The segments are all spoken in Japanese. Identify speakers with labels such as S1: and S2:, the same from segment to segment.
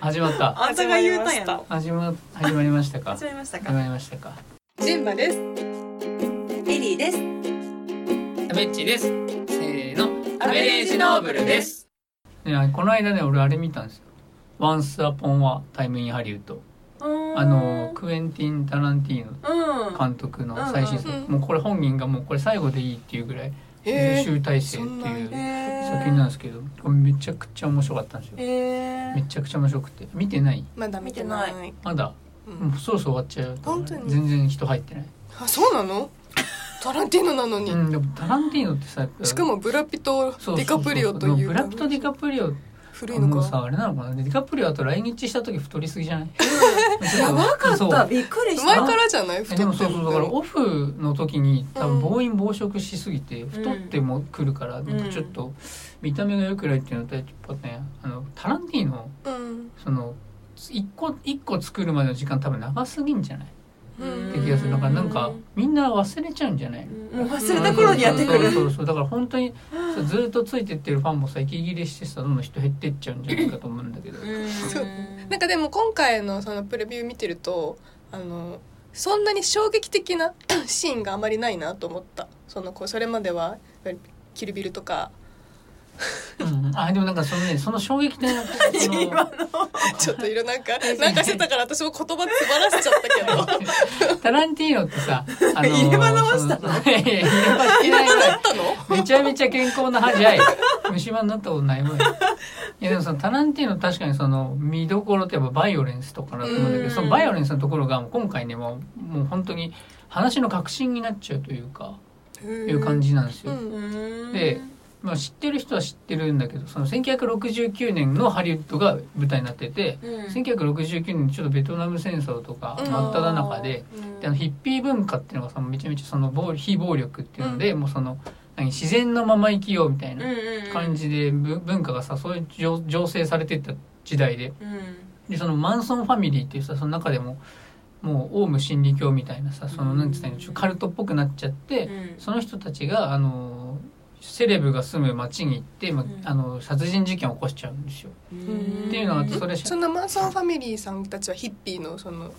S1: 始まった
S2: あんたが言うたんやろ
S1: 始ま始まりましたか
S2: 始まりました
S1: 始
S2: か
S1: まりましたか
S2: ジンバですエリーです
S3: アベッチです。せーの、。
S2: アベレージノーブルです
S1: ねこの間ね俺あれ見たんですよ「ワンスアポンはタイムインハリウッド」あのクエンティン・タランティーノ
S2: うん
S1: 監督の最新作、
S4: うんうん
S1: もうこれ本人がもうこれ最後でいいっていうぐらい
S4: へ
S1: 集大成って
S4: そん
S1: いう
S4: な
S2: え
S1: 作品なんですけどこれめちゃくちゃ面白かったんですよ
S2: え
S1: めちゃくちゃ面白くて見てない
S4: まだ見てない
S2: 見て
S1: まだ
S4: うん
S1: もうそろそろ終わっちゃうから
S4: 本当に
S1: 全然人入ってない、
S4: あそうなのタランティーノなのに、
S1: うん、でもタランティーノってさやっぱ
S4: しかもブラピ
S1: そう
S4: と
S1: そうそう
S4: ディカプリオという
S1: ブラックとディカプリオ
S4: 古い
S1: も
S4: の
S1: う
S4: か
S1: さあれなのかなでディカプリオあと来日した時太りすぎじ ゃない
S2: やばか
S1: そ
S2: っ
S1: う
S2: たびっくりし
S4: 前
S2: た
S4: からじゃない
S1: え
S4: 太
S1: でも
S4: って
S1: そう
S4: る
S1: そう
S4: の
S1: だからオフの時に多
S4: う
S1: 分
S4: ん
S1: 暴飲暴食しすぎて太ってもくるから、
S2: ん
S1: なんかちょっと見た目が良くないっていうのとやっぱねあのタランティーノ
S4: うん
S1: その一個一個作るまでの時間多分長すぎんじゃない
S4: うん
S1: って気がするだからなんかみんな忘れちゃうんじゃない
S2: もう忘れた頃にやってく
S1: そう
S2: る
S1: そうそうだから本当にさずっとついてってるファンもさ息切れしてさどんどん人減ってっちゃうんじゃないかと思うんだけど
S4: そう
S2: な
S4: なんかでも今回のそのプレビュー見てるとあのそんなに衝撃的な シーンがあまりないなと思ったそのこうそれまではキルビルとか
S1: うんあでもなんかそのねその衝撃的なこうその
S2: 今の
S4: ちょっといろなんかなんかしてたから私も言葉詰まらせちゃったけど
S1: タランティーノってさ、あの
S2: 入れ歯直したの
S1: そいやいや入れ歯してない
S4: だ
S1: わ
S4: ったの
S1: めちゃめちゃ健康な歯じゃい。虫歯になったことないわよ。いやでもそのタランティーノ確かにその見どころってやっぱバイオレンスとかだと思うんだけ
S2: うん
S1: ど、そのバイオレンスのところがもう今回ね、もうもう本当に話の核心になっちゃうというか、いう感じなんですよ。
S4: うん
S1: でまあ、知ってる人は知ってるんだけどその1969年のハリウッドが舞台になってて、1969年にちょっとベトナム戦争とか
S4: うん
S1: 真っ只中で,、であのヒッピー文化っていうのがそのめちゃめちゃその暴非暴力っていうので、もうその何自然のまま生きようみたいな感じで、ぶ文化がさそういう醸醸成されてった時代ででそのマンソンファミリーっていうさその中でももうオウム真理教みたいなさそのなんつったらいいのちょっとカルトっぽくなっちゃって。その人たちがあのセレブが住む町に行って、ま
S2: うん
S1: あの殺人事件を起こしちゃうんですよ。っていうのがあってそれ
S4: そのマンソンファミリーさんたちはヒッピーのその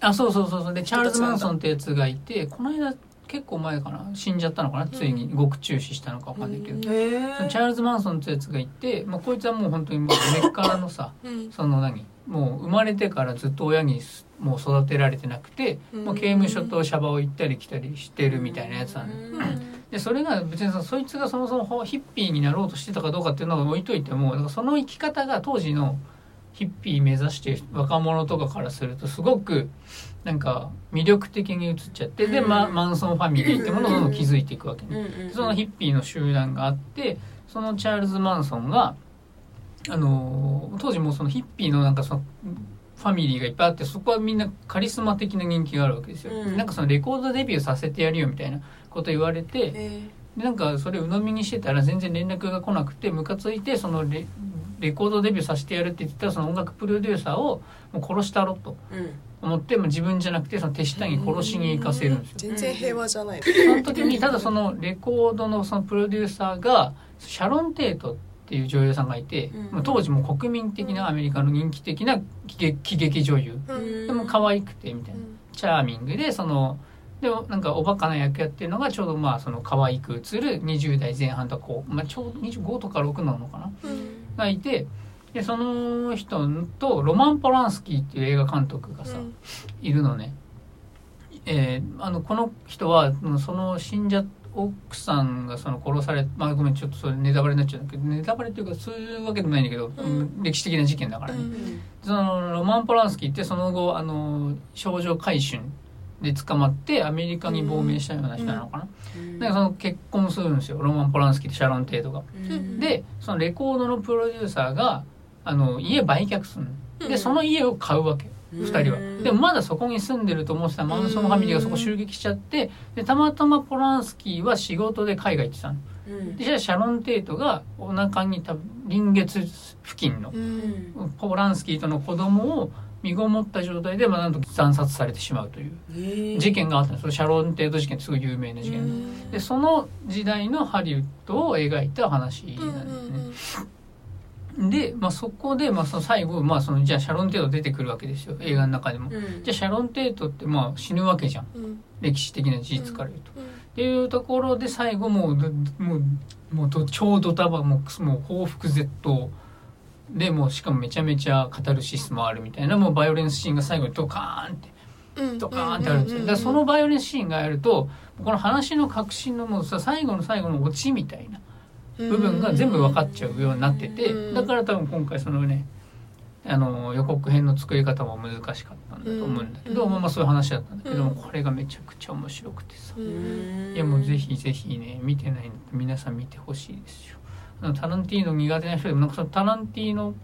S1: あそうそうそうそうでチャールズ・マンソンってやつがいてこの間結構前かな死んじゃったのかなついに獄中死したのかわかんないけど、
S2: へえ
S1: そのチャールズ・マンソンってやつがいて、まあ、こいつはもう本当にも う根っからのさ
S4: うん
S1: その何もう生まれてからずっと親にすもう育てられてなくて、もう刑務所とシャバを行ったり来たりしてるみたいなやつなんだよでそれが別にそのそいつがそもそもヒッピーになろうとしてたかどうかっていうのを置いといてもだからその生き方が当時のヒッピー目指してる若者とかからするとすごくなんか魅力的に映っちゃってで、
S2: うん
S1: ま、マンソンファミリーってものをどんどん築いていくわけね。そのヒッピーの集団があってそのチャールズ・マンソンが、あのー当時もうそのヒッピーのなんかそのファミリーがいっぱいあってそこはみんなカリスマ的な人気があるわけですよ。
S2: うん
S1: なんかそのレコードデビューさせてやるよみたいなこと言われて、でなんかそれ鵜呑みにしてたら全然連絡が来なくてムカついてそのレレコードデビューさせてやるって言ってたその音楽プロデューサーをもう殺したろと思ってもう自分じゃなくてその手下に殺しに行かせるんですよ。
S4: 全然平和じゃない
S1: その時にただそのレコードのそのプロデューサーがシャロン・テイトっていう女優さんがいて、
S2: うん
S1: まあ当時もう国民的なアメリカの人気的な喜劇喜劇女優
S4: うん
S1: でも可愛くてみたいなチャーミングでそのでなんかおバカな役やってるのがちょうどまあその可愛く映る20代前半とかこう、まあ、ちょうど25とか6なのかながいてでその人とロマン・ポランスキーっていう映画監督がさ、
S4: うん
S1: いるのね。えーあのこの人はうんその死んじゃ奥さんがその殺されまあごめんちょっとそれネタバレになっちゃうんだけどネタバレっていうかそういうわけでもないんだけど、
S4: うん
S1: 歴史的な事件だからね。そのロマン・ポランスキーってその後あの少女回春で捕まってアメリカに亡命したような人なのかな、なんかその結婚するんですよロマン・ポランスキーとシャロン・テイトが。でそのレコードのプロデューサーがあの家売却するの
S4: うん
S1: でその家を買うわけ2人はでもまだそこに住んでると思ってたマンソンファミリーがそこ襲撃しちゃってでたまたまポランスキーは仕事で海外行ってたのでじゃあシャロン・テイトがお腹に多分臨月付近の
S4: うん
S1: ポランスキーとの子供を身ごもった状態で、まあ、なんと惨殺されてしまうという事件があったんですよシャロン・テイト事件ってすごい有名な事件で,、でその時代のハリウッドを描いた話なんですね、
S4: うん
S1: で、まあ、そこで、まあ、その最後、まあ、そのじゃあシャロン・テート出てくるわけですよ映画の中で
S2: う
S1: も。
S2: ん
S1: じゃあシャロン・テートってまあ死ぬわけじゃん
S4: うん
S1: 歴史的な事実から言うと。
S4: うん
S1: っていうところで最後もうどもうもうど超ドタバもうもう報復絶倒でもうしかもめちゃめちゃカタルシスもあるみたいなもうバイオレンスシーンが最後にドカーンって
S4: うん
S1: ドカーンってあるんですよ。だからそのバイオレンスシーンがやるとこの話の核心のもうさ最後の最後のオチみたいな部分が全部分かっちゃうようになって
S4: う
S1: て
S4: ん
S1: だから多分今回そのねあの予告編の作り方も難しかったんだと思うんだけど、
S4: うん
S1: まあまあそういう話だったんだけど
S4: うん
S1: もこれがめちゃくちゃ面白くてさ
S4: う。ん
S1: いやもうぜひぜひね見てないの皆さん見てほしいですよあのタランティーノ苦手な人でもなんかそのタランティーノ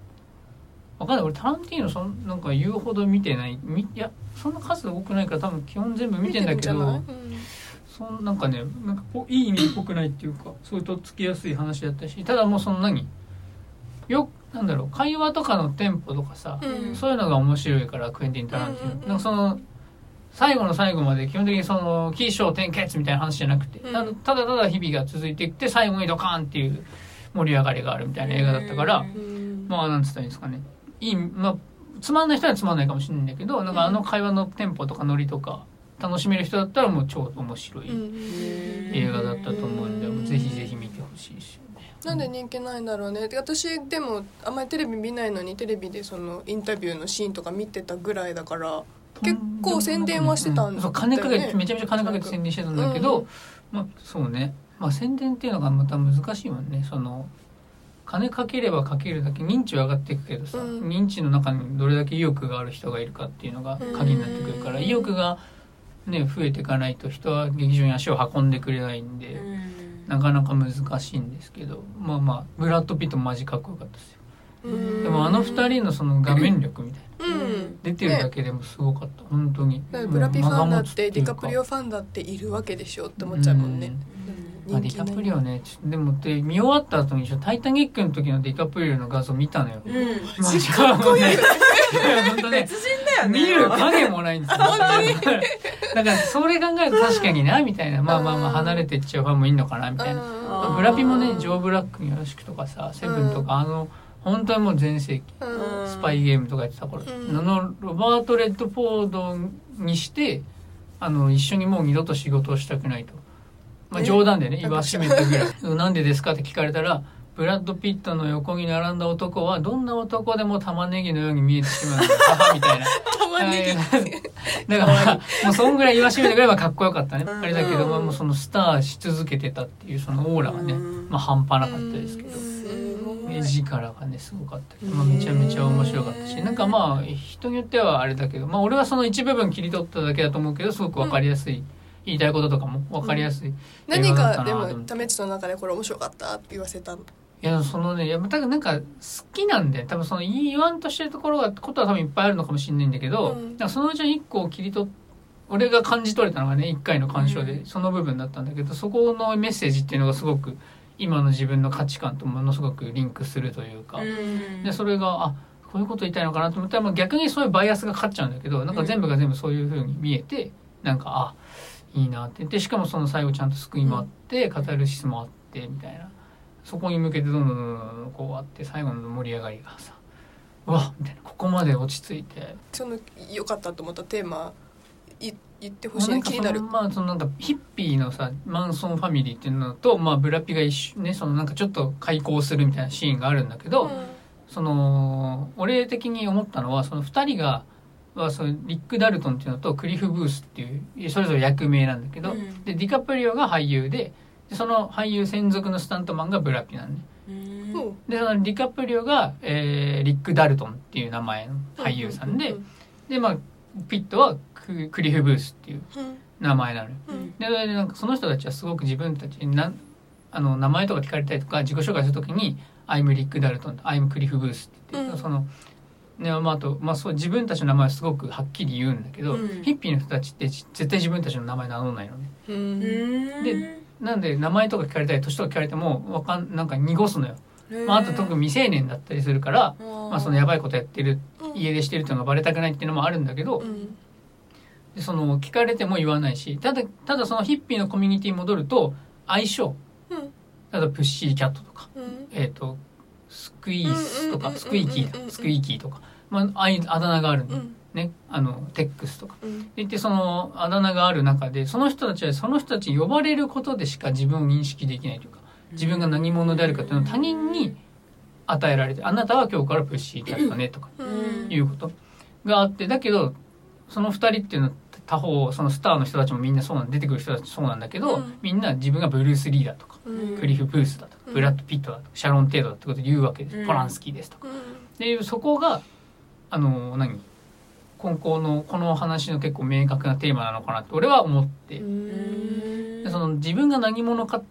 S1: わかんない俺タランティーノそんなんか言うほど見てないみいやそんな数多くないから多分基本全部見てんだけ
S4: るじゃない
S1: どそんなんかねなんかこういい意味っぽくないっていうかそういうとっつきやすい話だったしただもうその何よなんだろう会話とかのテンポとかさ、
S4: うん
S1: そういうのが面白いからクエンティン・タランティーノ、
S4: うんうんうん
S1: なんかその最後の最後まで基本的にその起承転結みたいな話じゃなくて、
S4: うん
S1: あのただただ日々が続いていって最後にドカーンっていう盛り上がりがあるみたいな映画だったから、
S2: うん
S4: うん
S1: まあなんつったらいいんですかねいい、まあ、つまんない人にはつまんないかもしれないんだけどなんかあの会話のテンポとかノリとか楽しめる人だったらもう超面白い
S4: うん
S1: 映画だったと思うんで、ぜひぜひ見てほしいですよね。
S4: なんで人気ないんだろうねて私でもあんまりテレビ見ないのにテレビでそのインタビューのシーンとか見てたぐらいだから結構宣伝はしてたんだよね
S1: うそう金かけてめちゃめちゃ金かけて宣伝してたんだけど、
S4: うん
S1: まあそうね、まあ、宣伝っていうのがまた難しいもんねその金かければかけるだけ認知は上がっていくけどさ、
S4: うん
S1: 認知の中にどれだけ意欲がある人がいるかっていうのが鍵になってくるから、
S2: うん
S1: 意欲がね増えていかないと人は劇場に足を運んでくれないんで、なかなか難しいんですけどまあまあブラッド・ピットマジかっこよかったですよ
S4: うん
S1: でもあの二人のその画面力みたいな
S4: うん
S1: 出てるだけでもすごかった、本当に
S4: だからブラピファンだって
S1: 間が持つて
S4: デ
S1: い
S4: ィ
S1: うか
S4: カプリオファンだっているわけでしょって思っちゃうもんね
S1: まあ、デ
S4: 人気
S1: ィカ
S4: な
S1: プリオねちょでもで見終わった後に一緒にタイタニック」の時のディカプリオの画像見たのよ、まあ、かっこいいや本当ね
S2: 別人だよね
S1: 見る影もないんですよ本当にだからそれ考えると確かになみたいなまあまあまあ離れてっちゃうファンもいんのかなみたいな
S2: あー
S1: ブラピもね「ジョー・ブラックによろしく」とかさ「セブン」とかあの本当にもう全盛期
S4: うん
S1: スパイゲームとかやってた頃、
S4: うん
S1: あのロバート・レッドフォードにしてあの一緒にもう二度と仕事をしたくないと、まあ、
S4: え
S1: 冗談でね
S4: な
S1: 言
S4: んか
S1: わしめたぐらい「なんでですか?」って聞かれたら「ブラッド・ピットの横に並んだ男はどんな男でも玉ねぎのように見えてしまうの だ」母みたいな。
S4: 玉ね
S1: だからもうそんぐらい言わしめてくればかっこよかったね。
S2: うん
S1: あれだけど、まあ、もうそのスターし続けてたっていうそのオーラがね、
S2: うん
S1: まあ半端なかったですけど。
S4: うん
S2: うん
S1: 目力がねすごかったけど、まあ、
S2: へー
S1: めちゃめちゃ面白かったしなんかまあ人によってはあれだけど、まあ、俺はその一部分切り取っただけだと思うけどすごく分かりやすい、言いたいこととかも分かりやすい、い
S4: 何
S1: 映
S4: かで
S1: 画だったなと思
S4: も
S1: って
S4: タメチの中でこれ面白かったって言わせたの
S1: やそのねいやまたなんか好きなんで多分その言わんとしてるところがことは多分いっぱいあるのかもしれないんだけど、
S4: うん
S1: なんかそのうちの1個を切り取っ俺が感じ取れたのがね1回の鑑賞
S2: う
S1: でその部分だったんだけどそこのメッセージっていうのがすごく今の自分の価値観とものすごくリンクするというか。
S2: うん
S1: でそれがあこういうこと言いたいのかなと思ったら、まあ、逆にそういうバイアスがかかっちゃうんだけどなんか全部が全部そういうふうに見えてなんかあいいなってでしかもその最後ちゃんと救いもあって、カタルシスもあってみたいなそこに向けてどんどんどんどんどんこうあって最後の盛り上がりがさうわみたいなここまで落ち着いて
S4: その良かったと思ったテーマい言って
S1: ま
S4: ほし
S1: あないんか
S4: 気
S1: そ
S4: に
S1: の
S4: なる
S1: まあそのなんかヒッピーのさマンソンファミリーっていうのと、まあ、ブラピが一緒ねそのなんかちょっと開口するみたいなシーンがあるんだけど、その俺的に思ったのはその2人がはそのリック・ダルトンっていうのとクリフ・ブースっていうそれぞれ役名なんだけど、
S2: うん
S1: でディカプリオが俳優ででその俳優専属のスタントマンがブラピなんね
S2: うん
S4: も
S1: でそのディカプリオが、えーリック・ダルトンっていう名前の俳優さんで、でまあピットはククリフ・ブースっていう名前なのよででなんかその人たちはすごく自分たちになんあの名前とか聞かれたりとか自己紹介するときに「I'm リック・ダルトン」と「I'm クリフ・ブース」って言って、
S4: うん
S1: その、ねまあ、あと、まあ、そう自分たちの名前をすごくはっきり言うんだけど、
S2: うん
S1: ヒッピーの人たちってじ絶対自分たちの名前名乗らないのね。
S4: うん
S1: でなんで名前とか聞かれたり年とか聞かれてもわかんなんか濁すのよ、まあ、あと特に未成年だったりするから、まあ、そのやばいことやってる家出してるっていうのがバレたくないっていうのもあるんだけど、
S4: うん
S1: でその聞かれても言わないしただただそのヒッピーのコミュニティに戻ると相性
S4: うん
S1: 例えばプッシーキャットとか、
S4: うん
S1: えー、とスクイースと
S4: うん
S1: か
S4: うんうんうんうん
S1: スクイーキーだスクイーキーとか、まあ、あいあだ名があるん
S4: う
S1: で、
S4: ん
S1: ねあのテックスとか。
S4: うん
S1: でいてそのあだ名がある中でその人たちはその人たちに呼ばれることでしか自分を認識できないというか自分が何者であるかっていうのを他人に与えられてあなたは今日からプッシーだったねとか
S4: うん
S1: いうことがあってだけどその2人っていうのは他方そのスターの人たちもみんなそうなん出てくる人たちそうなんだけど、
S4: うん
S1: みんな自分がブルース・リーだとか、
S4: うん
S1: クリフ・ブースだとか、
S4: うん
S1: ブラッド・ピットだとかシャロン・テイドだってことを言うわけです、
S3: うん
S1: ポランスキーですとか。
S4: うん
S1: でそこがあの何今後のこの話の結構明確なテーマなのかなって俺は思って、でその自分が何者かっ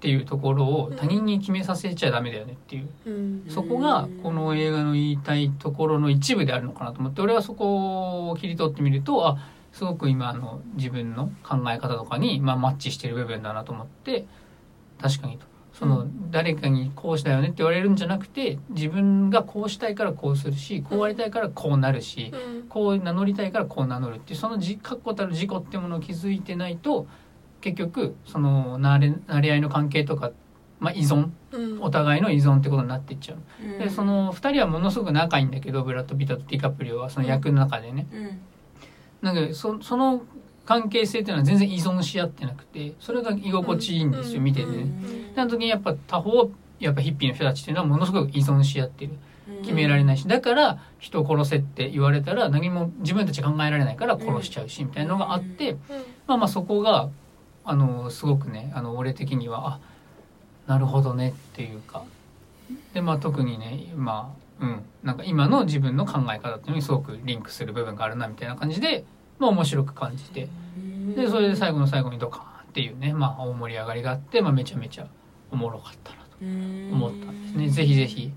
S1: ていうところを他人に決めさせちゃダメだよねっていう
S4: うん
S1: そこがこの映画の言いたいところの一部であるのかなと思って俺はそこを切り取ってみるとあすごく今の自分の考え方とかに、まあ、マッチしてる部分だなと思って確かにと。その誰かにこうしたよねって言われるんじゃなくて自分がこうしたいからこうするしこうありたいからこうなるし
S4: うん
S1: こう名乗りたいからこう名乗るっていうそのじ確固たる自己ってものを築いてないと結局そのなれなれ合いの関係とか、まあ、依存
S4: うん
S1: お互いの依存ってことになっていっちゃうでその2人はものすごく仲いいんだけどブラッド・ピットとディカプリオはその役の中でね、
S3: うん
S1: なんかそその関係性っていうのは全然依存し合ってなくてそれが居心地いいんですよ、
S4: うん
S1: 見てて
S3: う
S1: ね。
S3: ん
S1: その時にやっぱ他方やっぱヒッピーの人たちっていうのはものすごく依存し合ってる決められないしだから人を殺せって言われたら何も自分たち考えられないから殺しちゃうしみたいなのがあって、まあまあそこがあのすごくねあの俺的にはあなるほどねっていうかでまあ特にねまあうんなんか今の自分の考え方っていうのにすごくリンクする部分があるなみたいな感じでまあ面白く感じてでそれで最後の最後にドカーンっていうねまあ大盛り上がりがあって、まあ、めちゃめちゃおもろかったなと思ったんですねぜひぜひ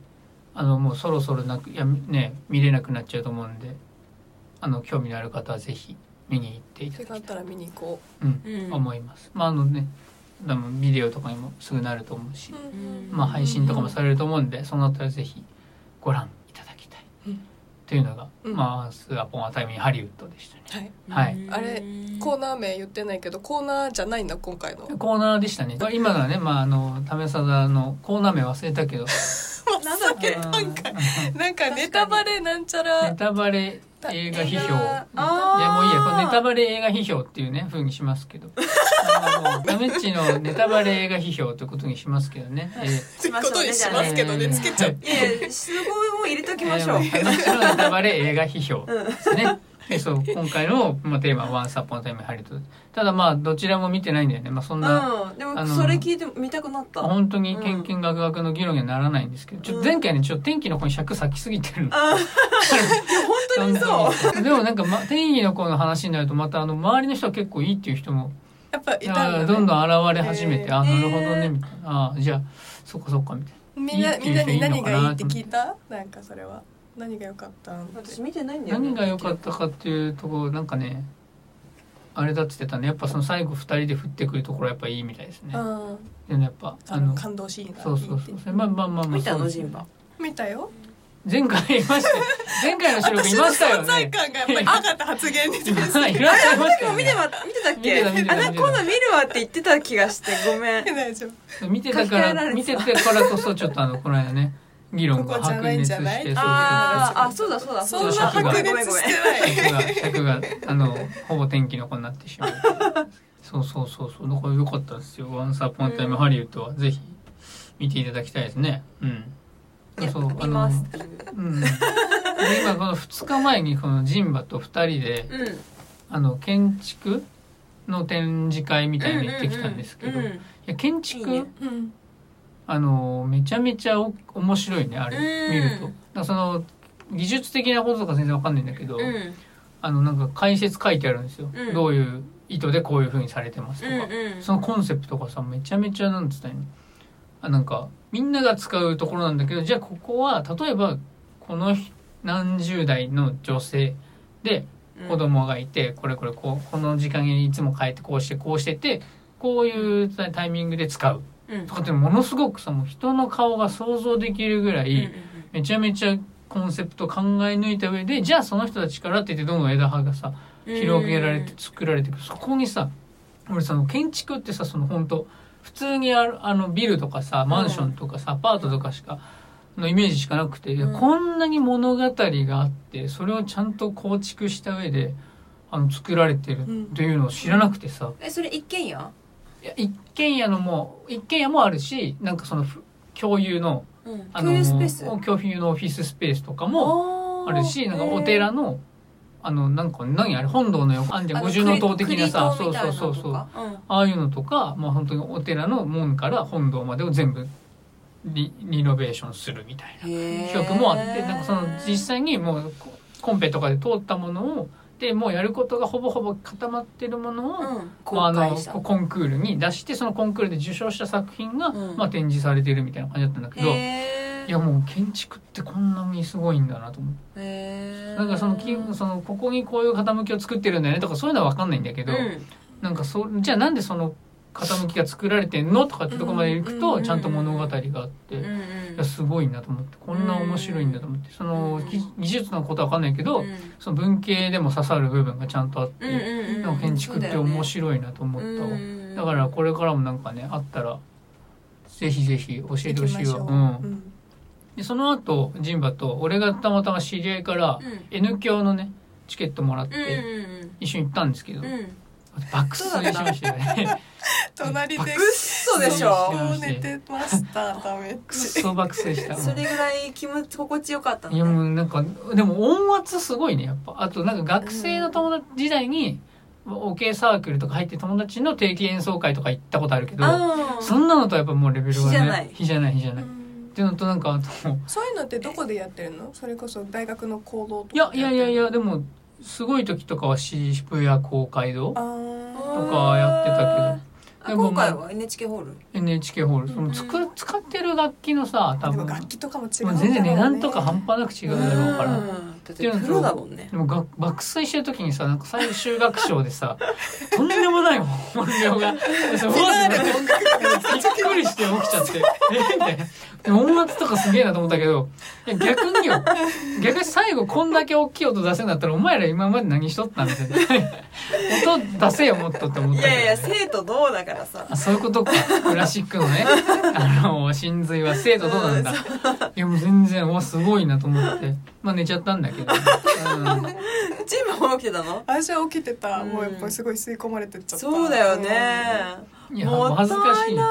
S1: あのもうそろそろなくいやね見れなくなっちゃうと思うんであの興味のある方はぜひ見に行っていただ
S4: 手
S1: きた
S4: があ
S1: い
S4: ったら見に行こ
S1: うん
S3: うん
S1: 思います。まああのね、でもビデオとかにもすぐなると思うし
S4: う、
S3: ん
S1: まあ配信とかもされると思うんで、そうなったらぜひご覧いただきたい。
S4: うん
S1: というのが、
S4: うん
S1: まあスアポンアタイムにハリウッドでしたね。
S4: はい
S1: はい
S4: あれコーナー名言ってないけどコーナーじゃないんだ今回の
S1: コーナーでしたね。まあ今の はね、まああの為定のコーナー名忘れたけど、
S3: なんだっけ
S1: あー
S4: なんかネタバレなんちゃ
S1: ネ
S4: ら
S1: タバレ映画批評。いや
S3: あー
S1: もういいや、これネタバレ映画批評っていうね風にしますけど、あのもうダメッチのネタバレ映画批評ということにしますけどね。えー
S4: ってこと にしますけど
S1: え
S4: ね
S1: ー
S4: つけちゃう
S3: いやいやすごいもう入れときましょう
S1: えー話のネタバレ映画批評ですね。でそう今回の、まあ、テーマは「ワンサポンタイムハリウッド」ただまあどちらも見てないんだよね、まあ、そんな、
S3: うんで
S1: あ
S3: も
S1: の
S3: それ聞いて見たくなった
S1: 本当にけんけんがくがくの議論にはならないんですけどちょっと前回ねちょっと天気の子に尺割きすぎてるの
S3: あ当にそう
S1: 本当 にでもなんか、ま、天気の子の話になるとまたあの周りの人は結構いいっていう人も
S4: やっぱいたん
S1: あ
S4: だ
S1: ー
S4: ね
S1: どんどん現れ始めて、
S4: えー
S1: あなるほどねみたいなあーじゃあそっかそっかみたい
S4: みん
S1: いい
S4: な
S1: って
S4: み
S1: い
S4: ん
S1: う人いいの
S4: なに何
S1: か
S4: が
S1: ない
S4: いって聞いたなんかそれは何が良かったんって
S3: 私見てないんだ
S1: な
S3: よね
S1: 何が良かったかっていうところなんかねあれだっつってたねやっぱその最後2人で降ってくるところやっぱいいみたいですね、
S4: うん
S1: でもやっぱあ
S4: あ
S1: の
S4: の感動シーンが
S1: そうそうそうそれまあまあまあまあ
S3: 見た
S1: そう
S3: の
S1: です
S3: ジンバ
S4: 見たよ
S1: 前回いましたよ前回の収録い
S4: 私の
S1: ましたよ
S4: 存在
S1: ね
S4: 感がやっぱり上がった発言に対して
S1: はいいらっしゃいました
S3: で
S1: よ
S3: も見て
S1: ね
S3: ま見てたっ
S1: 見
S3: け
S1: てた見てた
S3: あなんか今度見るわって言ってた気がしてごめん
S4: 大丈夫
S1: 見てたか
S3: 書き換えら
S1: ら
S3: れ
S1: 見
S3: て
S1: て
S3: た
S1: たからこそちょっとあのこの間ね議論が
S4: ここじゃ
S1: 白
S4: ないん
S1: 熱
S4: じ
S1: して
S4: ゃない
S1: そうそう
S3: あーあそうだそうだ
S4: そん
S3: う
S4: な
S3: だ
S1: 尺が
S3: ご
S4: 白
S3: めん
S4: 熱
S3: ごめん
S4: してな い
S1: 尺が尺があのほぼ天気の子になってしまうそうそうそうそうだから良かったですよ「ワンサポンタイムハリウッドはぜひ見ていただきたいですねうん
S3: いや
S1: そう
S3: 見ますっていう
S1: うん、で今この2日前にこのジンバと2人で
S3: うん
S1: あの建築の展示会みたいに行ってきたんですけど、
S3: うんう
S1: い
S3: ん
S1: や建築
S3: いいね
S4: うん
S1: あのめちゃめちゃお面白いねあれ、
S3: うん
S1: 見るとだからその技術的なこととか全然わかんないんだけど、
S3: うん
S1: あのなんか解説書いてあるんですよ、
S3: うん
S1: どういう意図でこういうふうにされてますと
S3: うん
S1: か、
S3: うん
S1: そのコンセプトがさめちゃめちゃなんつったらいいのあなんかみんなが使うところなんだけどじゃあここは例えばこの日何十代の女性で子供がいてこれこれこうこの時間にいつも変えてこうしてこうしててこういうタイタイミングで使う
S3: うん
S1: とかってものすごくさもう人の顔が想像できるぐらいめちゃめちゃコンセプト考え抜いた上でじゃあその人たちからって言ってどんどん枝葉がさ広げられて作られていくそこにさ俺さ建築ってさその本当普通にあるあのビルとかさマンションとかさアパートとかしかのイメージしかなくて、
S3: うん
S1: こんなに物語があってそれをちゃんと構築した上であの作られてるっていうのを知らなくてさ、
S3: えそれ一軒家
S1: いや一軒家のも一軒家もあるしなんかそのふ共有の
S3: うん
S1: あ
S3: 共
S1: の
S3: 有スペース
S1: 共有のオフィススペースとかも
S3: も
S1: あるしなんかお寺のあのなんか何あれ本堂の横あんじゃん五重塔的なさそうそうそうそうああいうのとか、まあ、本当にお寺の門から本堂までを全部リリノベーションするみたいな。企画もあってなんかその実際にもうココンペとかで通ったものをでもうやることがほぼほぼ固まってるものを、
S3: うん、
S1: まあ、あ
S3: 公
S1: の
S3: 開した、
S1: コンクールに出してそのコンクールで受賞した作品が、
S3: うん
S1: まあ、展示されてるみたいな感じだったんだけど、
S3: へー
S1: いやもう建築ってこんなにすごいんだなと思って、
S3: へー
S1: なんかそのきそのここにこういう傾きを作ってるんだよねとかそういうのは分かんないんだけど、
S3: うん
S1: なんかそじゃあなんでその傾きが作られてんのとかってとこまで行く
S3: うんうん
S1: と
S3: うん
S1: ちゃんと物語があって。
S3: うん
S1: いやすごいなと思ってこんな面白いんだと思ってその技技術のことは分かんないけど、
S3: うん
S1: その文系でも刺さる部分がちゃんとあって、
S3: うんうんうん
S1: なんか建築って面白いなと思ったわ、
S3: うん
S1: だからこれからもなんかねあったらぜひぜひ教えてほしいわ、うん
S4: ん
S1: でその後ジンバと俺がたまたま知り合いから
S3: うん
S1: N 教のねチケットもらって
S3: うん
S1: 一緒に行ったんですけど、
S3: うんうんうん
S1: 爆睡しましたよね
S4: 隣
S3: う
S4: で
S3: っそでしょ
S4: そう寝てましたダメ
S1: くっそ爆睡した
S3: それぐらい気持ち心地よかったの
S1: いやもうなんかでも音圧すごいねやっぱあとなんか学生の友達時代に OK サークルとか入って友達の定期演奏会とか行ったことあるけど
S3: あー
S1: そんなのとはやっぱもうレベルがね
S3: 比じゃない
S1: 比じゃない比じゃない、っていうのとなんかあと
S4: そういうのってどこでやってるのそれこそ大学の行動とか
S1: いやいやいやい
S4: や
S1: やでもすごい時とかは渋谷公会堂
S4: あ
S1: と
S4: ー
S1: かやってた
S3: あ今回は NHK ホール
S1: けど NHK ホールその
S3: う
S1: 使使ってる楽器のさ多分
S4: でも
S1: も
S4: 楽器とかも違う
S1: う
S4: んだろうね
S1: 全然値段とか半端なく違うだろうから。
S3: うんだってプロだもんね
S1: でもが爆睡してる時にさなんか最終学章でさ とんでもない音量がそうびっくりして起きちゃってえみたいなでも音圧とかすげえなと思ったけどいや逆によ逆に最後こんだけ大きい音出せんだったらお前ら今まで何しとったんみたいな 音出せよもっとって思っ
S3: い
S1: たけど、
S3: やいや
S1: ね、
S3: 生徒どうだからさ
S1: あそういうことかクラシックのねあの真髄は生徒どうなんだいやもう全然うわすごいなと思ってまあ寝ちゃったんだけど、うん
S3: チームも起きてたの
S4: 私は起きてた、
S3: うん
S4: もうやっぱりすごい吸い込まれてっちゃった
S3: そうだよね
S1: いや、お
S3: もっ
S1: 恥ずか
S3: た
S1: し
S3: い
S1: い。
S3: ない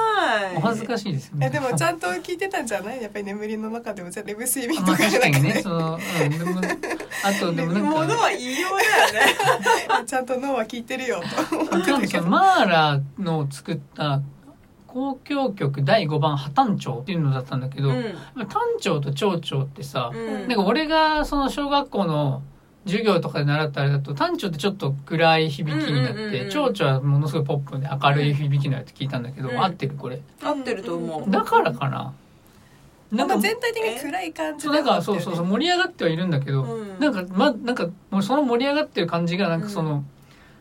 S1: お恥ずかしいですよ
S4: え
S1: ね。
S4: でもち
S1: ゃ
S4: ゃんと聞いてたんじゃないやっぱり眠りの中でもじゃあレブ睡眠と
S1: まあ
S4: かじ
S1: 確
S4: ゃ
S1: か
S4: なく
S1: に
S4: て、
S1: ね、その、うん、でも、あと、でもなん
S3: 物
S1: か、
S3: は言いようだよね
S4: ちゃんと脳は聞いてるよと思って
S1: 多
S4: た
S1: 分
S4: け
S1: そ
S4: ど
S1: のマーラの作った交響曲第5番「破綻調」っていうのだったんだけど、
S3: うん
S1: 短調と長調ってさ、
S3: うん
S1: なんか俺がその小学校の授業とかで習ったあれだと短調ってちょっと暗い響きになっ
S3: うんうんうんう
S1: て
S3: ん
S1: 長調はものすごいポップで明るい響きのやつ聞いたんだけど、
S3: うん
S1: 合ってるこれ
S3: 合ってると思う
S1: だからかなな
S4: な
S1: んん
S4: か
S1: か
S4: 全体的に暗い感じ
S1: そうなんかそうそうそう
S4: う
S1: 盛り上がってはいるんだけど、
S3: うん
S1: なんかまなんかもうその盛り上がってる感じがなんかその、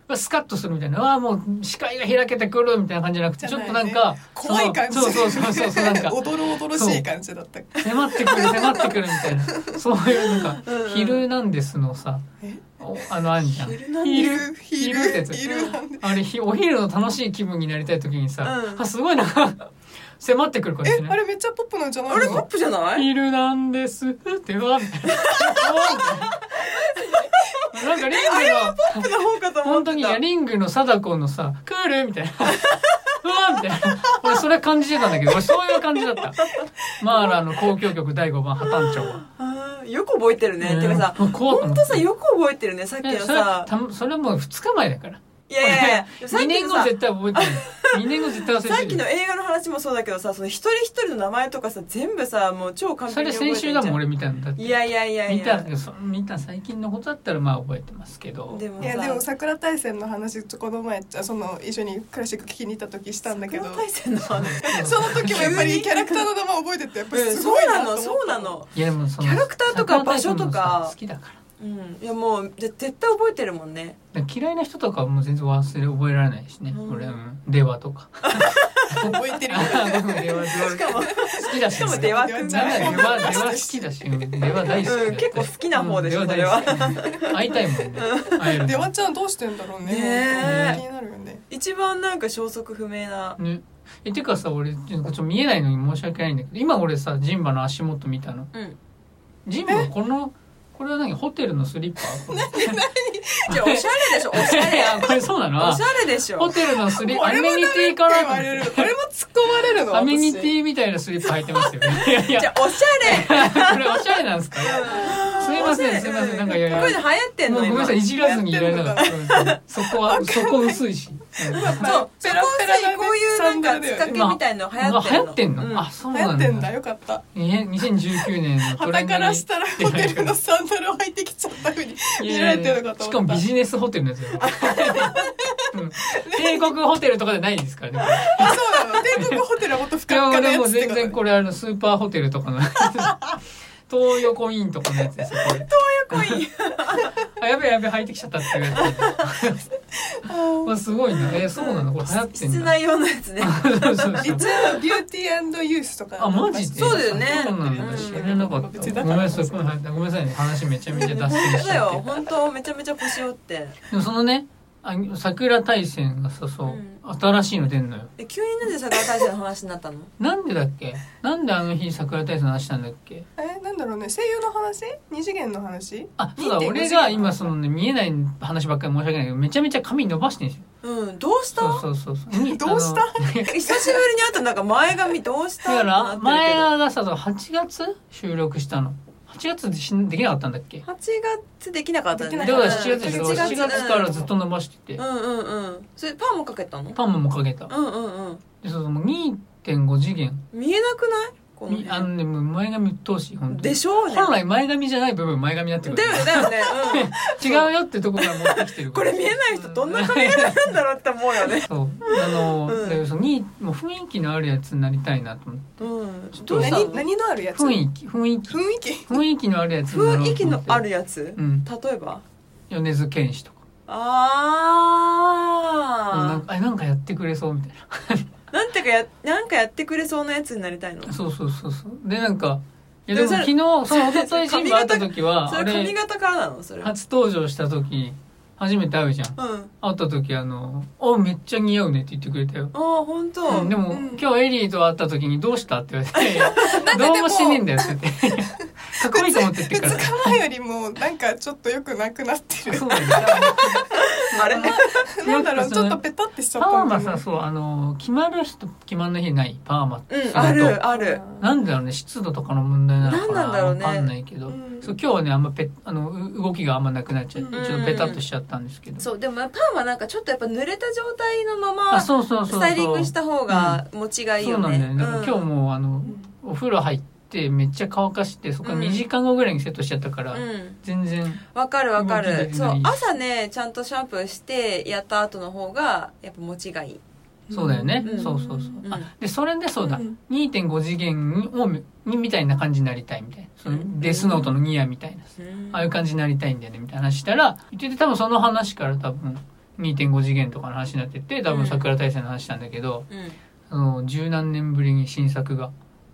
S1: まあスカッとするみたいなああもう視界が開けてくるみたいな感じじゃなくてち
S4: じゃ
S1: ょ
S4: な
S1: っとな
S4: いね
S1: んか
S4: 怖い感じ
S1: そうそうそうそう そうなんか
S4: おどろおどろしい感じだった
S1: 迫ってくる迫ってくるみたいなそういうなんか「ヒルナンデス」のさ
S4: え
S1: おあのあんじゃん。
S4: い
S1: 昼
S4: るい
S1: 昼ってや
S4: る
S1: つ
S4: いるなんで
S1: あれひお昼の楽しい気分になりたい時にさ、
S3: うん
S1: あすごいなんか迫ってくる感じ
S4: え
S1: ね
S4: あれめっちゃポップなんじゃない
S3: あれポッ
S4: の
S3: プじゃない
S1: いるなんですってうわみたいな。なんかリングの
S3: の方かと思
S1: 本当
S3: って
S1: に
S3: た
S1: リングの貞子のさ「クール!」みたいな「うわ!」みたいな俺それ感じてたんだけど俺そういう感じだったマーラーの交響曲第5番「破綻調」は。
S3: あーよく覚えてるね、
S1: うん
S3: てかさ
S1: もう怖くな
S3: 本
S1: っ
S3: 当
S1: た
S3: さよく覚えてるねさっき
S1: え
S3: の
S1: それ
S3: さ
S1: たそれもう2日前だから
S3: いやいや いやでもさっ
S1: 2
S3: き
S1: 年
S3: の
S1: 後
S3: さ
S1: 絶対覚え てない2年後絶対忘れてる
S3: さっきの映画の話もそうだけどさその一人一人の名前とかさ全部さもう超簡
S1: そ
S3: 単に
S1: れ
S3: 覚えて
S1: 先
S3: るじ
S1: 週
S3: ゃ
S1: だ
S3: ん
S1: もん俺見たんだって
S3: いやいやいやいや
S1: 見たそ見た最近のことだったらまあ覚えてますけど
S3: でも
S4: いや
S3: さ
S4: でも桜大戦の話この前あその一緒にクラシック聴きに行った時したんだけど
S3: 桜大戦の話
S4: その時もやっぱりキャラクターの名前覚えててやっぱり
S3: うん
S4: す
S3: そ
S4: ご
S3: う
S4: い
S3: な
S4: な
S3: の
S4: と思
S3: そうな
S4: っ
S3: の
S1: いやでもその
S3: キャラクターとか場所とか
S1: 好きだから
S3: うん、いやもうで絶対覚えてるもんね
S1: だから嫌いな人とかはもう全然忘れ覚えられないしね、
S3: うん
S1: 俺、うん、電話とか
S4: 覚え てるよ
S1: 僕も電話
S3: しかも、
S1: 好きだし
S3: しかも電話くん
S1: なん
S3: じ
S1: な
S3: ゃ
S1: ら
S3: ない
S1: 電話電話好きだしうん電話大好きだ
S3: うん、結構好きな方でしょ、
S1: うん
S3: そ
S1: 電
S3: れ
S1: 話
S3: は。
S1: 大好き会いたいもんね会えるの
S4: 出 羽ちゃんどうしてんだろうね
S3: ね
S1: え
S4: 気になるよね
S3: 一番なんか消息不明な。
S1: ねえてかさ俺ちょっと見えないのに申し訳ないんだけど今俺さジンバの足元見たの
S3: うん。
S1: ジンバこのこれは何ホテルのスリッパこれ
S3: じゃあおしゃれでしょ、おしゃれ。
S1: あこれそうなの
S3: お
S1: あ
S3: しゃれでし
S1: ホ
S3: ょ。
S1: テルのスリッパ
S4: こ
S1: ア
S4: れ
S1: メ
S4: もダメ
S1: ニ
S4: って
S1: ティ
S4: 言
S1: かなと
S4: わ
S1: 思っ
S4: れ
S1: て
S4: るこれも突っ込まれるの
S1: アメニテ
S4: ィ
S1: ィみたいなスリッパ履いてますよね。いやいや
S3: じゃあおしゃ
S1: これおしゃれなんですか。すいません、
S3: れ。
S1: すいません、なんかいやい
S3: こういうの
S1: や。
S3: 流行ってん
S1: もう
S3: の
S1: ごめんなさい、い
S3: 今。
S1: じらずにいられなかった。そこは、そこ薄いし。うん
S3: そう、そこ
S4: ペラペラだ
S3: さ
S4: ね
S3: こういうなん
S4: サ
S3: か
S4: ンダル
S3: 仕
S4: だよ
S3: 掛
S4: ね
S3: けみたいの流行ってん
S1: 流
S3: の。
S1: 行ってん
S3: う
S1: の。あ、そう
S4: 流
S1: な
S4: 行
S1: ん
S4: ってんだ
S1: だ。
S4: よかった
S1: え、2019年のトレン
S4: 旗
S1: ド
S4: か
S1: に
S4: らしたらホテルのサンダルを履いてきちゃったふうに見られてるのかと
S1: しか
S4: 思
S1: も
S4: った
S1: ビジネスホテルのやつだよ。うん帝国ホテルとかじゃないですからね。これ
S4: あそうなの帝国ホテルはもっとふ
S1: いや
S4: かふかの
S1: 俺
S4: や
S1: も
S4: つって
S1: 全
S4: こ
S1: 然
S4: と
S1: これあのスーパーホテルとかの東横インとかのやつですよこれ
S3: かっこいい。
S1: あやべえやべえ入ってきちゃったっていうやつまあすごいなえそうなのこれ流行ってんだ
S3: 室内用のやつね。
S1: そうそうそう
S4: 一応ビューティーユースとか
S1: あマジで
S3: そうだよね
S1: そうなんだ知らなかった
S4: 別にだ
S1: ご
S4: か
S1: めんな
S4: ら
S1: さいごめんなさいね話めちゃめちゃ脱線
S3: そ
S1: し
S3: う
S1: ち
S3: だよ
S1: ゃっ、て
S3: 本当めちゃめちゃ腰折って。
S1: でもそのねあ桜大戦がさそう
S3: うん
S1: 新しいの出んのよ
S3: え、急になんで桜大戦の話になったの
S1: なんでだっけなんであの日桜大戦の話したんだっけ
S4: えなんだろうね声優の話二次元の話
S1: あそうだ
S4: 2.5
S1: 俺が今そのね見えない話ばっかり申し訳ないけどめちゃめちゃ髪伸ばしてんですよ
S3: うん、どうした
S1: そうそうそうそう に
S4: どうした
S1: あの
S3: 久しぶりに会ったなんか前髪どうし
S1: だ
S3: た
S1: から
S3: っ てなってる
S1: 前
S3: けど
S1: がさ8月収録したの8月でしできなかったんだっけ
S3: 8月できなかったよね
S1: だ
S4: で
S1: か
S4: き
S1: ら7
S4: なかった
S1: 月でしょ
S4: 8
S1: 7
S4: 月
S1: 月からずっと伸ばしてて
S3: うんうんうんそれパンもかけたの
S1: パンもかけた
S3: うんうんうん
S1: でそうそうもう2.5次元
S3: 見えなくないこの
S1: にあの
S3: 辺
S1: ねもう前髪うっとうしい本当
S3: で
S1: に
S3: しょうね
S1: 本来前髪じゃない部分前髪になってくる
S3: だよねだよね、うん、
S1: 違うよってとこから持ってきてる
S3: こ
S1: から
S3: れ見えない人どんな髪型なんだろうって思うよね
S1: そうあの、
S3: うん
S1: だからそのにもう雰囲気のあるやつになりたいなと思って
S3: うん
S1: ちょっと
S3: どうした
S4: 何
S3: の
S4: 何のあるやつ
S1: 雰囲気雰囲気
S4: 雰囲 気
S1: 雰囲気のあるやつになろうと
S3: 雰
S1: 思
S3: 囲
S1: って
S3: 気のあるやつ
S1: うん
S3: 例えば
S1: 米津玄師とかうんなん
S3: あ
S1: かあなんかやってくれそうみたいな
S3: ーなんてかやなんかやってくれそうなやつになりたいの
S1: そうそうそうそう。で、なんか、いやでも
S3: で
S1: 昨日、その、おととい新聞会った時は、
S3: そ
S1: あ
S3: れ髪
S1: れ、
S3: 型からなのそれ
S1: 初登場した時、初めて会うじゃん。
S3: うんあ
S1: 会った時、あの、お、めっちゃ似合うねって言ってくれたよ。
S3: あ本当、
S1: うん、でも、
S4: うん
S1: 今日エリーと会った時にどうしたって言われて、どうもしねえんだよって言って。かっこいいと思ってって
S4: 二
S1: から。
S4: 日前よりもなんかちょっと良くなくなってる
S1: そうなんだよ。
S3: あれ
S4: なんだろうちょっとペタってしちゃ
S1: パ
S4: った
S1: ーマ
S4: んだ
S1: さ、
S4: ね
S1: そう、あの、決まる日と決まんない日ない、パーマって。
S3: うんあるある
S1: なんだろうね、湿度とかの問題なのかな
S3: なんなんだろうね
S1: わかんないけど、
S4: うん
S1: そう今日はね、あんまペあのう動きがあんまなくなっちゃって、
S4: うん
S1: ちょっとペタッとしちゃったんですけど。
S3: そうでもパンはなんかちょっとやっぱ濡れた状態のま
S1: あ、
S3: まス
S1: そうそうそうそう。
S3: タイリングした方が持ちがいい
S1: そ
S3: よ
S1: うなんだ
S3: ね
S1: よね。だから今日もうあの、お風呂入ってめっちゃ乾かして、そこから2時間後ぐらいにセットしちゃったから、
S3: うんうん
S1: 全然。
S3: わかるわか
S1: 動きで
S3: る
S1: き
S3: そ
S1: ないう
S3: 朝ねちゃんとシャンプーしてやった後の方がやっぱ持ちがいい
S1: そうだよね、
S3: うん
S1: そうそうそう、
S3: うん
S1: あでそれでそうだ、
S4: うん
S1: 2.5次元をみみたいな感じになりたいみたいなその
S3: うん
S1: デスノートのニアみたいなああいう感じになりたいんだよねみたいな話したら言ってて多分その話から多分2.5次元とかの話になってて多分桜大戦の話したんだけど、
S3: う
S1: あの十何年ぶりに新作が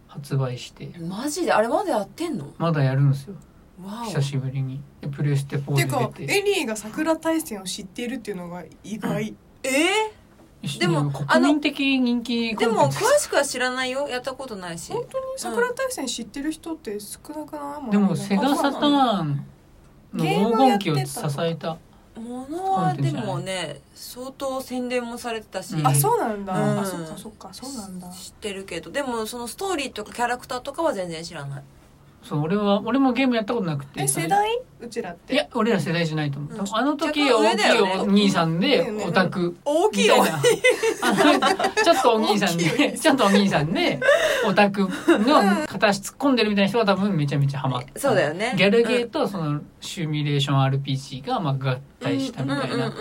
S1: 発売して
S3: んマジであれまだやってんの
S1: まだやるんですよ
S3: わお
S1: 久しぶりにでプレステ
S4: っていう
S1: 4
S4: か
S1: で出て
S4: エリーが桜大戦を知っているっていうのが意外
S3: え
S1: し
S3: でもあ
S1: 国
S3: の
S1: 民的人気コ
S3: ー
S1: ンテ
S3: で
S1: ンツ
S3: も詳しくは知らないよやったことないし
S4: 本当に桜大戦知ってる人って少なくないもん
S1: でもセガサターンの黄金期を支えた
S3: ものはでもね相当宣伝もされてたし、
S1: うん
S4: あそうなんだ、
S3: うん
S4: あそっかそっかそうなんだ
S3: 知ってるけどでもそのストーリーとかキャラクターとかは全然知らない
S1: そう俺は俺もゲームやったことなくて
S4: え世代うちらって
S1: いや俺ら世代じゃないと思う、
S3: うん
S1: 多分あの時
S3: 若干
S1: 大
S3: 上
S1: き
S3: だ
S1: い
S3: よね
S1: お兄さん
S4: だよ
S1: で
S4: ね
S1: オタク
S3: 大
S1: みたいな。あ のちょっとお兄さん
S4: 大きいお
S1: で、
S4: 兄
S1: ちょっとお兄さんで、オタクの片足突っ込んでるみたいな人が多分めちゃめちゃハマった。
S3: そうだよね
S1: ギャルゲーとそのシミュレーション RPG がまあ合体したみたいな、あ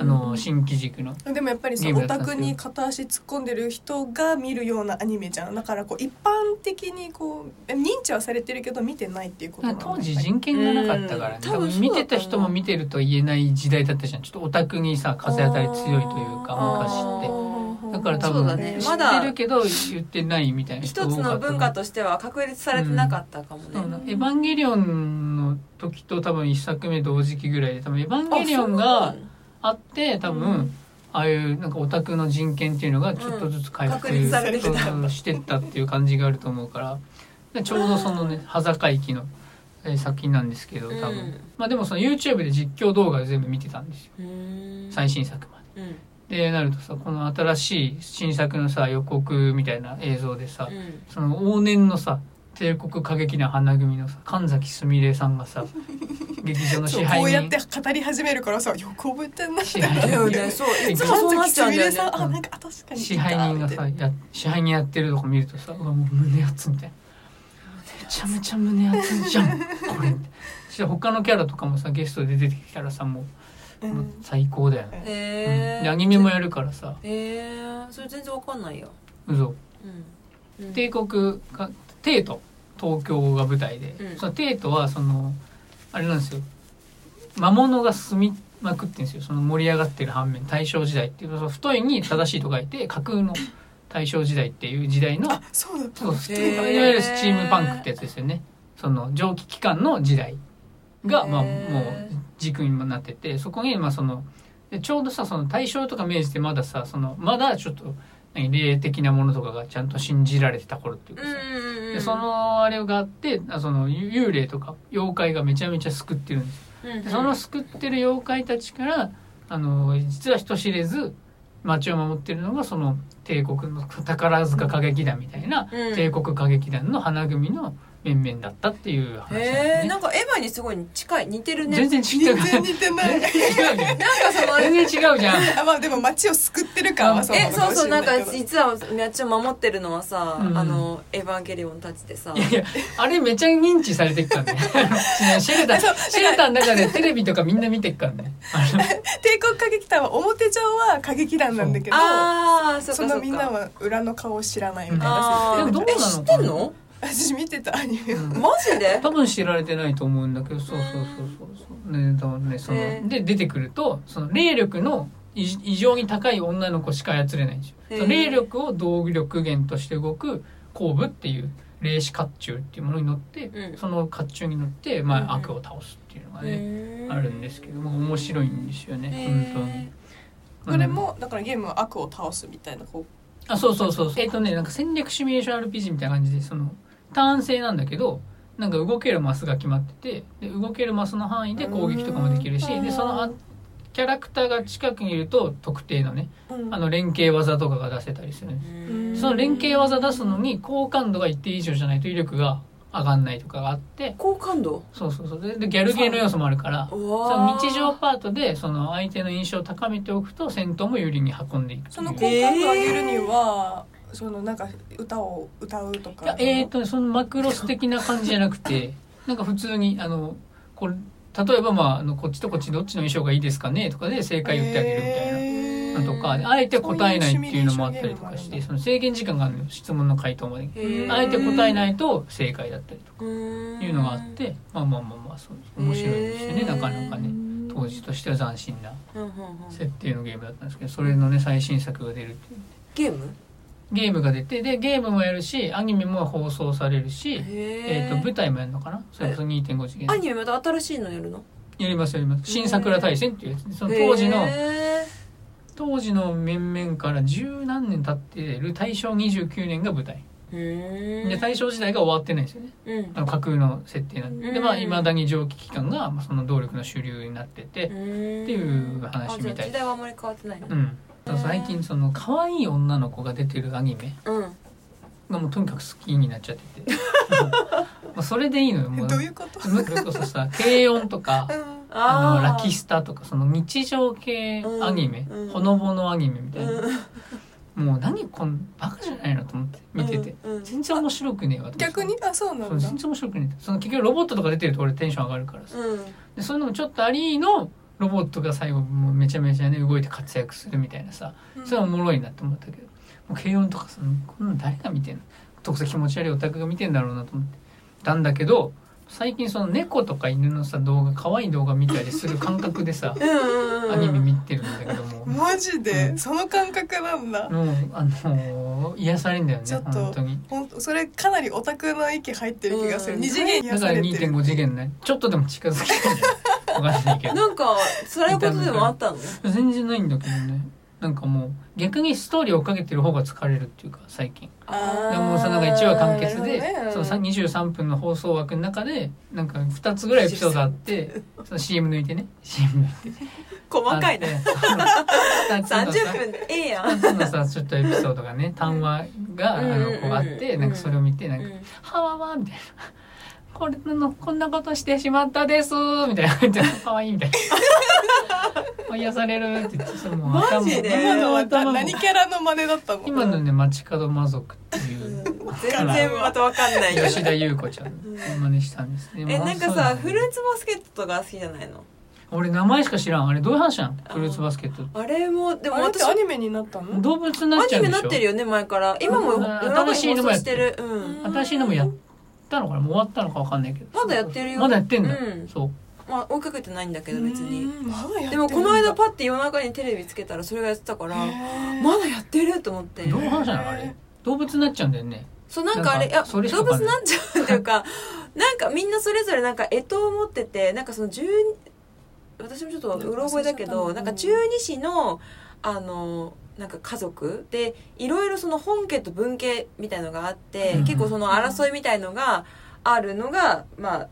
S3: うん
S1: の新機軸の
S4: でもやっぱりさ
S1: ゲームだ
S4: オ
S1: ったん
S4: タ
S1: です
S4: ク
S1: けど
S4: に片足突っ込んでる人が見るようなアニメじゃんだからこう一般的にこう認知はされてるけど見てないっていうことなんだ
S1: 当時人権がなかったからね、
S3: うん
S1: 多
S3: 多
S1: 分
S3: 分そうだと思う
S1: 見てた人も見てると言えない時代だったじゃんちょっとオタクにさ風当たり強いというか昔ってだから多
S3: そう
S1: 分
S3: だね
S1: 知
S3: ま
S1: っ
S3: だ
S1: てるけど言ってないみたいな人
S3: 一
S1: 多
S3: つ
S1: か
S3: の
S1: った
S3: 文化としては確立されてなかったかもね、
S1: そうなエヴァンゲリオンの時と多分一作目同時期ぐらいで多分エヴァンゲリオンがあって多分、
S3: うん
S1: ああいうなんかオタクの人権っていうのがちょっとずつ回復、
S3: うん確立されてきた
S1: そうしてったっていう感じがあると思うからでちょうどそのね羽坂きのえー作品なんですけど多分、
S3: うん
S1: まあでもその YouTube で実況動画を全部見てたんですよ最新作ま
S3: うんうん
S1: で。でなるとさこの新しい新作のさ予告みたいな映像でさ、
S3: うん
S1: その往年のさ帝国過激な花組のさ神崎すみれさんが さ劇場の支
S4: そうこう
S1: 配
S4: やって
S1: 人
S4: 語り始めるからさよく覚えてんなって
S1: 支配
S3: だよ
S1: 人
S3: ねそういつもそ
S4: 神
S3: うなっ
S4: 崎
S3: ち
S4: す
S3: ゃうんだよ
S4: み
S3: ね
S4: れさん、あ
S1: うん
S4: なんかあ確かに
S1: 支配人がさや支配人やってるとこ見るとさうわもう胸熱みたいなめちゃめちゃ胸熱いじゃん これそして他のキャラとかもさゲストで出てきたらさもう,、もう最高だよね、うん
S3: へえ
S1: でアニメもやるからさ
S3: へえそれ全然わかんないよ、
S1: うぞ
S3: うんうん
S1: 帝国か帝都東京が舞台で、
S3: うん
S1: その帝都はそのあれなんですよ魔物が住みまくってんですよその盛り上がってる反面大正時代っていうその太いに正しいと書いて架空の大正時代っていう時代の
S4: あそうだ
S1: そうそう
S3: へ
S1: いわ
S3: ー
S1: ゆるスチームパンクってやつですよねその蒸気機関の時代が、まあ、
S3: へ
S1: も
S3: ー
S1: う軸にもなっててそこにまあそのでちょうどさその大正とか明治ってまださそのまだちょっと何霊的なものとかがちゃんと信じられてた頃っていうかさ、
S3: うんうんう
S1: で
S3: ん
S1: そのあれがあってあその幽幽霊とか妖怪がめちゃめちゃ救ってるんですよ
S3: うんうん
S1: でその救ってる妖怪たちからあの実は人知れず町を守ってるのがその帝国の宝塚歌劇団みたいな、
S3: うん
S1: 帝国歌劇団の花組の面々だったっていう話なんです
S3: へえ
S1: ね
S3: なんかエヴァにすごい近い似てるね
S1: 全然違
S4: 全
S1: うじゃ
S4: 然
S1: ん
S4: 似てない
S1: 全然違う
S3: なんかその
S1: じゃん全然違うじゃん
S4: あまあでも街を救ってる感はそうな
S3: え
S4: のか
S3: そう
S4: も
S3: そ
S4: し
S3: う
S4: れ
S3: な
S4: なんい
S3: か
S4: けど
S3: 実はめっちゃ守ってるのはさ、
S1: うん
S3: あのエヴァンゲリオンたちでさ
S1: いやいや、あれめちゃ認知されてっかんね。 シェルター、シェルターの中でテレビとかみんな見てっかんね。あの
S4: 帝国歌劇団は表上は歌劇団なんだけど
S3: ああそっ
S4: そ
S3: かそっ
S4: の
S3: か
S4: みんなは裏の顔を知らないみたい
S3: あ
S4: な
S1: で
S3: ー
S1: も
S4: 設
S1: どうなの
S3: え知っ
S4: 定
S3: てんの
S4: 私見てたアニメ
S1: うん
S3: マジで
S1: 多分知られてないと思うんだけどそうそうそうそうねだからねその、
S3: えー
S1: で出てくるとその霊力の異異常に高い女の子しか操れないんですよ、
S3: えー
S1: その霊力を動力源として動く後部っていう霊視甲冑っていうものに乗って、
S3: うん
S1: その甲冑に乗って、まあ
S3: うんうん
S1: 悪を倒すっていうのがね、
S3: ね
S1: あるんですけども面白いんですよね、本当に。
S4: これもだからゲームは悪を倒すみたいなこ
S1: あそうそうそうそうえっ、とねなんか戦略シミュレーション RPG みたいな感じでそのターン制なんだけどなんか動けるマスが決まっててで動けるマスの範囲で攻撃とかもできるし
S4: うん
S1: でそのあキャラクターが近くにいると特定のね
S4: う、うん
S1: あの連携技とかが出せたりするんです
S4: うん
S1: その連携技出すのに好感度が一定以上じゃないと威力が上がんないとかがあって
S3: 好感度
S1: そうそうそうででギャルゲーの要素もあるから
S3: そ
S1: その日常パートでその相手の印象を高めておくと戦闘も有利に運んでいくって
S4: そ
S1: いう
S4: の好感度を上げるには、そのなんか歌を歌うと
S1: い
S4: か
S1: やえー、とねそのマクロス的な感じじゃなくてなんか普通にあのこれ例えば、まあ、あのこっちとこっちどっちの衣装がいいですかねとかで正解言ってあげるみたいな。
S4: えー
S1: のとかであえて答えないっていうのもあったりとかし
S4: そうい
S1: て
S4: うシミュレーションゲームもあるんだ
S1: その制限時間があるのよ質問の回答までに
S4: へー
S1: あえて答えないと正解だったりとか
S3: い
S1: いうのがあってまあまあまあまあそう面白いですよね
S3: へー
S1: なかなかね当時としては斬新な
S3: うんうんうん
S1: 設定のゲームだったんですけどそれのね最新作が出るっていう
S3: ゲーム
S1: ゲームが出てでゲームもやるしアニメも放送されるし、え
S3: え
S1: ー、と舞台もやるのかなそれこそ2.5次元
S3: アニメまた新しいのやるの
S1: やりますやります新桜大戦っていうやつねその当時の
S3: へ
S1: 当時の面々から十何年経ってる大正29年が舞台
S3: ー
S1: で大正時代が終わってないんですよね
S3: うん
S1: あの架空の設定なんで
S3: うん
S1: でまあいまだに蒸気機関がまあその動力の主流になってて
S3: って
S1: いう話みたいです
S3: 時代はあまり変わってないの
S1: うん最近その可愛い女の子が出てるアニメ
S3: うん
S1: がもうとにかく好きになっちゃっててまあそれでいいのよ
S4: え
S1: もう
S4: どういうこと、
S1: それこそさ軽音とか
S4: うん
S1: あの
S3: ー
S1: ラキスタとかその日常系アニメ、
S3: うんうん
S1: ほのぼのアニメみたいな、
S3: うん
S1: もう何こんバカじゃないのと思って見てて、
S3: うんうん
S1: 全然面白くねえわと思って
S4: 逆にあそうな
S1: そうん
S4: だ
S1: 全然面白くねえその結局ロボットとか出てると俺テンション上がるからさでそういうのもちょっとありのロボットが最後もうめちゃめちゃね動いて活躍するみたいなさそれはおもろいなと思ったけどもう軽音とかさこんなの誰が見てんの特性気持ち悪いオタクが見てんだろうなと思ってたんだけど最近その猫とか犬のさ動画可愛い動画見たりする感覚でさアニメ見てるんだけども
S4: マジで、
S1: うん
S4: その感覚なんだ
S1: もうあのー癒されんだよね
S4: ちょっと
S1: 本当に
S4: 本当それかなりオタクの域入ってる気がする、
S3: うん
S4: 二次元に
S1: だ
S4: 癒
S1: か
S4: さ
S1: ら
S4: れてる
S1: 2.5次元ねちょっとでも近づきたいねわかんない けど
S3: なんか辛いことでもあったの
S1: 全然ないんだけどねなんかもう逆にストーリーを追っかけてる方が疲れるっていうか最近
S4: あ
S1: で
S4: ー
S1: もうさなんか1話完結で、
S4: なるほどねうん
S1: そのさ23分の放送枠の中でなんか2つぐらいエピソードあ ってその CM 抜いてね CM 抜いて
S3: 細かい
S1: ね
S3: ね
S1: 2つのさ
S3: 30分でええやん
S1: 2つのさちょっとエピソードがね単話があのこうあって
S3: うん
S1: なんかそれを見てなんか
S3: うん
S1: はわわみたいな。これの、こんなことしてしまったですみたいな入ってる。かわいいみたいな。 癒されるって言って、そのもう頭
S3: マジで
S4: 今のは
S1: 頭も
S4: 何キャラの真似だったの
S1: 今のね、街角魔族っていう、
S3: 全然またわかんないよ
S1: 吉田優子ちゃん
S3: うん
S1: の真似したんですね。
S3: え
S1: まあ
S3: なんか
S1: そうだ
S3: さ
S1: ね
S3: フルーツバスケットとか好きじゃないの
S1: 俺名前しか知らん。あれどういう話なんフルーツバスケットって。
S3: あれもでも
S4: あれって
S3: 私
S4: ア
S3: ア
S4: ニメになったの
S1: 動物になっちゃ
S3: ニ
S1: うん
S3: メ
S1: で
S3: な
S1: し
S3: っ
S1: て
S3: る
S1: ょ
S3: よね前から今も
S1: うん新しいのもやって
S3: してるうん
S1: 新しいのもやったのかなもう終わったのかわかんないけど。
S3: まだやってるよ
S1: まだやってんだ
S3: うん。
S1: そう。
S3: まあ追いかけてないんだけど別に
S4: うんまだやって
S3: で
S4: るんだ
S3: もこの間パッて夜中にテレビつけたらそれがやってたから
S4: へー
S3: まだやってると思って
S1: どういう話なのあれ。動物になっちゃうんだよね。
S3: そうなんかあれい
S1: なん
S3: や
S1: かそ
S3: 動
S1: れしか
S3: 物
S1: わかんない
S3: なんちゃうっていうか なんかみんなそれぞれなんか干支を持っててなんかその十私もちょっとうろ覚えだけど
S4: な
S3: なんんか
S4: か忘れちゃったな
S3: 十二支のあのなんか家族でいろいろその本家と文家みたいのがあって、
S1: うん
S3: 結構その争いみたいのがあるのが、まあ、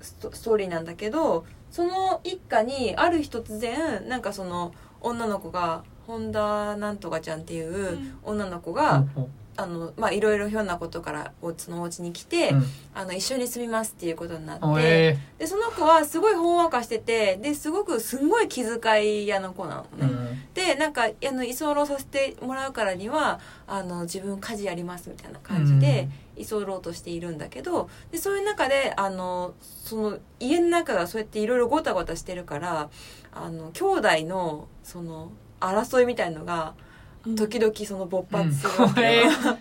S3: ストストーリーなんだけどその一家にある日突然なんかその女の子が本田なんとかちゃんっていう女の子が、
S1: うん
S3: あのまあいろいろひょんなことからおそのお家に来て、
S1: うん
S3: あの一緒に住みますっていうことになって、
S1: おえ
S3: でその子はすごいほんわかしててですごくすんごい気遣い屋の子なの
S1: ー
S3: ね、でなんかあの居候させてもらうからにはあの自分家事やりますみたいな感じで居候としているんだけどでそういう中であのその家の中がそうやっていろいろごたごたしてるからあの兄弟のその争いみたいのが時々その勃発するわけよ、
S1: うん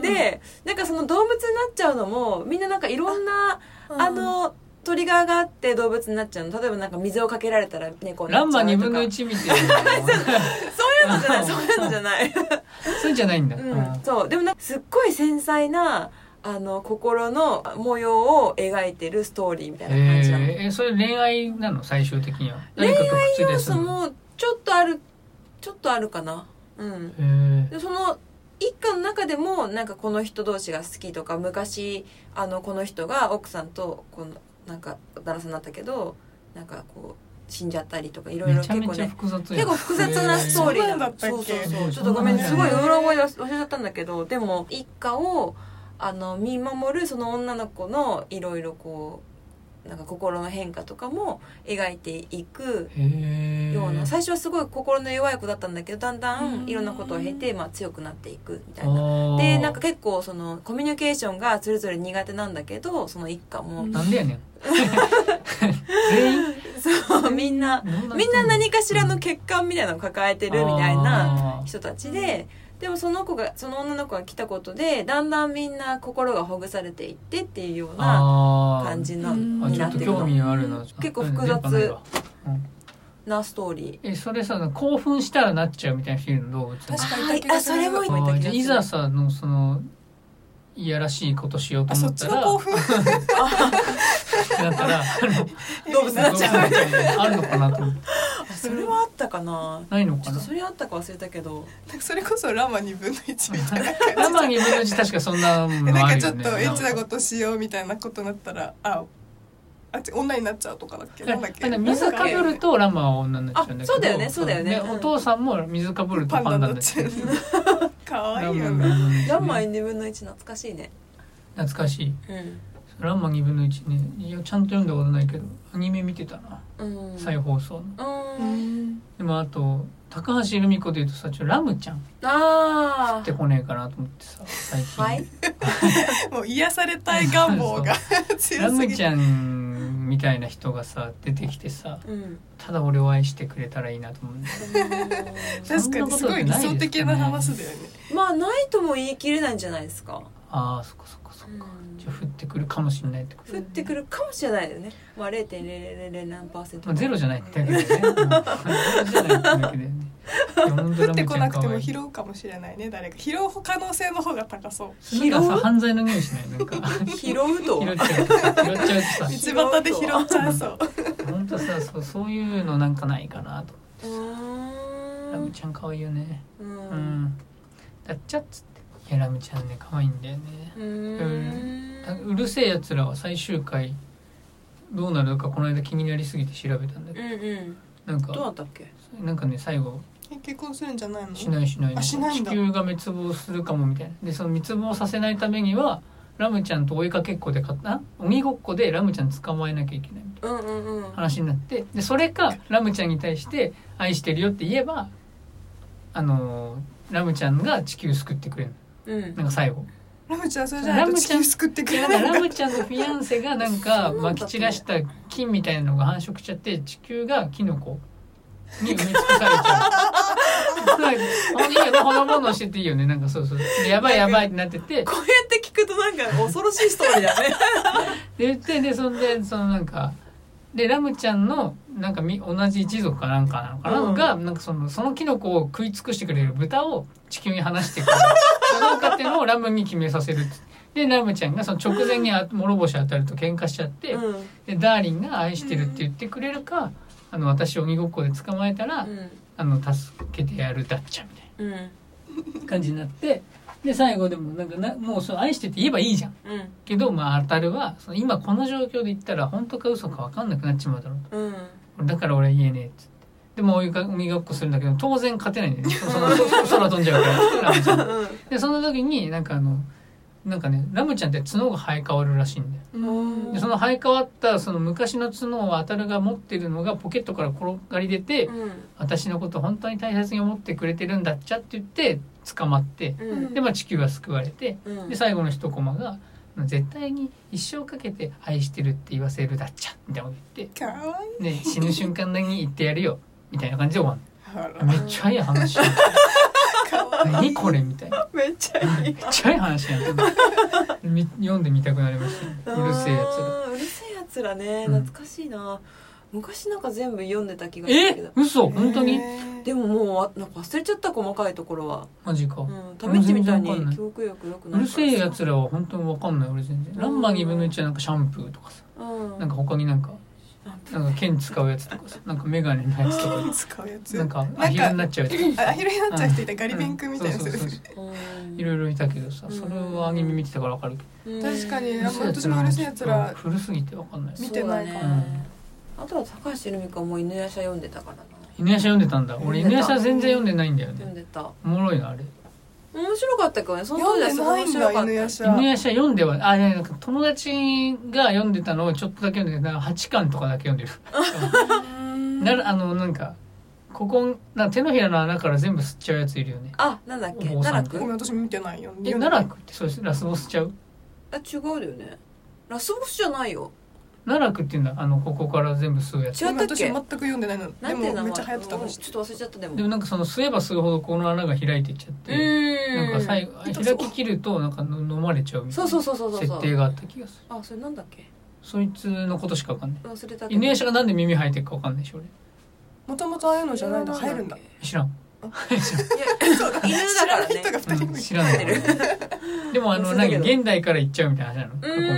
S3: でなんかその動物になっちゃうのもみんななんかいろんな
S4: うん
S3: あのトリガーがあって動物になっちゃうの例えばなんか水をかけられたら猫にな
S1: ラ
S3: っ
S1: ン
S3: ち
S1: マ
S3: ゃう
S1: 二
S3: と
S1: 分の
S3: か
S1: 一みたい な。
S3: そういうのじゃないそういうのじゃない、
S1: そうじゃないんだ。
S3: うん、そうでもなんかすっごい繊細なあの心の模様を描いてるストーリーみたいな感じなの、
S1: えーえ、それ恋愛なの最終的には。
S3: 恋愛
S1: 何かと口
S3: 要
S1: で
S3: 素もちょっとあるちょっとあるかなうん
S1: するの。え
S3: でその一家の中でもなんかこの人同士が好きとか昔あのこの人が奥さんとこのなんか旦那さんだったけどなんかこう死んじゃったりとかい
S1: ー
S3: ろいろ
S1: めちゃ
S3: 結
S1: め
S3: 構
S1: ちゃ
S3: ね
S1: 複雑や
S3: 結構複雑なストーリーなの
S4: えーそう
S3: そ
S4: なんだったっけ
S3: うそうそうちょっとごめん
S4: えー
S3: すごいうろ覚え忘れちゃったんだけどでも一家をあの見守るその女の子のいろいろこうなんか心の変化とかも描いていく
S1: へー
S3: ような最初はすごい心の弱い子だったんだけどだんだ
S4: うん
S3: んいろんなことを経て、まあ、強くなっていくみたいな。
S1: あー
S3: でなんか結構そのコミュニケーションがそれぞれ苦手なんだけどその一家も、
S1: なんでやねん。全員
S3: そうみんな
S1: ど
S3: みんな何かしらの
S1: っ
S3: 欠陥みたいなのを抱えてるみたいな
S1: あー
S3: 人たちで、でもその子がその女の子が来たことでだんだんみんな心がほぐされていってっていうような
S1: あー
S3: 感じの
S4: うん
S1: あ
S3: に
S1: ちょ
S3: な
S1: っ
S3: っ
S1: と
S3: てる
S1: 興
S3: の
S1: 味あるな。
S3: 結構複雑
S1: 電波ないわうん
S3: なストーリ
S1: え、それさ、興奮したらなっちゃうみたいな人いるの動物。
S3: ー。
S4: 確かに痛い気がする
S3: あそれも
S1: あー
S3: 痛い気がす
S1: じゃあ
S3: る
S1: いざさのそのいやらしいことしようと
S4: あ
S1: 思
S4: そ
S1: っ
S4: ったち
S1: ら
S4: の興奮
S1: なったらあの
S3: 動物になっちゃう。
S1: あるのかなと思って
S3: それはあったかな。
S1: ないの
S3: ち
S1: か
S3: ょっ
S1: な
S3: とそれあったか忘れたけど。
S4: それこそラマ2分の1みたいな
S1: ラマ2分の1確かそんな
S4: で
S1: の
S4: なん
S1: あ
S4: か
S1: る
S4: ちょ
S1: よ
S4: っ
S1: ね
S4: とエッチなことしようみたいなことになったらああち女になっちゃうとかだっけなんだっけ
S1: だから水かぶるとラマは女になっちゃうんだけど
S3: あそうだよねそうだよね
S1: で
S3: うん
S1: お父さんも水かぶると
S4: パ
S1: パ
S4: ン
S1: ン
S4: ダ
S1: ダ
S4: に
S1: に
S4: な
S1: なっ
S4: っち
S1: ち
S4: ゃ
S1: ゃ
S4: う
S1: う
S4: 可愛い
S1: ラ
S4: よ
S1: マ
S4: ね
S3: ラ
S1: 2
S3: ンマ
S1: 分の一
S3: 2分の1懐かしいね。
S1: 懐かしい
S3: うん。
S1: ランマ2分の1ねいやちゃんと読んだことないけどアニメ見てたな
S3: うん。
S1: 再放送の
S3: うん。
S1: でもあと高橋留美子で言うとさちょラムちゃん
S3: あ
S1: ってこねえかなと思ってさ最近、
S3: あはい
S4: もう癒されたい願望が
S1: ラ
S4: 強す
S1: ム
S4: ぎ
S1: ち
S4: て
S1: ゃんみたいな人がさ出てきてさ
S3: うん
S1: ただ俺を愛してくれたらいいなと思うんだよ
S4: 確かにすごい理想的な話だよね
S3: まあないとも言い切れないんじゃないですか、
S1: ああそっかそっかそっか、
S3: うん
S1: じゃあ降ってくるかもしれないってこと
S3: 降ってくるかもしれないよねまあ0.000何パーセント
S1: まあ、ゼロじゃないってだけ だよね。うんゼロじゃないってだけだよね。
S4: 降ってこなくても拾うかもしれないね誰か拾う可能性の方が高そう
S1: 次がさ、犯罪の匂いしないなんか。
S3: 拾うと
S1: 拾っちゃうとさ、拾っちゃう
S3: 拾う
S4: 道端で拾っちゃいそう
S1: とさ、ほんとさ、そうそういうのなんかないかなと。
S3: うー
S1: ラム
S3: ん
S1: ちゃん可愛いよね。
S3: う
S1: うんん。だっちゃっつって。いや、ラムちゃんね、可愛いんだよね。
S3: うーん
S1: うるせえ奴らは最終回、どうなるかこの間気になりすぎて調べたんだけ
S3: うんうん
S1: ど、なん
S3: どうだ
S1: か、
S3: ったっけ
S1: なんかね、最後、
S4: え結婚するんじゃないの
S1: しないしない
S4: あしない
S1: 地
S4: んだ
S1: 球が滅亡するかもみたいなでその滅亡させないためにはラムちゃんと追いかけっこで勝った鬼ごっこでラムちゃん捕まえなきゃいけないみたい
S3: うんうんうん
S1: な話になってでそれかラムちゃんに対して「愛してるよ」って言えばあのーラムちゃんが地球救ってくれる
S3: うん
S1: なんか最後
S4: ラムちゃんそれじゃないと地球救ってく
S1: で
S4: れ
S1: なん
S4: な
S1: か
S4: いの
S1: ラ
S4: か
S1: ムちゃんのフィアンセがなんか
S3: そうなんだ
S1: まき散らした菌みたいなのが繁殖しちゃって地球がキノコに埋め尽くされちゃう はいいいよねほのぼのしてていいよねなんかそうそうでやばいやばいってなってて
S3: こうやって聞くとなんか恐ろしいストー リーだね
S1: で言ってでそんでそのなんかでラムちゃんのなんかみ同じ一族かなんかなのかな、
S3: うん
S1: がなんかそのそのキノコを食い尽くしてくれる豚を地球に放してくるその家庭をラムに決めさせるっつでラムちゃんがその直前にあ諸星当たると喧嘩しちゃって、
S3: うん
S1: でダーリンが「愛してる」って言ってくれるか、あの私を鬼ごっこで捕まえたら、あの助けてやるダッチャみたい
S3: うんうん
S1: な感じになってで最後でもなんかなもうその愛してって言えばいいじゃん
S3: うん
S1: けど、まあ、当たるはその今この状況で言ったら本当か嘘か分かんなくなっちまうだろ
S3: うん
S1: うだから俺は言えねえっつってでもう鬼ごっこするんだけど当然勝てないんだよねそその そそ空飛んじゃうからラムちゃんでその時になんかあのなんかねラムちゃんって角が生え変わるらしいんだよ
S3: うん
S1: でその生え変わったその昔の角を当たるが持ってるのがポケットから転がり出て、
S3: うん
S1: 私のこと本当に大切に思ってくれてるんだっちゃって言って捕まって
S3: うん
S1: で、まあ、地球は救われて
S3: うん
S1: で最後の一コマが絶対に一生かけて愛してるって言わせるだっちゃみたいなこと言って
S4: かわいい
S1: ね死ぬ瞬間に言ってやるよみたいな感じで終
S4: あら
S1: わるめっちゃいい話
S4: かわいい
S1: 何これみたいな
S3: めっちゃいい
S1: めっちゃいい話やんみ読んでみたくなりましたうるせえやつら
S3: らうるせえやつらね
S1: うん
S3: 懐かしいな昔なんか全部読んでた気がするけ
S1: え
S3: ど
S1: 嘘本当に
S4: へー
S3: でももうあなんか忘れちゃった細かいところは
S1: マジか
S3: うん試してみたい
S1: 全然わかんな
S3: に
S1: い
S3: 記憶力良くな
S1: う
S3: る
S1: るせえやつらは本当に分かんない俺全然ランマ2分の1はなんかシャンプーとかさ
S3: らうん
S1: なんか他になんかなんか剣使うやつとか さなんかメガネのやつとか
S4: 使うやつ
S1: なんかアヒルになっちゃうやつ
S4: あアヒルになっちゃう人いたガリ勉君みたいな
S1: そうそう
S4: や
S1: そう
S4: つ
S1: そう
S3: うん
S1: いろいろいたけどさ
S3: うん
S1: それはアニメ見てたから分かるけど
S3: うん
S4: 確かに
S1: うるせえ奴ら
S4: 私もうるせえ奴ら
S1: 古すぎて分かんない
S4: 見てないかも
S3: そうだねあとは高橋留美子はもう犬夜叉読んでたからな
S1: 犬夜叉読んでたんだ俺
S3: 読ん
S1: 犬
S3: で
S1: 夜
S3: た
S1: 叉全然読んでないんだよ
S3: 読ん
S1: ね
S3: でた
S1: おもろいなあれ
S3: 面白かったけどねその当
S4: 読
S3: 時
S4: ん
S3: は
S4: です
S3: ご
S4: な
S3: 面白か
S4: いんだ
S3: った
S4: 犬夜
S1: 犬
S4: 叉
S1: 夜叉読んではあいやいやなんか友達が読んでたのをちょっとだけ読んでるなんか8巻とかだけ読んでるなるあのなんかここな手のひらの穴から全部吸っちゃうやついるよね
S3: あなんだっけ
S1: お坊さん
S3: 奈
S4: ご
S3: 良
S4: めん
S3: く
S4: 私見てないよ
S1: え奈良くってそうですラスボスちゃう
S3: あ違うだよねラスボスじゃないよ
S1: 奈良くっていうんだあのここから全部吸うやつ
S3: 違ったっ
S4: 私
S3: け
S4: 全く読んでないの
S3: な
S4: で
S3: んていう名前
S4: もめっちゃ流行ってた
S3: う
S4: の
S3: ん
S4: 知っ
S3: ちょっと忘れちゃったでも
S1: でもなんかその吸えば吸うほどこの穴が開いていっちゃって、なんか最後
S4: 痛
S1: 開
S4: そう
S1: ききるとなんかの飲まれちゃうみたい
S3: そう
S1: な
S3: そうそうそうそう
S1: 設定があった気がする
S3: あそれなんだっけ
S1: そいつのことしかわかんない
S3: 忘れたけど
S1: 犬夜叉がなんで耳生えてるかわかんないし俺
S4: もともとああいうのじゃないの入るんだ
S3: い
S1: 知らん、
S3: やそうだ犬だからね
S4: 人が
S1: う
S4: 二人
S1: ん
S4: もいる
S1: 知らない でもあの
S3: そうだ
S1: 何
S3: けど
S1: 現代から行っちゃうみたいな話なの
S3: う
S1: 過去に
S3: ー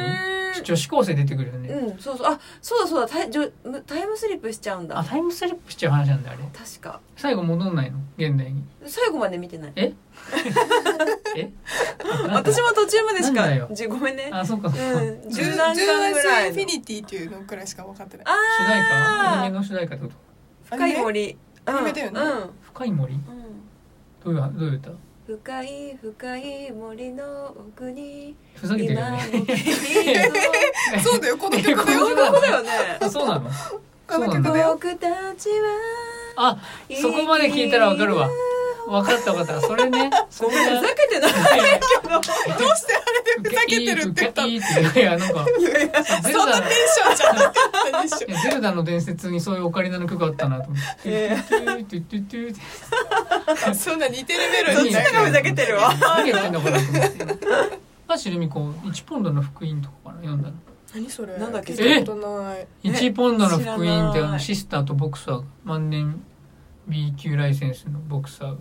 S3: ん
S1: 女子高生出てくるよね、
S3: うん、そうそうあそうだそうだタイジョむタイムスリップしちゃうん
S1: あ
S3: だ
S1: タイムスリップしちゃう話なんだあれ
S3: 確か
S1: 最後戻んないの現代に
S3: 最後まで見てない
S1: え
S3: 私も途中まで
S1: な
S3: し
S1: んだ
S3: か
S1: よ
S3: じごめんね
S1: あそうか
S3: う
S1: そうか、
S3: ん
S4: 十
S3: 10何巻
S4: 何巻ぐ
S3: ぐ
S4: ら
S3: ら
S4: い
S3: い
S4: インフィニティっていうのくらいしか分かってない
S3: あ
S1: 主題歌アニメ
S3: あ
S1: の主題歌ってこと
S3: 深い森
S4: アニメだよね
S3: うん
S1: 深い森
S3: うんうん
S1: どういうどういう歌
S3: 深い深い森の奥に
S1: ふざけてるよ
S3: の
S1: ね
S4: そうだよこの
S1: え
S4: 曲だ
S1: こ
S4: よ
S1: の曲
S3: だよね
S1: あそうなの
S4: この曲だよ
S3: 僕たちは
S1: あそこまで聞いたらわかるわわかったわかったそれねそん
S3: ふざ
S1: な
S3: けてない
S4: どうしてあれでふざけてるって言ったの
S1: いいいやなんかゼル
S4: そんな
S1: ダ
S4: テンションじゃなかったでしょ
S1: いやゼルダの伝説にそういうオカリナの曲あったなと思って
S3: え
S1: トゥートゥートゥートゥーって
S4: そんな似てるメロ
S3: どっ
S4: ディ
S3: ち
S4: ーだ
S3: かがふざけてるわ
S1: 何やってんだこれと思って橋留美子1ポンドの福音とかかな読んだの
S4: 何それ
S3: なんだっけ
S4: 聞いたことない
S3: え
S1: 1ポンドの福音って
S3: 知ら
S1: あ
S3: な
S1: の
S3: い
S1: シスターとボクサーが万年 B 級ライセンスのボクサーが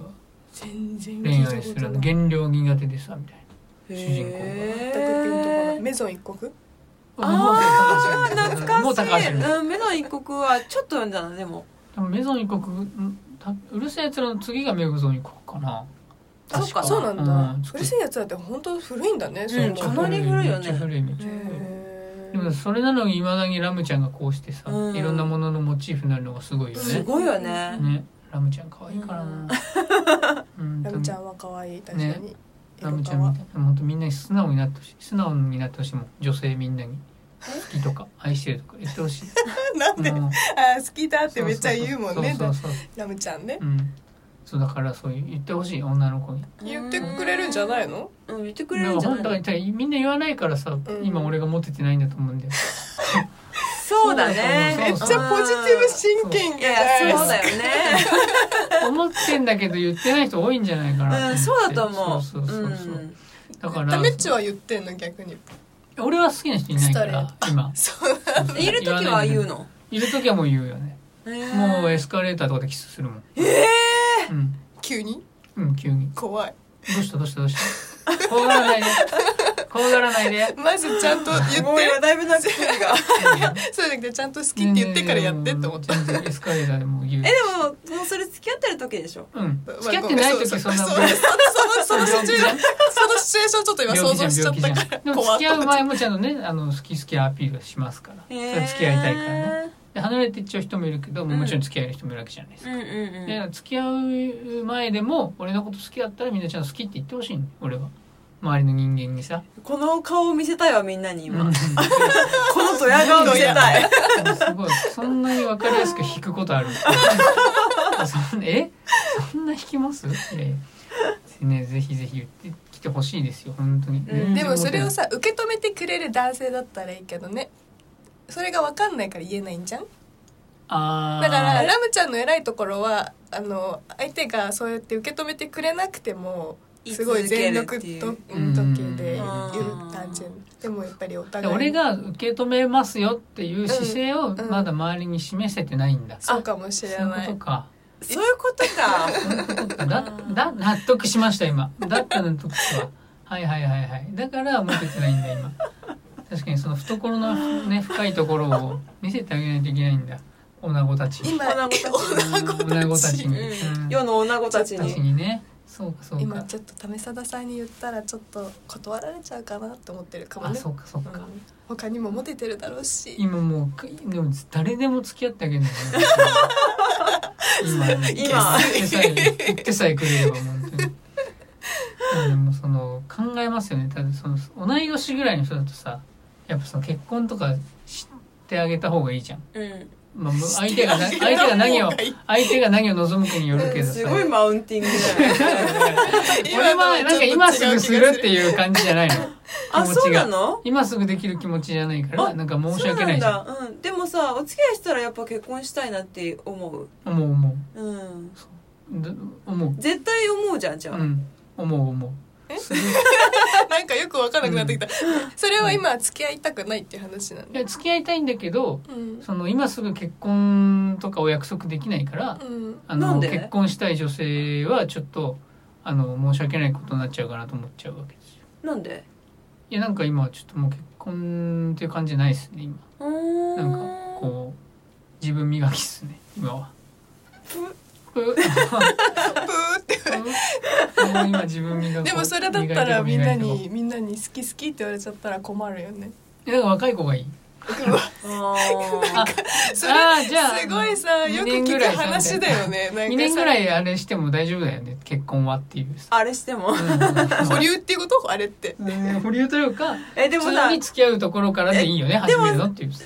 S4: 全然
S1: 恋
S4: 聞
S1: 愛
S4: いた
S1: す
S4: こと
S1: る
S4: な
S1: の
S4: い
S1: 減量苦手でさみたいな
S4: 全くピンとこないメゾン一国
S3: あー懐かしい
S1: もう高橋留美子
S3: うん、メゾン一国はちょっと読んだなでも
S1: 多分メゾン一国んたうるせえつらの次がメゾン一国かな
S3: そうかあ
S4: そうなんだ
S1: うん
S4: うるせえやつだって本当古いんだね
S1: そう
S3: うんかなり古い
S1: めっ
S3: よね
S1: ちゃ古いめっちゃ古い
S4: へ
S1: でもそれなのにいまだにラムちゃんがこうしてさ、
S3: うん
S1: いろんなもののモチーフになるのがすごいよ
S3: す
S1: ね。
S3: ごいよね
S1: ね、ラムちゃん可愛いからな。うん
S4: ラムちゃんは可愛い確かに
S1: ラムちゃ
S4: 色
S1: ん
S4: 々
S1: みたいな、本当みんなに素直になってほしい、素直になってほしいもん、女性みんなに。好きとか愛してるとか言ってほしい。
S4: なんで
S1: もう
S4: あ好きだってめっちゃ言うもんね
S1: そうそうそうそう
S4: ラムちゃんね
S1: うん。そうだからそういう言ってほしい女の子に。
S4: 言ってくれるんじゃないの
S3: うん言ってく
S1: で
S3: れるん
S1: も
S3: じゃ
S1: 本当
S3: な
S1: はい痛いみんな言わないからさ、
S4: ん
S1: 今俺がモテてないんだと思うんだよ。
S3: そうだね
S1: そう
S4: めっちゃポジティブ真剣
S3: い
S4: じゃ
S3: やいや
S4: ない
S3: そうだよね
S1: 思ってんだけど言ってない人多いんじゃないかな思
S3: うん
S1: って
S3: そうだと思う
S1: そうそうそうそう。
S3: うん
S1: だから
S4: ダメっちは言ってんの逆に
S1: 俺は好きな人いないから今
S4: そう
S3: いる時は言う
S1: の
S3: の
S1: いる時はもう言うよねもうエスカレーターとかでキスするもん
S3: ええ
S1: うん
S4: 急に
S1: うん急に
S4: 怖い
S1: どうしたどうしたどうした怖がらないで怖がらないで
S4: まずちゃんと言って
S3: もう今だいぶなじみが
S4: そうじゃなくてちゃんと好きって言ってからやってって思った
S1: 全然エスカレーターでもう言う
S3: えでももうそれ付き合ってる時でしょ
S1: うん付き合ってない時そんな
S4: そうそうそのそのそのシチュエーションそのシチュエーションちょっと今想像しちゃったから
S1: でも
S4: 怖
S1: 付
S4: っ
S1: き合う前もちゃんとねあの好き好きアピールしますから それは付き合いたいからね
S3: ね
S1: で離れていっちゃう人もいるけどもうもちろん付き合える人もいるわけじゃないです
S3: う
S1: か
S3: んうんうん
S1: で付き合う前でも俺のこと好きだったらみんなちゃんと好きって言ってほしいんだよ俺は周りの人間にさ
S3: この顔を見せたいわみんなに今、
S1: うん
S3: このドヤ顔見せたい
S1: すごいそんなに分かりやすく引く ことあるそんなえそんな引きますいやいやねぜひぜひ言ってきてほしいですよ本当に、
S3: うん
S4: でもそれをさ受け止めてくれる男性だったらいいけどねそれが分かんないから言えないんじゃん
S1: あー
S4: だからラムちゃんの偉いところはあの相手がそうやって受け止めてくれなくてもすごい全力と
S3: 言い
S4: 時
S3: 続
S1: うん
S4: 計で
S1: うん
S4: 言う単純でもやっぱりお
S1: で
S4: 互い
S1: 俺が受け止めますよっていう姿勢を
S4: んうん
S1: まだ周りに示せてないんだ、
S4: そうかもしれ
S1: そういうこ
S4: な
S1: と
S4: い
S1: か
S3: そういうことか
S1: だだ納得しました今だったら納得したわはいはいはいはいだからモテてないんだ今確かにその懐のね深いところを見せてあげないといけないんだ女子たちに
S4: 今
S3: 女子たち
S1: 女子たちに、
S3: う
S1: うんん
S3: 世の女子たち
S1: 女子
S3: に
S1: にねそうかそう
S4: 今
S1: か
S4: ちょっと為貞さんに言ったらちょっと断られちゃうかなって思ってるかも
S1: あ
S4: ね
S1: そうかそうか、
S4: うん他にもモテてるだろうし
S1: 今もうでも誰でも付き合ってあげるの 今ね
S3: 今
S1: 言ってさえ言ってさえくれれば本当にあでもその考えますよねただその同い年ぐらいの人だとさやっぱその結婚とか知ってあげた方がいいじゃん、
S3: うん
S1: まあ、む相手がな相手が何を相手が何を望むかによるけどさ
S3: すごいマウンティング じゃない
S1: 俺はなんか今すぐするって
S4: う
S1: いう感じじゃないの
S3: あ
S1: 気持
S3: そう
S1: ち
S3: な
S1: が
S3: の
S1: 今すぐできる気持ちじゃないから
S3: あ
S1: なんか申し訳ないじゃん
S3: そうなんだ、うん、でもさお付き合いしたらやっぱ結婚したいなって思う
S1: 思う思
S3: うん
S1: うど思う
S3: 絶対思うじゃんじゃあ、
S1: うん、思う思う。する
S4: なんかよく分からなくなってきた、それは今付き合いたくないっていう話なの
S1: いや付き合いたいんだけど、
S4: うん
S1: その今すぐ結婚とかお約束できないから、
S4: うん
S1: あ
S3: なん
S1: の
S3: で
S1: 結婚したい女性はちょっとあの申し訳ないことになっちゃうかなと思っちゃうわけですよ。
S3: なんで
S1: いやなんか今ちょっともう結婚っていう感じじゃないですね今。な
S3: なん
S1: かこう自分磨きっすね今は。ぷ
S4: プーって
S1: もう今自分磨く
S4: でもそれだったらみん
S1: 磨
S4: な。
S1: いてこ
S4: にみんなに好き好きって言われちゃったら困るよね
S1: うえなんか若い子がいい。
S3: あ
S1: あ
S3: ー
S4: それ
S1: あーじゃあ
S4: すごいさよく聞く話だよね
S1: 2年ぐら
S4: い
S1: いあれしても大丈夫だよね結婚はっていうさ
S3: あれしても
S4: 保留っていうことあれって
S1: うん保留というか
S3: えで
S1: 普
S3: もさ
S1: 通に付き合うところからでいいよね
S3: で
S1: 始
S3: も
S1: めるのっていう
S3: そん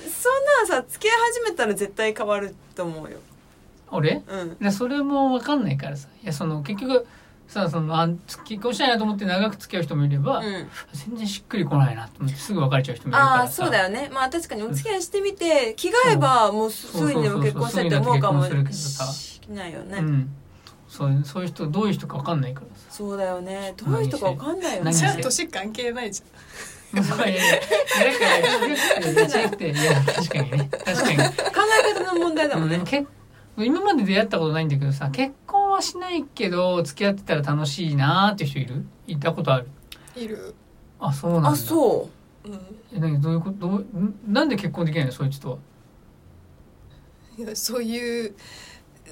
S3: なんさ付き合い始めたら絶対変わると思うよ
S1: あ俺
S3: うん
S1: でそれも分かんないからさいやその結局さそのあん結婚したいなと思って長く付き合う人もいれば、
S3: うん、
S1: 全然しっくりこないなと思ってすぐ別れちゃう人もいるから
S3: あ
S1: さ
S3: あそうだよねまあ確かにお付き合いしてみて着替えばもうす
S1: そう
S3: ぐにでも結婚したいって思うかもしれないよね、
S1: うん、そうそういう人どういう人か分かんないからさ
S3: そうだよねどういう人かわかんないよね
S1: 何
S4: じゃあ
S1: して
S4: 年関係ないじ
S1: いやいやいやだから違くて違くていや確かにね確かに
S3: 考え方の問題だもん
S1: で
S3: ね
S1: も結今まで出会ったことないんだけどさ結婚はしないけど付き合ってたら楽しいなーって人いるいたことある
S4: ゃんいる
S1: あそうなんだ
S3: あそう
S4: うん
S1: えなんかどういうことどうんなんで結婚できないのそういう人はい
S4: やそういう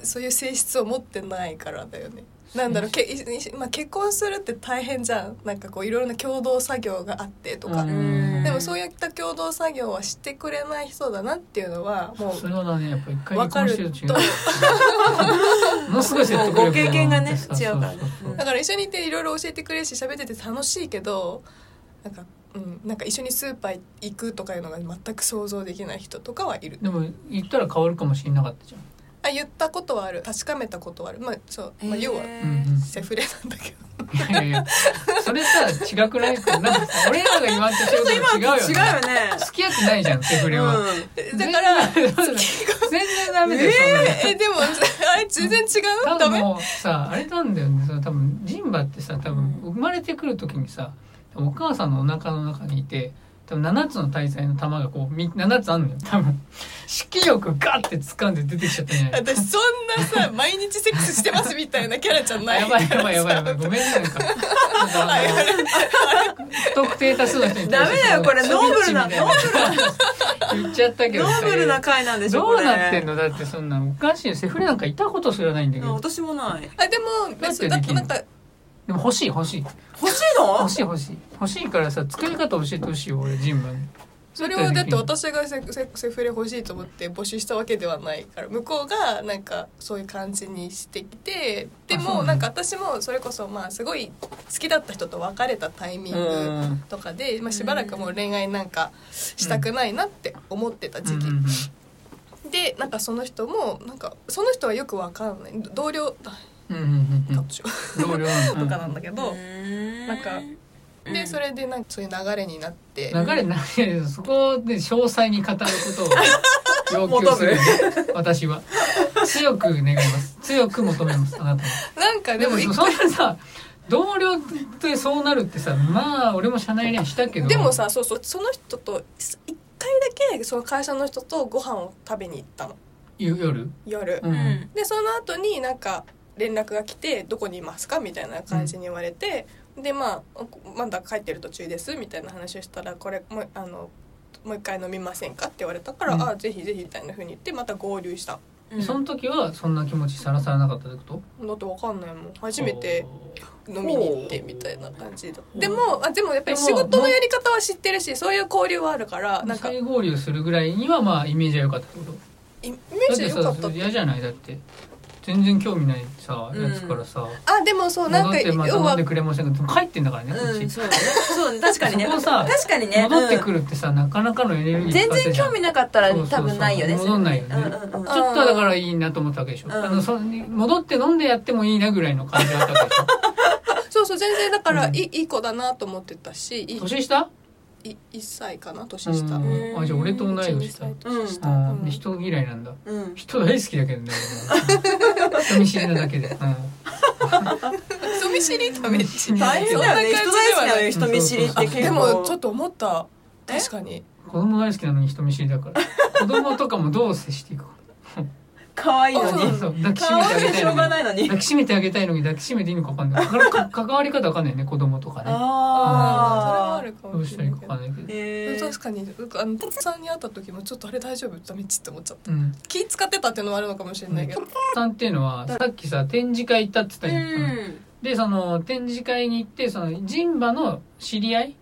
S4: そういう性質を持ってないからだよねなんだろうけ、いまあ、結婚するって大変じゃんなんかこういろいろな共同作業があってとか、
S1: うん
S4: でもそういった共同作業はしてくれない人だなっていうのはも
S1: そうれはねやっぱ一回離婚してると違う ものすごい説得力
S3: もうご経験がね
S1: そうそうそう
S3: 違うからねうん
S4: だから一緒にいていろいろ教えてくれるし喋ってて楽しいけどなんか、うん、なんか一緒にスーパー行くとかいうのが全く想像できない人とかはいる
S1: でも言ったら変わるかもしれなかったじゃん
S4: あ言ったことはある確かめたことはあるまあそう、まあ、要は
S3: へー
S1: うんうん
S4: セフレなんだ けど
S1: いやいやそれさ違くないなんかさ俺らが言わんとしてること違うよね
S3: 違うよね
S1: 付き合ってないじゃんセフレは、
S4: えだから
S1: 全然 全然ダメだよ、そんなの
S4: えでもあれ全然違う
S1: 多
S4: ダ
S1: 分
S4: メ
S1: もうさあれなんだよねその多分ジンバってさ多分生まれてくる時にさお母さんのお腹の中にいて多分7つの大罪の玉がこうみ7つあんのよ多分色欲ガッて掴んで出てきちゃったんじゃない
S4: 私そんなさ毎日セックスしてますみたいなキャラじゃない
S1: やばいやばいやばいやばいごめんねなんかなんかあの不特定多数の人に
S3: ダメだよこれノーブルな
S1: の言っちゃったけど
S3: ノ
S1: さ
S3: ーブルな回なんでしょ
S1: ど
S3: こ
S1: う
S3: れ
S1: なってんのだってそんなんおかしいよセフレなんかいたことすらないんだけ
S3: うん
S1: ど
S3: 私もない
S4: あでも別に
S1: な
S4: だ
S1: んでで
S4: っ
S1: き
S4: て
S1: んの
S4: なんか
S1: でも欲しい欲しい
S3: 欲しいの
S1: 欲しい欲しい欲しいからさ作り方教えてほしいよ俺ジンバに
S4: それをだって私がセセセフレ欲しいと思って募集したわけではないから向こうがなんかそういう感じにしてきてで
S1: あそうな
S4: も
S1: ん
S4: な
S1: だ
S4: んか私もそれこそまあすごい好きだった人と別れたタイミングとかで、まあ、しばらくもう恋愛なんかしたくないなって思ってた時
S1: う
S4: 期
S1: んうんうん
S4: でなんかその人もなんかその人はよくわかんない同僚だ
S1: うんうんうん
S4: 彼
S1: 同
S4: 女
S1: 僚なの
S4: とかなんだけど、
S3: な
S4: なんかでそれでなんかそういう流れになって、
S1: 流れないやそこで詳細に語ることを要求する私は強く願います強く求めますあなたは
S4: なんかで
S1: でも
S4: も一
S1: そんなさ同僚ってそうなるってさまあ俺も社内恋愛したけど
S4: でもさそうそうその人とす一回だけその会社の人とご飯を食べに行ったの
S1: ゆ夜
S4: 夜、
S1: う
S3: うん
S1: ん
S4: でその後になんか連絡が来て「どこにいますか?」みたいな感じに言われて、でまあ「まだ帰ってる途中です」みたいな話をしたら「これもうあのもう一回飲みませんか?」って言われたから
S1: う
S4: 「
S1: ん
S4: ああぜひぜひ」みたいな風に言ってまた合流した
S1: でその時はそんな気持ちさらさらなかったってこと
S4: だってわかんないもん初めて飲みに行ってみたいな感じだでもあでもやっぱり仕事のやり方は知ってるしそういう交流はあるからなんか
S1: 再合流するぐらいにはまあイメージは良かったってこと
S4: イメ
S1: だ
S4: ー
S1: っ
S4: ジ
S1: て
S4: 良か
S1: さ
S4: ったって
S1: 嫌じゃないだって全然興味ないさ
S3: うん
S1: やつからさ、
S4: あでもそうなん
S1: 戻
S4: か
S1: って
S4: 要
S1: また飲
S4: は
S1: んでくれませんかでも帰ってんだからねこっち、
S3: うんそうだね そう確かにね
S1: そこさ
S3: 確かにね
S1: 戻って
S3: る
S1: くるってさなかなかのエネルギー
S3: 全
S1: 使って
S3: 然
S1: じゃん
S3: 興味なかったら
S1: そうそうそう
S3: 多分ないよね
S1: 戻んないよね
S3: うんうんうん
S1: ちょっとだからいいなと思ったわけでしょ、
S3: うん
S1: あのそ戻って飲んでやってもいいなぐらいの感じだったわけでし
S4: そうそう全然だから、
S1: うん
S4: いいいい子だなと思ってたしい
S1: ょ年下
S4: い1歳かな年下
S1: うん
S3: うん
S1: あじゃあ俺と同い
S4: 12
S1: 年だ
S4: 歳年下、
S1: うん
S4: うん
S1: で人嫌いなんだ
S3: うん
S1: 人大好きだけどね俺も人見知りなだけで、うん
S4: 人見知りだめっちゃ
S3: 大変だよね人
S4: そんな感じ
S3: 大好きなの
S1: そん
S3: よ人
S1: な感
S3: 見
S1: じ
S3: 知
S1: で
S3: り
S1: は
S3: っ
S1: ない
S3: て
S4: で
S3: 結構
S4: もちょっと思った
S3: え
S4: 確かに
S1: 子供大好きなのに人見知りだから子供とかもどう接していくか
S3: 可愛い
S4: あ
S3: の
S4: そう
S1: そう
S3: に
S1: そう抱きし
S3: 可
S1: めてあ
S3: 愛
S1: げ
S3: い
S1: たい
S3: でしょう
S1: の
S3: が
S1: に
S3: ないのに
S1: 抱きしめてあげたいのに抱きしめていいのか分かんないかか関わり方分かんないよね子供とかね
S3: あ
S4: あーそれはあ
S3: あ
S4: るか
S1: ど
S4: も
S1: うし
S4: した
S1: ら
S4: れ
S1: いい
S4: ない
S1: か
S4: け
S1: 分か
S4: ど
S1: んないけど、
S3: え
S4: 確かにあの父さんに会った時もちょっとあれ大丈夫ダメっちって思っちゃった
S1: うん
S4: 気使ってたっていうのはあるのかもしれないけど、
S1: さんっていうのはさっきさ展示会行ったって言ったじゃん、
S3: ん
S1: でその展示会に行ってその人馬の知り合い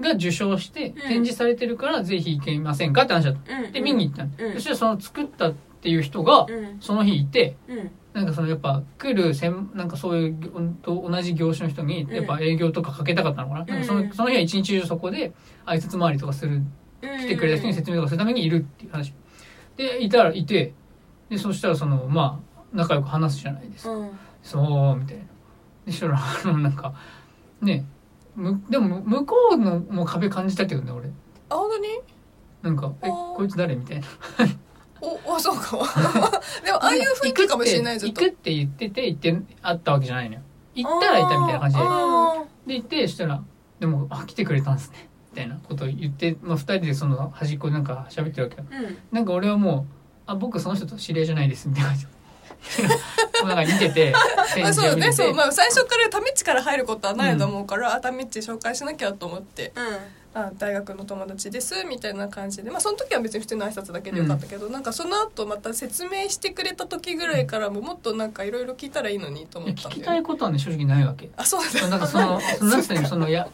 S1: が受賞して展示されてるからぜひ行けませんかって話だった
S3: うん
S1: で見に行ったの、
S3: うん
S1: そしたらその作ったっていう人が
S3: うん
S1: その日いて
S3: うん
S1: なんかそのやっぱ来る専なんかそういうと同じ業種の人にやっぱ営業とかかけたかったのかな,、なんかそのその日は一日中そこで挨拶回りとかする来てくれた人に説明とかするためにいるっていう話でいたらいてでそしたらそのまあ仲良く話すじゃないですか。
S3: うん
S1: そうみたいな。でしたらあのなんかねむでも向こうのもう壁感じたけどね俺
S4: あ本当に
S1: なんか「え
S4: あー
S1: こいつ誰?」みたいな。
S4: おおそ うかもでもああいう雰囲気かもしれないずっ
S1: 行
S4: と
S1: くって行くって言ってて行ってあったわけじゃないのよ。行ったらいたみたいな感じで。
S3: あ
S1: で行ってしたら「でもあ来てくれたんですね」みたいなことを言って、まあ、2人でその端っこでなんか喋ってるわけよ
S3: ーうん
S1: なんか俺はもう「あ僕その人と知り合いじゃないです」みたいな感じで もうなんか見てて
S4: あ
S1: 返事
S4: そ
S1: を
S4: う
S1: 見
S4: ね
S1: て
S4: そう、
S1: て
S4: まあ、最初からタミッチから入ることはないと思うから、あタミッチ紹介しなきゃと思って
S3: う
S4: あ大学の友達ですみたいな感じで、まあ、その時は別に普通の挨拶だけでよかったけど、なんかその後また説明してくれた時ぐらいからももっとなんかいろいろ聞いたらいいのにと
S1: い
S4: 思
S1: や
S4: った
S1: 聞き
S4: んだよ、
S1: た
S4: ね、
S1: いことはね正直ないわけ
S4: あそう
S1: そう
S4: だ
S1: なんかその、そのなんつったらいいのその、いや、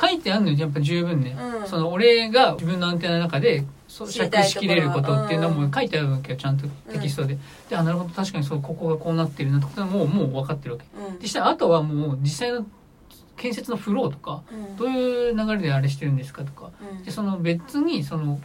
S1: 書いてあるのよ、やっぱ十分ね。
S3: うん
S1: その、俺が自分のアンテナの中で、そ
S3: 知り
S1: う、
S3: た
S1: 釈しき
S3: い
S1: れることっていうのは
S3: とこ
S1: も
S3: ろは
S1: う書いてあるわけよ、ちゃんとテキストで。で、あ、なるほど、確かにそう、ここがこうなってるなってことはもう、もう分かってるわけ。
S3: んうん
S1: でしたら、あとはもう、実際の建設のフローとか、
S3: うん
S1: どういう流れであれしてるんですかとか。で、その別に、その、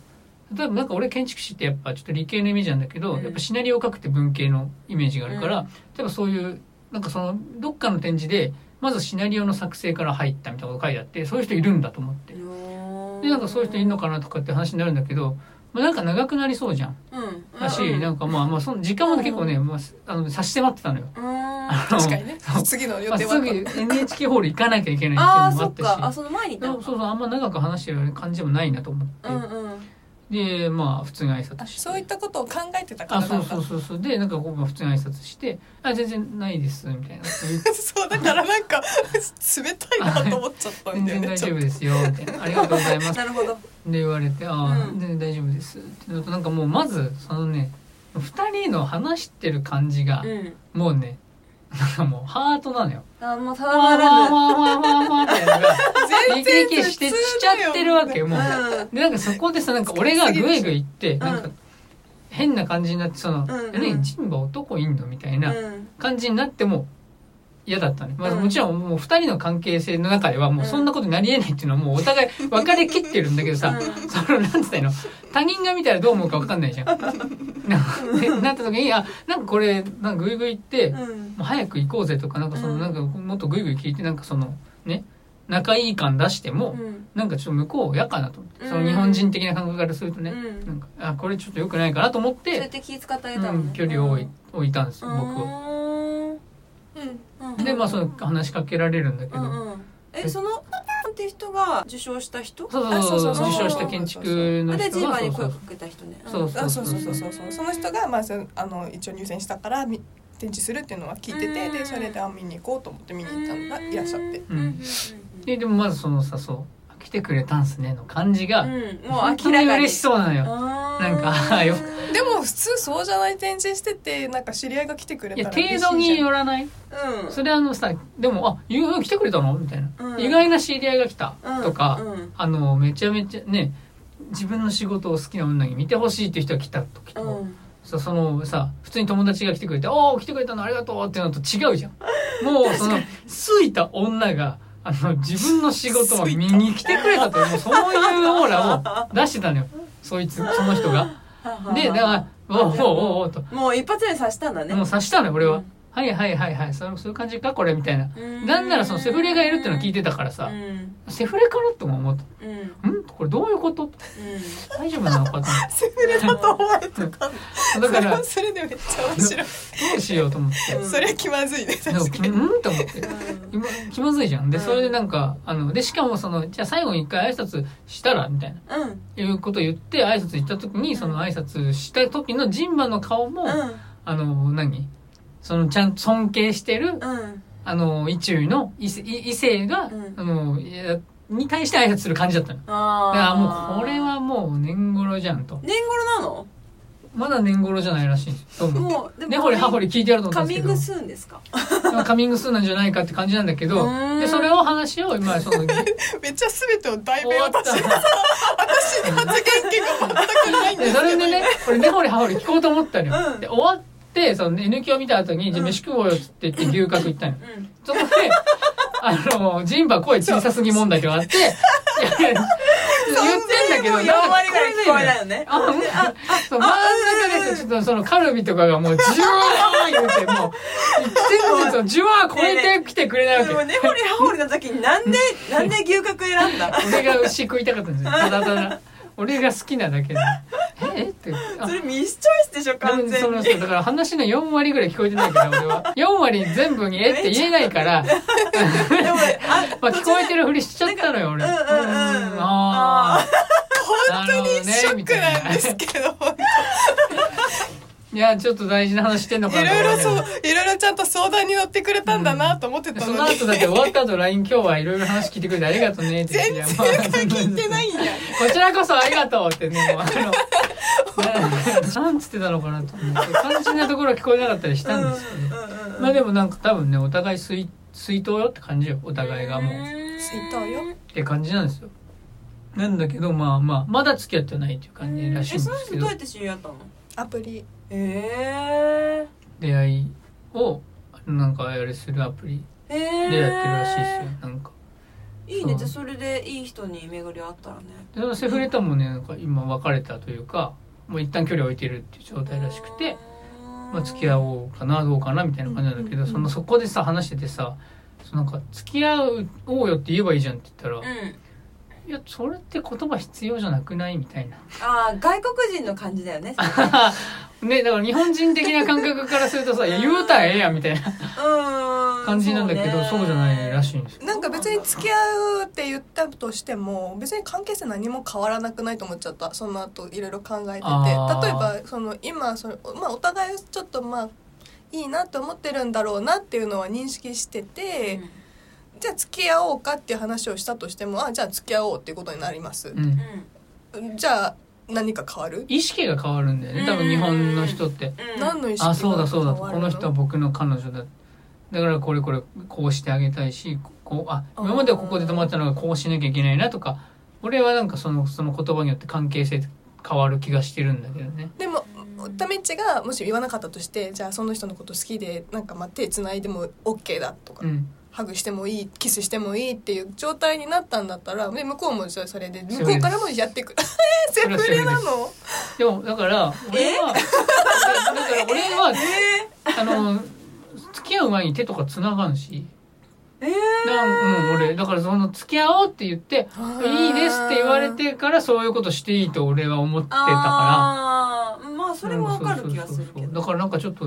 S1: 例えばなんか俺建築士ってやっぱちょっと理系のイメージなんだけど、
S3: うん
S1: やっぱシナリオを書くって文系のイメージがあるから、
S3: うん
S1: 例えばそういうなんかそのどっかの展示でまずシナリオの作成から入ったみたいなこと書いてあってそういう人いるんだと思って、
S3: うん
S1: でなんかそういう人いるのかなとかって話になるんだけど、まあ、なんか長くなりそうじゃん
S3: うん
S1: だし、
S3: うん
S1: なんかまあまあその時間も結構ね、まあ、あの差し迫ってたのよ。
S3: うん
S1: あの
S4: 確かにね
S1: そう
S4: 次の予
S1: まあ、
S4: 定
S1: す
S4: は
S1: ぐ NHK ホール行かなきゃいけない
S3: あ
S1: っていうの
S3: あ
S1: も
S3: そ
S1: あっ
S3: っ
S1: し
S3: たかあその前にいた
S1: そ
S3: の
S1: う
S3: か
S1: そうそうあんま長く話してる感じでもないなと思って、
S3: うんうん
S1: でまあ普通に挨拶して
S4: そういったことを考えてたから
S1: あそ
S4: な
S1: うん
S4: か
S1: そうそうそうでなんかこう普通に挨拶して「あ全然ないです」みたいなこと言って
S4: そうだからなんか冷たいなと思っちゃったん
S1: 全
S4: だ
S1: 然
S4: よね
S1: 大
S4: ち
S1: 丈
S4: ょ
S1: 夫
S4: っ
S1: ですよ」みたいな「ありがとうございます」って
S3: なるほど
S1: 言われて「ああ、
S3: うん
S1: 全然大丈夫です」ってなるとなんかもうまずそのね2人の話してる感じが、
S3: うん
S1: もうねなんかもうハートなのよ。
S3: あもう定
S1: わわ
S3: まらぬ
S1: わわわわってやつが
S4: と
S1: イケイケしてしちゃってるわけよもう。
S3: うん
S1: でなんかそこでさなんか俺がグイグイ言ってなんか変な感じになってその「
S3: うん
S1: え何チンバ男いんの?」みたいな
S3: うん
S1: 感じになっても嫌だったね、まあ、
S3: うん
S1: もちろんもう二人の関係性の中ではもうそんなことになりえないっていうのはもうお互い別れきってるんだけどさ、
S3: うん
S1: そのなんつったらいいの他人が見たらどう思うか分かんないじゃん。な なった時にあなんかこれなんかグイグイ行って、も
S3: うん
S1: う早く行こうぜとかなんかその
S3: うん
S1: なんかもっとグイグイ聞いてなんかそのね仲いい感出しても、
S3: うん
S1: なんかちょっと向こう嫌かなと思ってその
S3: うん
S1: 日本人的な感覚からするとね、
S3: うん
S1: なんかあこれちょっと良くないかなと思っ、
S3: そうやってて気遣ってあげた
S1: う
S3: の
S1: ん、
S3: ね
S1: 距離を置い置いたんですよ僕は。
S3: は
S4: うん
S1: でまあその話しかけられるんだけど、
S3: うんうんえそのって人が受賞した人
S1: そうそうそう
S4: あそうそう
S1: 受賞した建築の
S3: あでジ
S1: 人が
S3: ーバ
S1: そう
S3: ーに
S1: そ
S3: 声
S1: う
S3: かけた人ねん
S1: そう
S4: あそうそうそうそうそうその人が、まあ、そのあの一応入選したからみ展示するっていうのは聞いてて
S3: う
S4: で
S3: ん
S4: それであ見に行こうと思って見に行ったのがいらっしゃって
S1: うんででもまずそのさそう「来てくれたんすね」の感じが、
S3: うんもう
S1: 本当
S3: 明ら
S1: に
S3: かに
S1: 嬉しそうなのよ。
S3: なん
S1: かよ
S4: でも普通そうじゃない展示しててなんか知り合いが来てくれ
S1: い
S4: た
S1: や
S4: ら
S1: 程
S4: 嬉しいじゃ
S1: 度
S4: ん
S1: によらない
S3: うん
S1: それあのさでも「あゆうふう来てくれたの?」みたいな、
S3: うん
S1: 意外な知り合いが来た」
S3: うん
S1: とか、
S3: うん
S1: あのめちゃめちゃね自分の仕事を好きな女に見てほしいっていう人が来た時と、
S3: うん
S1: さそのさ普通に友達が来てくれて「おお来てくれたのありがとう」ってのと違うじゃんもうそのすいた女があの自分の仕事を見に来てくれたというもうそういうオーラを出してたのよそいつその人が。でだから「おうおうおうおうと
S3: もう一発で刺したんだね
S1: もう察したのよ俺
S3: う
S1: は
S3: ん
S1: 「はいはいはいはいそれそういう感じかこれ」みたいな。
S3: うん
S1: なんならそのセフレがいるってのを聞いてたからさ
S3: う、ん
S1: セフレかなっても思った。
S3: うんうん
S1: んこれどういうこと大丈夫なのかと 思っ
S4: セフレだと思われてた
S1: て。だか
S4: それ
S1: ら、
S4: は
S1: ど
S4: それでめっちゃ面白い、
S1: うしようと思って。
S3: うん
S4: それは気まずいね
S1: でも
S4: 確かに
S1: うんと思って。
S3: うん
S1: 今気まずいじゃんで
S3: うん
S1: それでなんか、あのでしかもそのじゃあ最後に一回挨拶したらみたいな
S3: うん
S1: いうことを言って挨拶行った時にその挨拶した時のジンバの顔も、あの何そのちゃんと尊敬してる
S3: うん
S1: あの意中の異性異性が、
S3: うん
S1: あのいやに対して挨拶する感じだったの。だか
S3: あ
S1: らもうこれはもう年頃じゃんと
S3: 年頃なの
S1: まだ年頃じゃないらしいと思う。
S3: もうで
S1: ねほりはほり聞いてやると思っ
S3: カ
S1: たんで
S3: ミ
S1: す
S3: ン
S1: けど
S3: グスーンですか
S1: まあカミングスーンなんじゃないかって感じなんだけど
S3: うーん
S1: でそれを話を今そ の
S4: めっちゃ全てを代
S1: 終
S4: 弁
S1: わっ
S4: 私
S1: た
S4: 私に発言権が全くないんで
S1: ですそ
S4: けど
S1: れでね俺根掘り葉掘り聞こうと思ったのよ、
S3: うん
S1: で終わってその N 響見た後に「じゃあ
S3: うん
S1: 飯食おうよ」っつって言って牛角行ったのよ
S3: うん
S1: そ こであのジンバ声小さすぎ問題があっていやいや言ってんだけけど
S3: も4割ぐらい聞こえないよね。
S1: あ、うんそう、真ん中です。ちょっとそのカルビとかがもう、ジュワー言って、もう、全然ジュワー超えてきてくれないわけ
S3: で。も根掘り葉掘りの時になんで、なんで牛角選んだ
S1: 俺が牛食いたかったんですよ。ただただ。俺が好きなだけで。ええって。 あ
S3: それミスチョイスでしょ、完
S1: そ
S3: 全
S1: の
S3: に。
S1: そうだから話の4割ぐらい聞こえてないから俺は4割全部に「えっ?」て言えないから、
S3: でも、あ、
S1: まあ、聞こえてるふりしちゃったのよ俺
S3: うんうんうん
S1: うんあ
S4: 本当にショックなんですけど
S1: ーいやちょっと大事な話してんのかないと思
S4: ろいろ
S1: け
S4: そ
S1: ど
S4: ういろいろちゃんと相談に乗ってくれたんだなと思ってた
S1: そ
S4: の
S1: の
S4: に、
S1: 後だって終わった後 LINE 今日はいろいろ話聞いてくれてありがとうねって
S4: 全然関係
S1: いやまあ
S4: ないんや
S1: こちらこそありがとうってねもうあの ななんつってたのかなと思って肝心なところは聞こえなかったりしたんですけどまあでもなんか多分ねお互い水水筒よって感じよお互いがもうって感じなんですよなんだけどまあまあまだ付き合ってはないっていう感じらしい
S3: え、
S1: ん
S3: そ
S1: で
S3: の
S1: す
S3: 人
S1: け
S3: ど
S1: ど
S3: うやって知り合ったの
S4: アプリ
S3: え
S1: 出会いをなんかあれするアプリ
S3: えええ
S1: でやってるらしいですよなんか
S3: いいね、じゃあそれでいい人に巡り合ったらね。
S1: でそのセフレともねなんか今別れたというかもう一旦距離を置いてるっていう状態らしくて、、まあ、付き合
S3: う。
S1: おうかなどうかなみたいな感じなんだけど、
S3: うんうんうん
S1: そのそこでさ話しててさそのなんか付き合おうよって言えばいいじゃんって言ったら、
S3: うん。
S1: いやそれって言葉必要じゃなくないみたいな
S3: ああ、外国人の感じだよね。
S1: ねだから日本人的な感覚からする とさ「いや言うたらええやん」みたいな
S3: うん。
S1: 感じなんだけどそう,、じゃないらしいんですよ
S4: なんか別に付き合うって言ったとしても別に関係性何も変わらなくないと思っちゃったその後いろいろ考えてて例え
S1: あー
S4: ばその今その、まあ、お互いちょっとまあいいなと思ってるんだろうなっていうのは認識してて、じゃあ付き合おうかっていう話をしたとしてもあじゃあ付き合おうっていうことになります
S1: う、ん、
S4: じゃあ何か変わる、
S1: 意識が変わるんだよね多分日本の人って。
S4: 何の意識が
S1: あそうだそうだ
S4: 変わ
S1: こ
S4: る
S1: の人は僕の彼女だだからこれこれこうしてあげたいしこうあ
S4: あー
S1: 今まではここで止まってたのがこうしなきゃいけないなとか俺はなんかそのその言葉によって関係性変わる気がしてるんだけどね
S4: でもタメッチがもし言わなかったとしてじゃあその人のこと好きでなんかまあ手つないでも OK だとか、
S1: うん
S4: ハグしてもいいキスしてもいいっていう状態になったんだったらで向こうもじゃあそれで
S1: セフレです
S4: 向こうからもやっ てくえセフレなの
S1: でもだから俺はだから俺 はあの付き合う前に手とか繋がんし
S3: ええ
S1: なん、うん、俺だからその付き合おうって言っていいですって言われてからそういうことしていいと俺は思ってたから
S3: ああ、まあそれもわかる気がする
S1: うんそうそう
S3: け
S1: そうだ
S3: ど。
S1: からなんかちょっと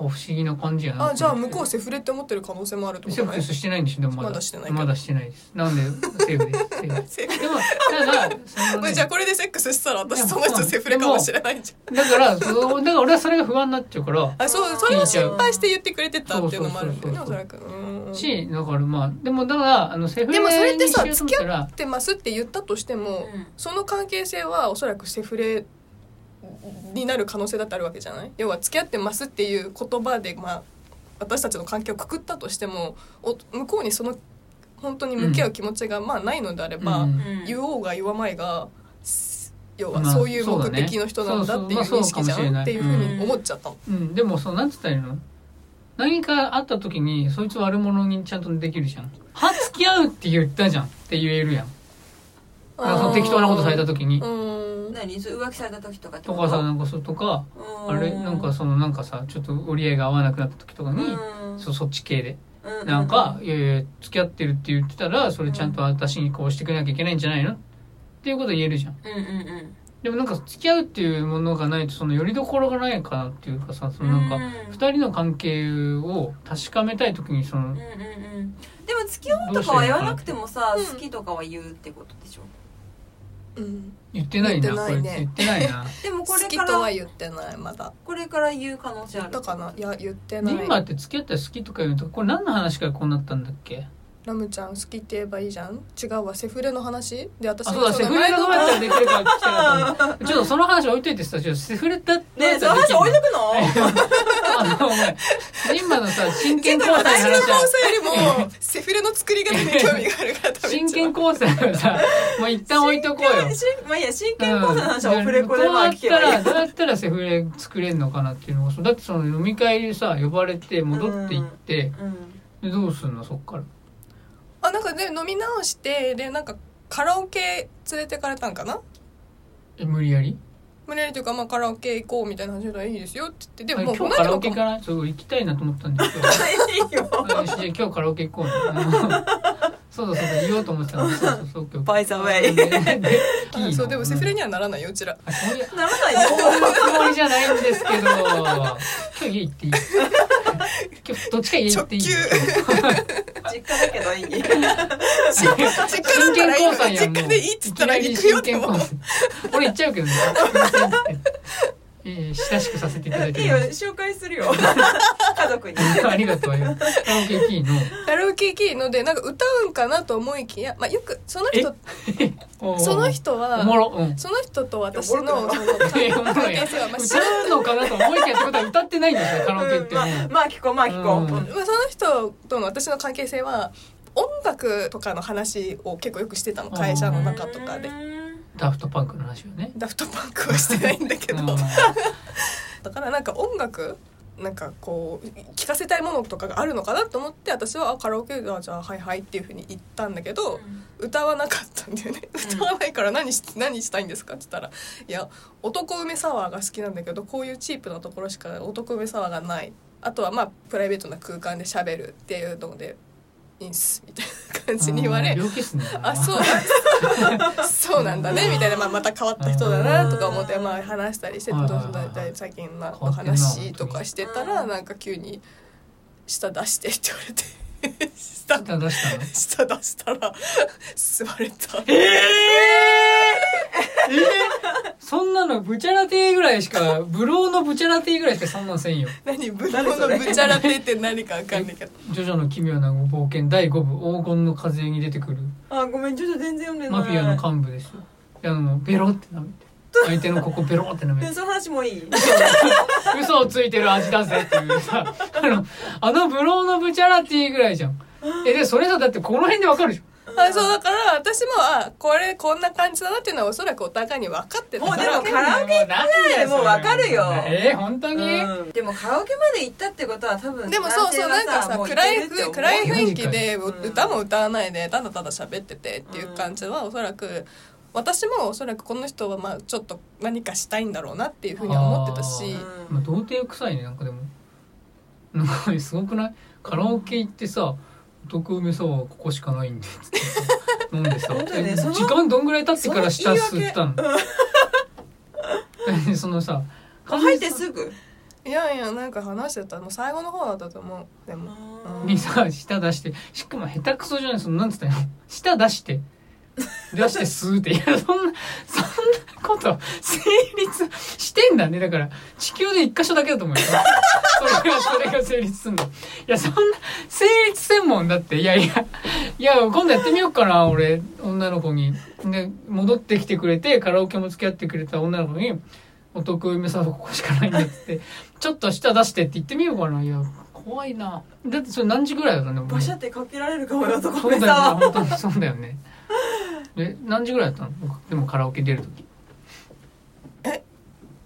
S1: 不思議な感じやな
S4: あじゃあ向こうセフレって思ってる可能性もあるってこ
S1: セ
S4: と
S1: ッ
S4: ね
S1: クスしてないんでしょでもまだ
S4: まだしてないけど
S1: まだしてないですなんでセーフですセーフです
S4: セフレ
S1: でもただその、
S4: これ
S1: ね、
S4: じゃあ
S1: だ
S4: これでセックスしたら私
S1: でも
S4: その人セフレかもしれないじ
S1: からそうだから俺はそれが不安になっちゃうから
S4: ゃんあそうそれを心配して言ってくれてたっていうのもあるんだよね
S1: そう
S4: お
S1: そ
S4: そう
S1: そ
S4: らくうん
S1: しだからまあでもだからあのセーフ
S4: でもそれ
S1: レ
S4: って
S1: にし
S4: さ
S1: ようと思ったら
S4: ってますって言ったとしても、
S3: うん
S4: その関係性はおそらくセフレになる可能性だってあるわけじゃない要は付き合ってますっていう言葉で、まあ、私たちの関係をくくったとしてもお向こうにその本当に向き合う気持ちが、まあないのであれば、
S1: うん
S4: 言おうが言わまいがす要は
S1: まあ
S4: そういう
S1: そうだ
S4: 目
S1: ね
S4: 的の人なんだっていう
S1: そうそう
S4: 認識じゃ
S1: まあそうかもしれ
S4: ん
S1: ない
S4: っていうふうに思っちゃったの。
S1: うん、でもそうなんつったらいいの何かあった時にそいつ悪者にちゃんとできるじゃん「は付き合う」って言ったじゃんって言えるやんだからその適当なことされた時に
S4: うん
S3: 何そう浮気された時とかって
S1: と
S3: こと
S1: かさなんかそうとかあれなんかそのなんかさちょっと折り合いが合わなくなった時とかに、そそっち系でなんか、いやいや付き合ってるって言ってたらそれちゃんと私にこうしてくれなきゃいけないんじゃないのっていうこと言えるじゃん
S3: うんうんうん
S1: でもなんか付き合うっていうものがないとそのよりどころがないかなっていうかさそのなんか
S3: うん
S1: 二人の関係を確かめたい時にその
S3: うんうんうんでも付き合おうとかは言わなくてもさ好きとかは言うってことでしょ
S4: うん、
S1: 言ってないなこ
S4: 言ってない
S1: つ
S4: いね
S1: 言ってないな
S3: でもこ
S4: 好
S3: れ
S4: き
S3: か
S4: とは
S3: ら
S4: 言ってないまだ
S3: これから言う可能性
S4: 言
S3: あ
S4: っ
S3: る
S4: たかないや言ってな
S1: で
S4: い
S1: 今って付き合ったら好きとか言うとこれ何の話からこうなったんだっけ
S4: ラムちゃん好きって言えばいいじゃん違うわセフレの話で私
S1: あそうだセフレの
S4: 名
S1: どう
S4: 前
S1: や
S4: と
S1: ったらできるか聞きたかったのちょっとその話置いといてさちょっとセフレだね
S3: ねえその話置いとくの
S1: あのお前今のさ真剣
S4: 全部
S1: 交際
S4: 私
S1: の
S4: の
S1: 話
S4: 構
S1: は
S4: 成よりもセフレの作り方に興味があるから多分
S1: 真剣交際は さもう一旦置いとこうよ
S3: 真剣まあいいや真剣講座の話はオフレコでまあ聞けばいい
S1: らどうやったらセフレ作れるのかなっていうのもそうだってその飲み会でさ呼ばれて戻って行って、
S3: うん
S1: でどうすんのそっから
S4: あなんかで飲み直してでなんかカラオケ連れてかれたんかな
S1: え無理やり
S4: 無理やりというか、まあ、カラオケ行こうみたいな話でいいですよって言ってで
S1: あ
S4: ももう
S1: 今
S4: こ
S1: 日カ
S4: の間
S1: ラ
S4: も
S1: オケ行かないそう行きたいなと思ったんですけど
S3: いいよ
S1: あよしじゃあ今日カラオケ行こうねあのそうだそうだ言おうと思ってたのそうそうそう今日
S3: By the way
S1: ででいいの
S4: あそうでもセフレにはならないようちら
S1: あそういう
S3: ならない
S1: そういうつもりじゃないんですけど今日家行っていい今日どっちか家行っていい
S4: 直
S3: 実家だけ どいい
S4: 実家だ
S1: 真
S4: った
S1: 剣
S4: ら
S1: 交際
S4: いい
S1: やんも
S4: 実家
S1: う
S4: でいいっつったら行くよって思う
S1: いきなり真剣交際俺行っちゃうけどねえー親しくさせていただい
S3: い
S1: て
S3: いよ
S1: ます
S3: 紹介す るよ家族に
S1: ありがとうよ。カラオケ行きいいの。
S4: カラオケ行きのでなんか歌うんかなと思いきや、まあ、よくその人
S1: おー
S4: その。人は
S1: おもろ。うん。
S4: その人と私
S3: いやおもろ
S4: の
S3: く
S4: その関
S1: い やおもろい
S4: 係性は、まあ、知ら
S1: 歌うのかなと思いきやってことは歌ってないんですよ、カラオケって。
S3: まあまあ聞こうまあ聞こう、
S1: うん
S4: まあ、その人との私の関係性は音楽とかの話を結構よくしてたの会社の中とかで
S1: ダフトパンクの話よね。
S4: ダフトパンクはしてないんだけど、
S1: うん
S4: だからなんか音楽なんかこう聞かせたいものとかがあるのかなと思って私はあカラオケがじゃあはいはいっていうふうに言ったんだけど、歌わなかったんだよね歌わないから何し何したいんですかって言ったら「いや男梅サワーが好きなんだけどこういうチープなところしか男梅サワーがない」あとはまあプライベートな空間で喋るっていうのでいいんすみたいな感じに言われ
S1: 病気っすね。
S4: あそうなんだそうなんだねみたいな、まあ、また変わった人だなとか思って、まあ、話したりして
S1: はいはい
S4: どう
S1: はい
S4: ぞだいたい最近
S1: 変
S4: の
S1: わってんな
S4: 話とかしてたら
S3: うん
S4: なんか急に「舌出して」って言われて舌
S1: 歌出したの。
S4: 舌出したら座れた。
S1: そんなのブチャラテーぐらいしか、ブローのブチャラテーぐらいしかそんなんせんよ。
S4: 何ブロのブチャラテって何かわかんないけど
S1: ジョジョの奇妙な冒険第5部黄金の風に出てくる
S3: あごめんちょっと全然読んでない
S1: マフィアの幹部ですよ。いや、あの、ベロって舐めて。相手のここベロって舐めて
S3: え。その話もいい
S1: 嘘をついてる味だぜっていうさ、あの、あのブローのブチャラティぐらいじゃん。え、で、それさ、だってこの辺でわかるじ
S4: あそうだから私もあこれこんな感じだなっていうのはおそらくお互いに分かってた
S3: もう
S4: か
S3: で
S4: ら
S3: も
S1: ゃん。
S3: カラオケ
S1: ケ行かない
S3: でもうわかるよ
S1: えー、本当に、
S3: うんでもカラオケまで行ったってことは多分
S4: でもそうそうなんかさ暗いふ暗い雰囲気で
S3: うん
S4: 歌も歌わないでただただ喋っててっていう感じはおそらく私もおそらくこの人はまあちょっと何かしたいんだろうなっていうふうには思ってたし
S1: まあ、童貞臭いね、なんかでも。なんか、すごくないカラオケ行ってさ、男梅さはここしかないんで、つってさ。飲んでさ、
S3: 本当にね
S1: え
S3: その
S1: 時間どんぐらい経ってから
S3: その
S1: 下
S3: 言い
S1: 吸っ
S3: 訳
S1: たの そのさ、
S3: 入ってすぐ
S4: いやいやなんか話してたもう最後の方だったと思うでも
S1: にさ舌出してしかも下手くそじゃないそのなんつったの舌出して出して吸うっていやそんなそんなこと成立してんだねだから地球で一箇所だけだと思うよそれがそれが成立すんのいやそんな成立せんもんだっていやいやいや今度やってみようかな俺女の子にで戻ってきてくれてカラオケも付き合ってくれた女の子に「お得意めさここしかないんだ」っつって「ちょっと舌出して」って言ってみようかないや怖いなだってそれ何時ぐらいだったの
S3: バシャってかけられるかもよと
S1: そ
S3: こ
S1: うだよ
S3: め
S1: ね
S3: さ
S1: 本当にそうだよねえ何時ぐらいだったのでもカラオケ出る時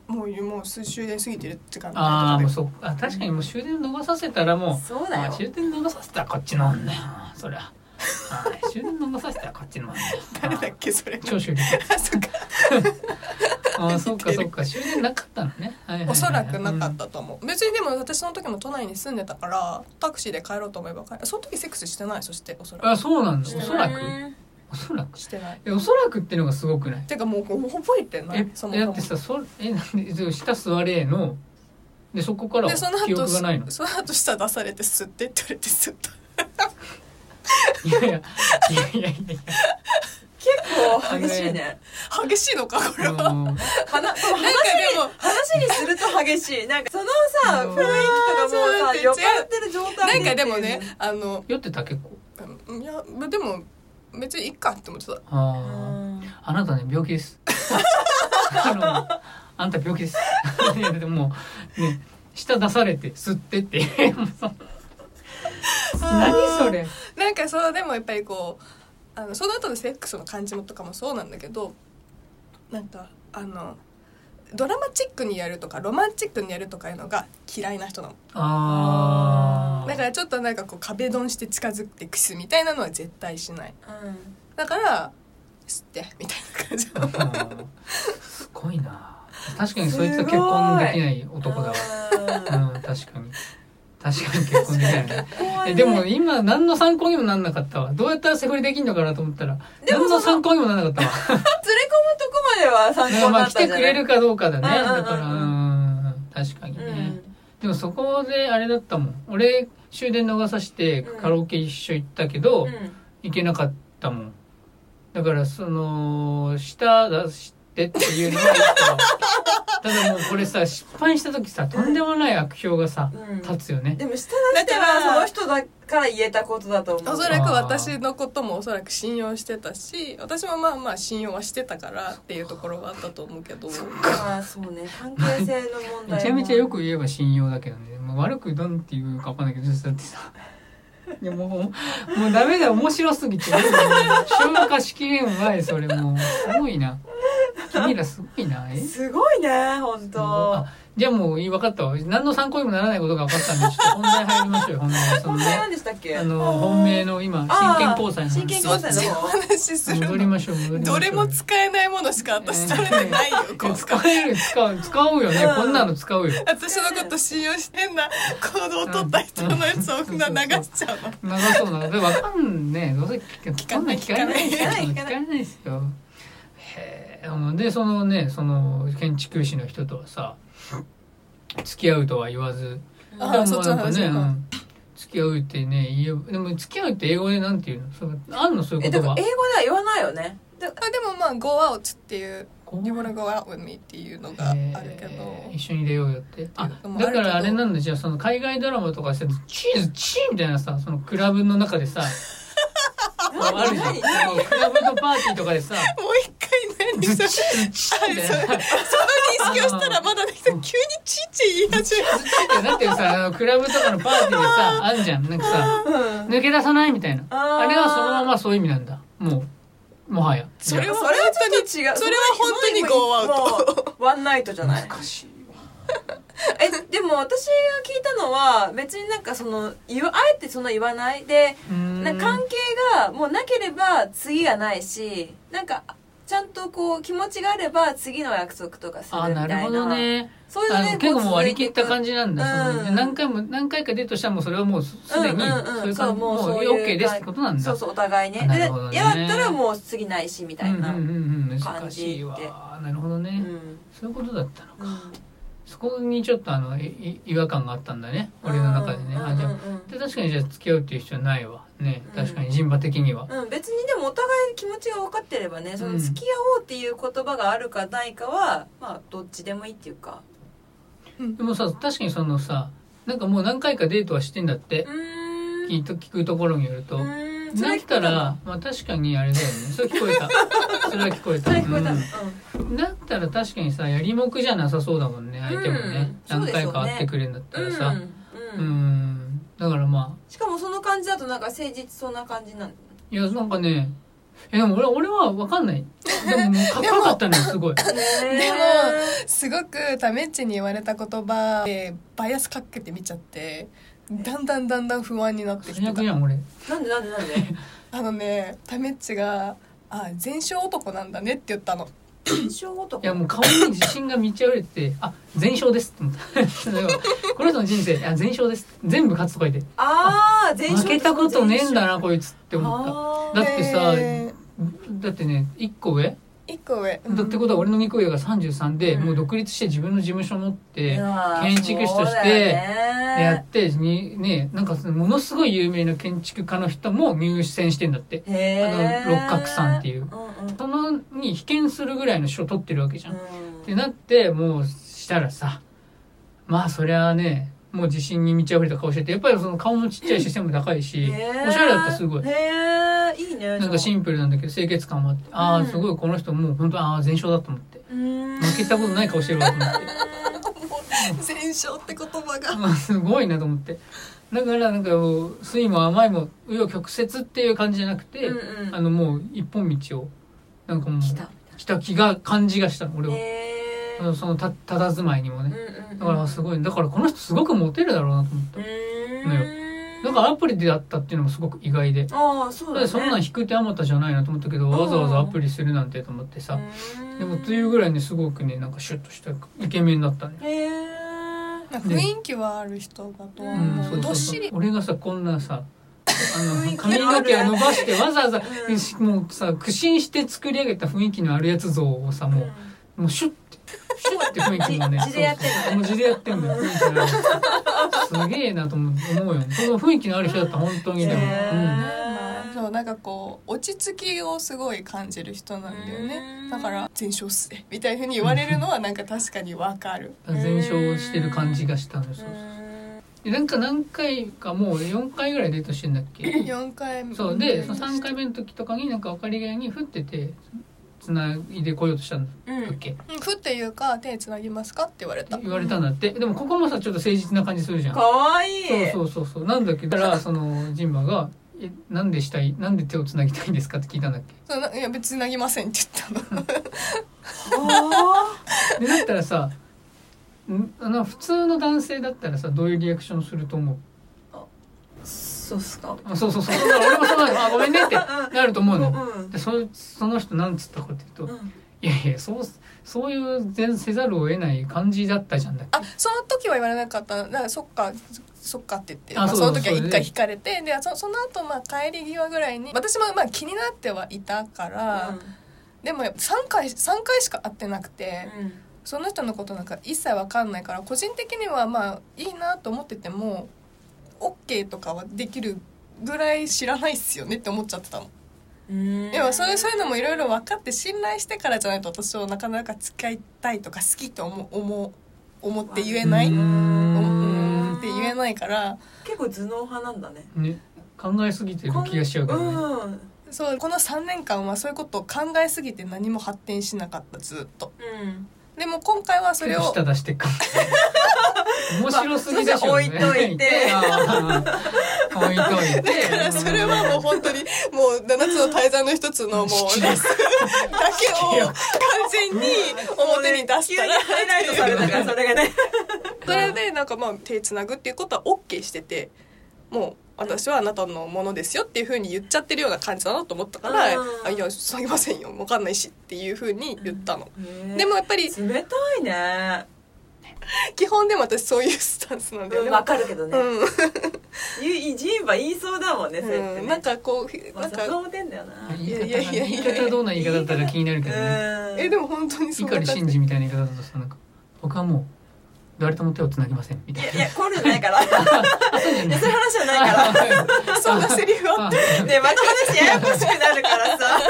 S4: もうもう数週で過ぎてる時間帯と
S1: あ
S4: か
S1: あ
S4: で
S1: もうそうあ確かにもう終電逃させたらもう
S3: そうだ
S1: あ
S3: よ
S1: 終電逃させたらこっちのもんだよそりゃあー終電逃させたらこっちのもんだよ
S4: 誰だっけそれ
S1: 長州力
S4: あそ っか
S1: ああそうかそうか終電なかったのね、はいはいはいはい
S4: おそらくなかったと思う別にでも私その時も都内に住んでたからタクシーで帰ろうと思えば帰その時セックスしてないそしておそ
S1: うん
S4: ら
S1: あそうなんだ
S4: し
S1: お
S4: て
S1: そ
S4: ない
S1: らくおそらく
S4: くしてない
S1: えおそらくってのがすごくない
S4: てかもう覚えてな
S1: え
S4: いそも
S1: だっ
S4: そも
S1: てさそえなんで下座れのでそこから
S4: でその
S1: は記
S4: 後
S1: 憶がないの
S4: その後舌出されて吸ってって言われて吸った
S1: いやいやいやいやいや
S3: 結構激しいね
S4: 激しいのかこれは、 なんか
S1: あの
S3: 話この
S4: でも
S3: 話にすると激しいなんかそのさ
S1: うん
S3: 雰囲気とかもうさ
S4: そう
S3: 酔っ払ってる状
S4: な
S3: 態
S4: んかでもねあの
S1: 酔ってた結構
S4: うんいやでも別にいいかって思ってた
S3: う
S1: あ
S3: ん
S1: ああなたね病気です あのあんた病気です いやでもうね舌出されて吸ってって もうそん何それ
S4: なんかそうでもやっぱりこうあのその後のセックスの感じもとかもそうなんだけどなんかあのドラマチックにやるとかロマンチックにやるとかいうのが嫌いな人なの
S1: ああ
S4: だからちょっとなんかこう壁ドンして近づいてくすみたいなのは絶対しないだから吸ってみた いな感じ
S1: すごいな確かにそいつは結婚できない男だわ
S3: あ
S1: うん確かに確かに結婚できないね
S3: ー怖い
S1: え
S3: ね
S1: でも今何の参考にもなんなかったわどうやったらセフレできんのかなと思ったら
S3: でも
S1: 何の
S3: その連
S1: 参考にもなんなか ったわ
S3: れ込むとこまでは参考
S1: まあ
S3: に
S1: ま
S3: な
S1: あ
S3: っ
S1: 来
S3: たん
S1: て
S3: じゃ
S1: く
S3: な
S1: れ
S3: い
S1: るかどうかだね
S3: うんうんう
S1: だ
S3: ん
S1: からうん確かにね、でもそこであれだったもん俺終電逃さして
S3: うん
S1: カラオケ一緒行ったけど、
S3: うんうん
S1: 行けなかったもんだからその舌出してっていうのは ただもうこれさ失敗した時さとんでもない悪評がさ
S3: うん
S1: 立つよね
S3: でも下出してはその人だから言えたことだと思
S4: お
S3: う
S4: そらく私のこともおそらく信用してたし私もまあまあ信用はしてたからっていうところはあったと思うけど
S3: まあそうね関係性の問題も
S1: めちゃめちゃよく言えば信用だけどね、まあ、悪くどんっていうかわかんないけどだってさいやもうもうもうダメだよ面白すぎてもう消化しきれんわいそれもうすごいな君らすごいなえ
S3: すごいね本当
S1: あじゃあもう分かったわ何の参考にもならないことが分かったんでちょっと本題入りましょうよ本題そ
S3: 本
S1: の
S3: 題
S1: ね
S3: なんでしたっけ
S1: あの本命の今真剣交際の
S3: 真剣
S1: 話
S3: 交際の方
S4: 話す
S1: 戻り
S4: るの
S1: ましょう戻りましょう
S4: どれも使えないものしか私取れてないよ
S1: いや
S4: 今回
S1: 使える使う使うよねこんなの使うよ
S4: 私のこと信用して変な行動を取った人のやつを流しちゃうの
S1: 長そうなのでわかんねえどうせ聞かない聞かない聞
S4: 聞か
S1: か
S3: な
S1: ないい
S3: 聞
S1: 聞
S3: か
S1: か
S3: ない
S1: ないですよへえあのでそのねその建築士の人とはさ付き合うとは言わず
S4: あ
S1: でも
S4: そっちの話
S1: ね、う
S4: うん
S1: ん、付き合うってね言えでも付き合うって英語でなんて言うのそのあんのそうい
S3: え
S1: う
S3: で
S1: 言
S3: も
S1: 葉
S3: 英語では言わないよねで
S4: あでもまあ「Go out」っていう
S1: こう
S4: 「You wanna go out with me」っていうのがあるけ
S1: えー
S4: ど
S1: 一緒に出ようよってあ
S4: っていうのもある
S1: だ
S4: けど
S1: からあれなんだじゃあその海外ドラマとかしてるとチーズチーみたいなさそのクラブの中で さあるじゃん
S3: 何
S1: そのクラブのパーティーとかでさ
S4: もう一回何
S1: チー
S4: それ
S1: ズチーみたいな
S4: あその認識をしたらまだできた急にちっちゃい言い始めた
S1: だってさあのクラブとかのパーティーでさあんじゃんなんかさ
S3: うん
S1: 抜け出さないみたいな
S3: あ
S1: あ
S3: ー
S1: れはそのままそういう意味なんだもうもはや
S4: それは
S3: それはちょっと違う
S4: それは本当にゴーアウ
S3: トワンナイトじゃない
S1: 難しいわ
S3: えでも私が聞いたのは別になんかその言わあえてそんな言わないで
S1: うーん
S3: なんか関係がもうなければ次がないしなんかちゃんとこう気持ちがあれば次の約束とかする
S1: あ
S3: みたいな
S1: なるほどね
S3: そういう
S1: あ
S3: の
S1: の
S3: ね
S1: 結構もう割り切った感
S3: じ
S1: じなんだ、
S3: うん
S1: その何回も何回かデートしたらもうそれはもうすすでに
S3: うんうんうん
S1: そういう
S3: そう
S1: 感じ
S3: もう
S1: もう
S3: そういう
S1: OK ですってことなんだ
S3: そうそうお互いね
S1: な
S3: で
S1: るほどね
S3: やったらもう次ないしみたいな、
S1: うんうんうん、
S3: 感
S1: 難
S3: じって
S1: しいわなるほどね、
S3: うん
S1: そういうことだったの
S3: うん
S1: そこにちょっとあのいい違和感があったんだね俺の中でね、
S3: うんうん
S1: あじゃあ
S3: うん
S1: で確かにじゃあ付き合うっていう人はないわね
S3: うん
S1: 確かに人馬的には、
S3: うん、別にでもお互い気持ちが分かってればねその付き合おうっていう言葉があるかないかは、まあどっちでもいいっていうか
S1: でもさ確かにそのさなんかもう何回かデートはしてんだって
S3: う、ーん
S1: 聞いと聞くところによると、
S3: うーんそ
S1: だっ
S3: れは聞こ
S1: た
S3: えたの
S1: ら、まあ、確かにあれだよねそれ聞こ えたそれは聞こえた
S3: それは聞こえた
S1: う
S3: の、
S1: ん
S3: うん
S1: だったら確かにさやりもくじゃなさそうだもんね相手もね、
S3: うんそう
S1: 何
S3: でし
S1: 回
S3: ょうね
S1: か会ってくれるんだったらさ
S3: う
S1: う
S3: んうんん
S1: だからま
S3: しかもその感じだとなんか誠実そうな感じなんだ
S1: あいやなんかねえでも俺俺は分かんないでももうかっこよかったのよすごい
S3: で
S4: もすごくタメっちに言われた言葉でバイアスかけてみちゃってだんだんだんだん不安になってき
S1: 最
S4: て
S1: 悪じゃん俺
S3: なんでなんでなんで
S4: あのねタメっちが「あ全勝男なんだね」って言ったの
S3: 印象男
S1: いやもう顔に自信が満ち溢れててあ全勝ですって思った それはこの人の人生あ全勝です全部勝つとか言って
S3: ああ全
S1: 負けたことねえんだ
S3: っ
S1: なこいつって思っ
S3: あ
S1: ただ
S3: ー
S1: ってさ
S4: え
S1: ただってね1個上
S4: ー一個上うん
S1: だってことは俺の2個上が33で、
S3: うん
S1: もう独立して自分の事務所持って、
S3: いやー
S1: 建築士として
S3: そうだよね
S1: やってにねなんかそのものすごい有名な建築家の人も入選してんだって
S3: へ
S1: あ
S3: ー
S1: の六角さんっていうん
S3: うん
S1: そのに被験するぐらいの賞取ってるわけじゃん、
S3: うん
S1: ってなってもうしたらさまあそりゃあねもう自信に満ち溢れた顔しててやっぱりその顔もちっちゃいし背も高いし、
S3: へー
S1: おしゃれだったすごい
S3: へえいいね
S1: なんかシ
S3: ン
S1: ンプルなんだけど清潔感もあってあ
S3: う
S1: あ
S3: ん
S1: すごいこの人もう本当ああ全勝だと思って
S3: 負
S1: 負けたことない顔してるわと思って
S4: 全勝って言 葉が
S1: あすごいなと思ってだからなんかもう酸いも甘いも紆余曲折っていう感じじゃなくて、
S3: うんうん
S1: あのもう一本道をなんかもう
S3: 来た
S1: 来た気が感じがしたの俺は、
S3: へ
S1: あのそのたたたずまいにもね、だからす
S3: い
S1: ごいだからこの人すごくモテるだろうなと思った
S3: うーん
S1: のよだからアプリでやったっていうのもすごく意外で。
S3: ああそう
S1: だっ
S3: だ、
S1: て
S3: ね、
S1: そんなん引く手あまたじゃないなと思ったけど、わざわざアプリするなんてと思ってさ。
S3: うん
S1: でもというぐらいね、すごくね、なんかシュッとしたイケメンだったね。
S3: へえ
S4: なんか雰囲気はある人だと
S1: う
S4: 思
S1: ん、
S4: う、
S1: そう
S4: ど
S1: そう
S4: っ
S1: そ
S4: し
S1: う
S4: り。
S1: 俺がさ、こんなさ、あの、
S3: 雰囲
S1: 髪
S3: 気のあ
S1: の
S3: る
S1: 毛を伸ばしてわざわざ、
S3: うん
S1: しもうさ、苦心して作り上げた雰囲気のあるやつ像をさ、もう、もうシュッて、シュッて雰囲気も ね、
S3: 地地でやってんの
S1: そ
S3: ね
S1: うそうもう地でやってんだよ、雰囲気のある。すげえなと思う思うよ。その雰囲気のある人だった、本当にでも。
S3: へ
S1: う
S3: ー
S1: ん
S4: まあそうなんかこう落ち着きをすごい感じる人なんだよ
S3: うん
S4: ねだから「全勝っすね」みたいなふうに言われるのはなんか確かにわかる
S1: 全焼してる感じがしたんですよでなんか何回かもう4回ぐらいデートしてんだっけ
S4: 4回目
S1: そうでその3回目の時とかになんか分かりげに降っててつないでこようとしたんだ
S3: うん
S1: っけ、
S4: うんふっていうか「手つなぎますか?」って言われた
S1: 言われたんだってでもここもさちょっと誠実な感じするじゃん
S3: か
S1: そ
S3: わいい。
S1: うそうそうそうなんだけどだからそのジンマが「えなんでしたいなんで手をつなぎたいんですか?」って聞いたんだっけ
S4: そうないや別につなぎませんって言ったの
S3: あ
S1: でだったらさんあの普通の男性だったらさどういうリアクションすると思う
S3: ーそうっすか。
S1: あそうそうそうだから俺もそうなのあごめんねってなると思う
S3: う
S1: のよ
S3: ん。
S1: でそその人なんつったかって言うと、
S3: うん
S1: いやいやそうそういう全せざるを得ない感じだったじゃんだっけ
S4: あその時は言われなかっただからそっかそっかって言って
S1: あ
S4: まあ、
S1: そう
S4: そ
S1: そう
S4: の時は
S1: そう
S4: 一回引かれてでそその後まあ帰り際ぐらいに私もまあ気になってはいたから、でも3回三回しか会ってなくて、その人のことなんか一切わかんないから個人的にはまあいいなと思ってても OK とかはできるぐらい知らないっすよねって思っちゃってたの。
S3: うん。
S4: でもそういうそういうのもいろいろ分かって信頼してからじゃないと私をなかなか付き合いたいとか好きと思う思う思って言えないう思
S1: ー
S4: うんうんって言えないから
S3: 結構頭脳派なんだね。
S1: ね考えすぎてる気がしちゃうからね、
S3: うん。うん。
S4: そうこの3年間はそういうことを考えすぎて何も発展しなかったずっと。でも今回はそれ
S1: ちょ
S4: を
S1: っと舌出してっから 面白すぎでしょ、ね
S3: まあそれ置いといて
S1: あー置いといて
S4: だからそれはもう本当にもう7つの大罪の一つのもう
S1: 好き
S4: だ
S1: で
S4: け
S1: す
S4: を完全に表に出したら
S3: ハイライトされたからそれが ね。
S4: それでなんかまあ手つなぐっていうことは OK しててもう私はあなたのものですよっていうふうに言っちゃってるような感じだなと思ったから
S3: うん
S4: 「あいやつなぎませんよ分かんないし」っていうふうに言ったの。で
S3: でも
S4: もやっぱり
S3: 冷たいね。
S4: 基本でも私そういうスタンスなんだよ
S3: う
S4: ね。
S3: んわかるけど
S4: う
S3: ね。
S4: ん
S3: ゆいジンバ言いそうだもんね。そうやって
S4: うん
S3: ね。
S4: なんかこう
S3: ま
S4: な
S3: あ
S4: んか
S3: 誘うてんだよな。
S1: 言い方が
S4: いやいやいやい
S1: 言い
S4: や
S1: 方どうな言い方だったら気になるけどね
S3: うん。
S4: えでも本当にそんな
S1: 碇
S4: 感じ
S1: シンジみたいな言い方だとさなんか僕はもう誰とも手をつなぎませんみたい
S3: い
S1: な
S3: やいやこういうのないから。 い
S1: あそうじゃない
S3: や そういう話じゃないから。
S4: そんなセリフは
S1: あ
S3: ねまた話ややこしくなるからさ。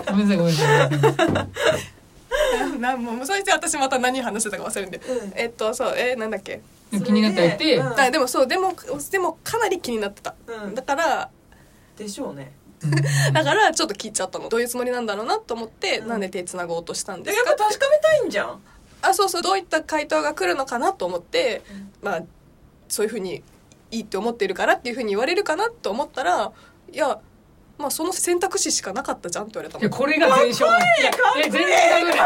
S1: ごめんなさいごめんなさい
S4: なんもうそれで私また何話してたか忘れるんで
S3: うん
S4: えっとそうえなんだっけ
S1: で気になっていて、
S3: それでうん
S4: あでもそうでもでもかなり気になってた、
S3: うん
S4: だから
S3: でしょうね。
S1: うん
S4: だからちょっと聞いちゃったのどういうつもりなんだろうなと思って、
S3: うん
S4: なんで手つなごうとしたんで
S3: ですやっぱ
S4: か
S3: 確かめたいんじゃん。
S4: あそうそうどういった回答が来るのかなと思って、まあそういうふうにいいって思ってるからっていうふうに言われるかなと思ったらいやまあその選択肢しかなかったじゃんって言われた
S1: いや、
S4: の
S1: これが全勝。いや
S3: かっこいい
S1: いや全然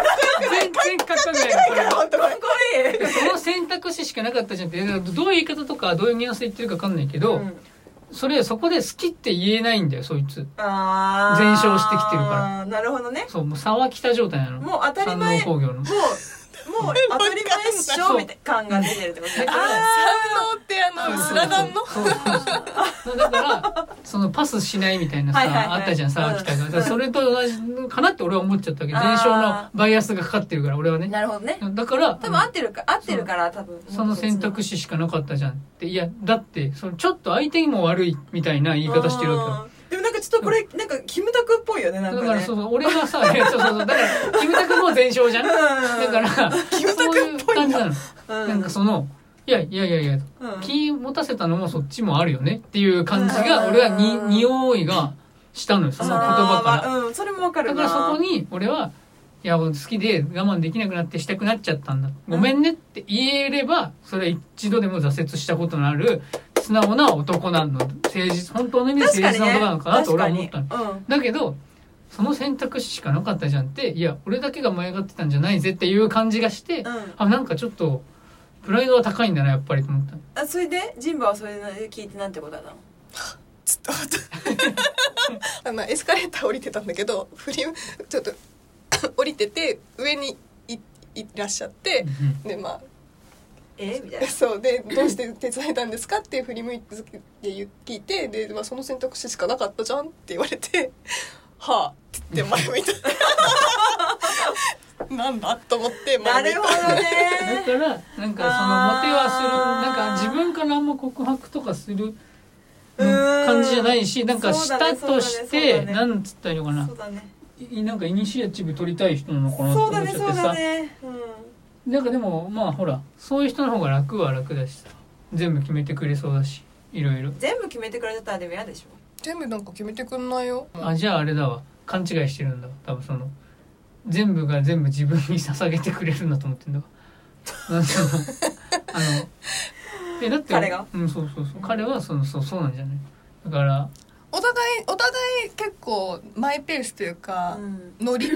S1: かっこない。全然かっこない。これは。
S3: かっこいい。
S1: その選択肢しかなかったじゃんって、どういう言い方とか、どういうニュアンスで言ってるかわかんないけど、
S3: うん
S1: それ、そこで好きって言えないんだよ、そいつ。
S3: あー
S1: 全焼してきてるか
S3: なるほどね
S1: そう、もう差は来た状態なの。
S3: もう当たり前
S1: 山王工業の。
S3: もう もう当たり前っしょみたいな感が出てるってことね
S4: あ三能ってあのスラダンの
S1: そうそうそうだから、そのパスしないみたいなさ、
S3: はいはいはい
S1: あったじゃん、沢北が。だからそれと同じかなって俺は思っちゃったわけど、
S3: あー
S1: 全勝のバイアスがかかってるから、俺はね。
S3: なるほどね
S1: だから、
S3: 多分合ってるか合ってるから多分
S1: その選択肢しかなかったじゃんっていやだってそのちょっと相手にも悪いみたいな言い方してるわ
S3: あーでもなんかちょっとこれなんかキムタクっぽいよねな
S1: け
S3: ん
S1: よだ
S3: か
S1: か
S3: ね
S1: らそうそう俺がさいやそうそうそうだからキムタクも全勝じゃんだ
S3: うん
S1: からそういう感じなの
S3: うん
S1: なんかそのいやいやいやいや
S3: うん
S1: 気持たせたのもそっちもあるよねっていう感じが
S3: うん
S1: 俺はに匂いがしたのよその言葉
S3: あー
S1: か
S3: まあうんそれもわからる
S1: だ
S3: な
S1: からそこに俺はいや俺好きで我慢できなくなってしたくなっちゃったんだごめんねって言えればそれは一度でも挫折したことのある素直な男なの誠実本当の意味で
S3: 確
S1: 誠
S3: か
S1: 実
S3: に
S1: な
S3: ね
S1: 男なのかなと俺は思ったの
S3: 確かにうん
S1: だけどその選択肢しかなかったじゃんっていや俺だけが舞い上がってたんじゃないぜっていう感じがして
S3: うん
S1: あなんかちょっとプライドは高いんだなやっぱりと思った
S3: あそれでジンバはそれで聞いてなんてことだの
S4: ちょっと あのエスカレーター降りてたんだけど振りちょっと 降りてて上にいいらっしゃって
S1: うん
S4: でま
S3: えみたい
S4: あそうでどうして手伝えたんですかって振り向いて聞いてで、まあ、その選択肢しかなかったじゃんって言われて 「はあ」って言って前向いた なんだと思っ て
S3: なな
S4: 前向い
S3: る
S4: た
S3: ほど
S1: だ
S3: ね
S1: からなんかそのモテはする
S3: あー
S1: なんか自分からあんま告白とかする
S3: うーん
S1: 感じじゃないしなんか
S3: そう
S1: し
S3: だね
S1: たとし
S3: そうだ
S1: て、
S3: ねそうだ
S1: なんつったらいいのかな
S3: そうだね
S1: いなんかイニシアチブ取りたい人なのかなと
S3: そう
S1: 思
S3: だ
S1: っ
S3: ね
S1: ちゃ
S3: そ
S1: っ
S3: う
S1: て
S3: だ
S1: さ、
S3: ねうん
S1: なんかでもまあほらそういう人の方が楽は楽だしさ全部決めてくれそうだしいろいろ
S3: 全部決めてくれてたらでも嫌でしょ
S4: 全部なんか決めてくんないよ
S1: あじゃああれだわ勘違いしてるんだわ多分その全部が全部自分に 捧げてくれるんだと思ってんだわ なんだろうあのえだって
S3: 彼が
S1: うんそうそうそう彼はそのそうそうなんじゃないだから
S4: お互いお互い結構マイペースというか、
S3: うん
S4: ノリ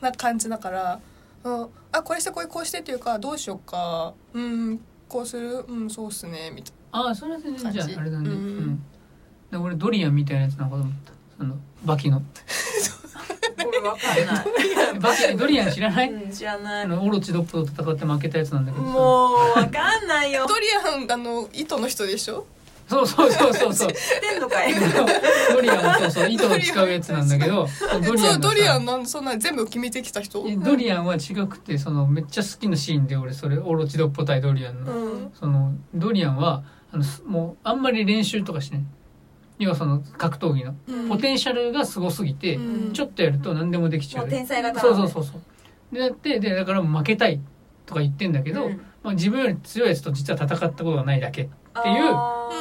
S4: な感じだから、うん、あこれしてこれこうしてっていうかどうしようかうんこうするうんそうっすねみたい
S1: ああそれは全然じゃ
S4: 感じ
S1: ああれだねう
S4: うん
S1: ん、で俺ドリアンみたいなやつなのかと思ったそのバキの
S3: これわかんない
S1: バキドリアン知らない、
S3: うん知らな
S1: あ
S3: い
S1: のオロチドッポと戦って負けたやつなんだけどさ
S3: もうわかんないよ
S4: なドリアンあの糸の人でしょ
S1: そうそうそうそうそう
S3: 知ってんの かい
S1: ドリアンはそうそう糸を使うやつなんだけどドリア
S4: そう
S1: ン
S4: ドリア
S1: が
S4: ンなんそんな全部決めてきた人
S1: さドリアンは違くてそのめっちゃ好きなシーンで俺それオロチドッポ対ドリアンの、
S3: うん
S1: そのドリアンはあのすもうあんまり練習とかしない要はその格闘技の
S4: うん
S1: ポテンシャルがすごすぎて、
S4: うん
S1: ちょっとやると何でもできちゃ
S3: も
S1: う
S3: う天才型
S1: そうそうそうそうでやってでだからもう負けたいとか言ってんだけど、
S3: うん
S1: まあ、自分より強いやつと実は戦ったことがないだけっていう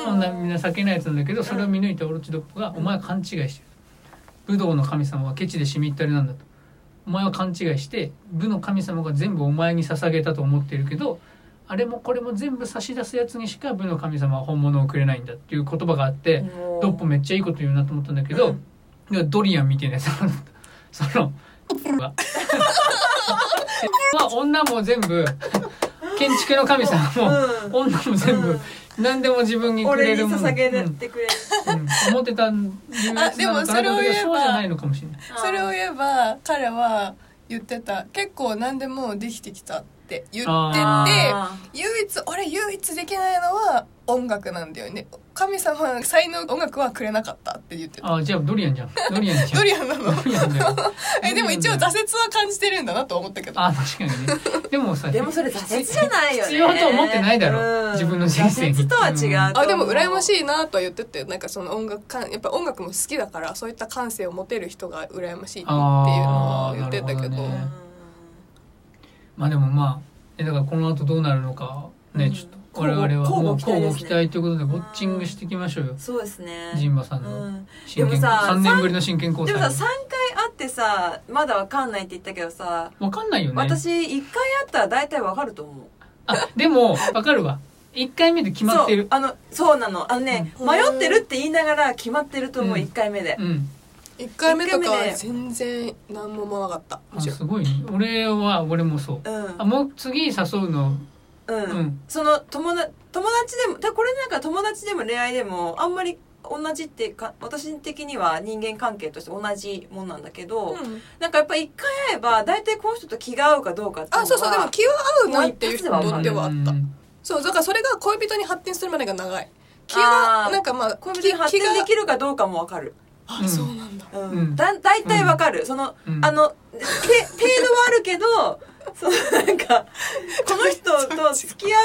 S1: そんなみんな酒なやつなんだけどそれを見抜いたオロチドッポが「お前は勘違いしてる」武道の神様はケチでしみったれなんだとお前は勘違いして武の神様が全部お前に捧げたと思ってるけどあれもこれも全部差し出すやつにしか武の神様は本物をくれないんだっていう言葉があって、ドッポめっちゃいいこと言うなと思ったんだけど、
S3: うん
S1: でドリアンみたいなやつその はは女も全部建築の神様も、
S3: も
S1: 女も全部、何でも自分にくれ
S3: 俺に
S1: るもの
S3: 捧げ
S1: うん
S3: てくれる
S1: うん思ってたんで
S4: あでもそれを言えば
S1: そうじゃないのかもしれない
S4: それを言えば彼は言ってた結構何でもできてきたって言ってて
S3: あー
S4: 唯一俺唯一できないのは音楽なんだよね神様の才能音楽はくれなかったって言ってた
S1: あじゃあドリアンじゃんドリアンじゃん
S4: ドリアンなの
S1: ドリアンだよ
S4: えでも一応挫折は感じてるんだなと思ったけど
S1: あ確かにねでもさ
S3: でもそれ挫折じゃないよね
S1: 必要と思ってないだろ
S3: うん
S1: 自分の人生に
S3: 挫折とは違う
S4: あでも羨ましいなとは言っててなんかその音楽かんやっぱ音楽も好きだからそういった感性を持てる人が羨ましいっていうのは言ってた
S1: あ
S4: けど
S1: ーなるほど
S3: うん
S1: ねまあでもまあえだからこの後どうなるのかね、
S3: うん
S1: ちょっと我々は
S3: 乞う
S1: もう
S3: ご乞う
S1: 交
S3: ご期待です
S1: 互
S3: ね
S1: 期待ということでウォッチングしていきましょうよ
S3: そうですね
S1: ジンバさん
S3: う
S1: の
S3: ん
S1: 真
S3: で
S1: 剣
S3: もさ
S1: 3年ぶりの真剣交
S3: でもさ
S1: 際
S3: 3回会ってさまだわかんないって言ったけどさ
S1: わかんないよね
S3: 私1回会ったら大体わかると思う
S1: あでもわかるわ1回目で決まって
S3: そう
S1: る
S3: あのそうなのあのね、
S4: うん
S3: 迷ってるって言いながら決まってると思う、
S1: うん
S3: 1回目で、
S1: うん
S4: 1回目とか
S3: 一回目で
S4: 全然何も思わなかった
S1: あ
S4: むしろ
S1: すごいね俺は俺もそう
S3: うん
S1: あもう次誘うの
S3: うん
S1: うん
S3: その友達友達でもだこれなんか友達でも恋愛でもあんまり同じってか私的には人間関係として同じもんなんだけど、
S4: うん
S3: なんかやっぱ一回会えば大体この人と気が合うかどうかってい
S4: あそうう
S3: の
S4: そうで
S3: は
S4: も気は合うなっていう人ではあった
S1: うん
S4: そうだからそれが恋人に発展するまでが長い気
S3: あ
S4: が
S3: ー
S4: なんかまあ
S3: これ別に発展で
S4: 気
S3: きるかどうかもわかる、
S4: があそうなんだ
S3: うん
S1: うん
S3: だ大体わかる、その、
S1: うん
S3: あのて程度はあるけど そのなんかこの人と付き合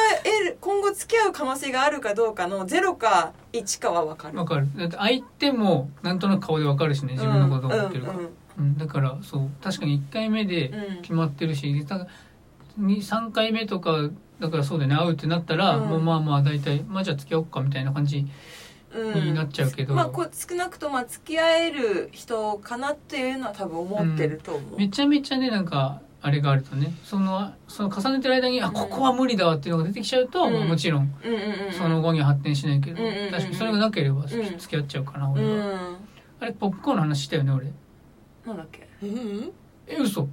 S3: える今後付き合う可能性があるかどうかの0か1かはわかる
S1: わかるだって相手もなんとなく顔でわかるしね自分のことを思ってるから、
S3: うん
S1: うんだからそう確かに1回目で
S3: うんうん
S1: 決まってるし、だからに3回目とかだからそうだよね会うってなったら、
S3: うん
S1: もうまあまあ大体まあじゃあ付き合おうかみたいな感じ
S3: うん
S1: になっちゃうけど、
S3: まあ、こう少なくとも付き合える人かなっていうのは多分思ってると思う、
S1: めちゃめちゃねなんかあれがあるとねそのその重ねてる間に、あ
S3: うん
S1: ここは無理だわっていうのが出てきちゃうと、
S3: うん
S1: まあもちろん
S3: うんうんうんうん
S1: その後に発展しないけど、
S3: うんうんうんうん
S1: 確かにそれがなければ付
S3: うん
S1: き合っちゃうかな、
S3: う
S1: 俺は。
S3: ん
S1: あれポップコーンの話したよね俺
S3: なんだっけ
S4: うんうん
S1: え嘘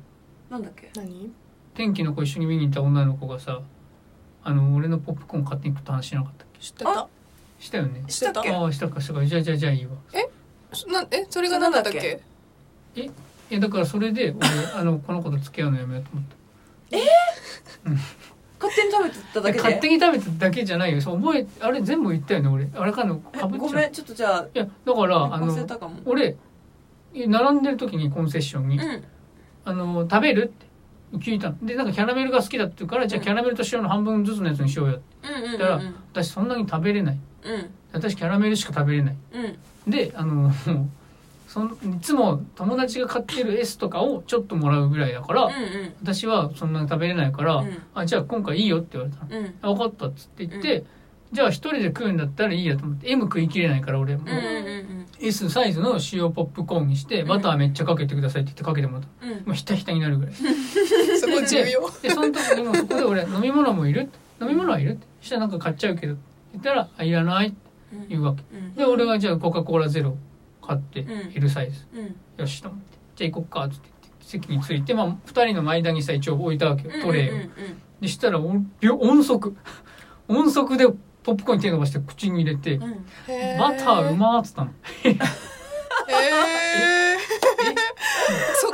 S3: なんだっけ
S4: 何
S1: 天気の子一緒に見に行った女の子がさ「あの俺のポップコーン買っていくって話しなかったっけ
S4: 知ってた
S1: したよね
S4: してた
S1: ああしたかしたかじゃあじゃあじゃあいいわ
S4: そなえそれが何だったっ
S3: それな
S4: け
S1: いやだからそれで俺 あのこの子と付き合うのやめようと思った
S3: 勝手に食べてただけで
S1: 勝手に食べただけじゃないよそう覚えあれ全部言ったよね俺あれかのかぶっ
S3: ご
S1: ちゃう
S3: めんちょっとじゃ
S1: いやだから
S3: あ
S1: あ
S3: 忘れ
S1: の
S3: たかも
S1: 俺並んでる時にコンセッションに、
S3: うん
S1: あの食べるって聞いたのでなんかキャラメルが好きだって言うからじゃあキャラメルと塩の半分ずつのやつにしようよって
S3: うんうんう
S1: だ
S3: ん
S1: から私そんなに食べれない
S3: うん
S1: 私キャラメルしか食べれない
S3: うん
S1: であの そのいつも友達が買ってる S とかをちょっともらうぐらいだから、
S3: うんうん
S1: 私はそんなに食べれないから、
S3: うん
S1: あじゃあ今回いいよって言われたの
S3: うん
S1: あ分かったっつって言って、じゃあ一人で食うんだったらいいやと思って M 食いきれないから俺も
S3: うんうんうん
S1: S サイズの塩ポップコーンにしてバターめっちゃかけてくださいって言ってかけてもらった
S3: うん
S1: もうひたひたになるぐらい
S4: そこ重要
S1: でその時にもそこで俺「飲み物もいる?」飲み物はいる?」って「したらなんか買っちゃうけど」って言ったら「あいらない」って
S3: うん
S1: 言うわけ
S3: うん
S1: で俺がじゃあコカ・コーラゼロ買って
S3: うん
S1: L サイズ
S3: うん
S1: よしと思って「じゃあ行こっか」っつって席に着いて、まあ、2人の間にさ一応置いたわけよトレーを
S3: うんうんうん
S1: でしたらお秒音速音速でポップコーンに手伸ばして口に入れて
S3: うん
S1: 「
S4: へ
S1: バターうまー」っつったの
S4: へーそこ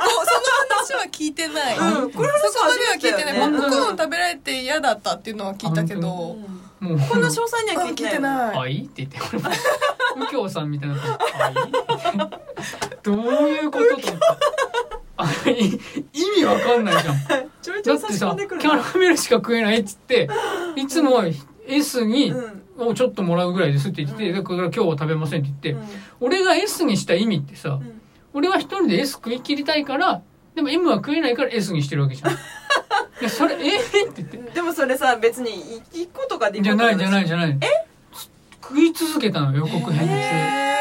S4: その話は聞いてない、
S1: うん
S3: うんこれは
S4: そこまでは聞いてない、ポ
S1: うん
S4: ップコーン食べられて嫌だったっていうのは聞いたけど、
S1: もう
S3: こんな詳細には
S4: 聞
S3: 聞
S4: い
S3: いてな
S4: て
S1: 「
S3: い
S4: ない
S1: はい?」って言って 俺も右京さんみたいな感じはいどういうこと?」と思ってあい意味わかんない じゃん
S3: ちょいち
S1: だ
S3: ょ
S1: っ
S3: い
S1: て
S3: 差し込
S1: さ
S3: んでくる
S1: キャラメルしか食えないっつっていつも S に
S3: うん
S1: をちょっともらうぐらいですって言っててだから今日は食べませんって言って俺が S にした意味ってさ
S3: うん
S1: 俺は一人で S 食い切りたいからでも M は食えないから S にしてるわけじ ゃんいやそれえーって言って
S3: うんでもそれさ別に一個とかで
S1: じゃないじゃないいじゃないえ食い続けたの予告編で
S3: へ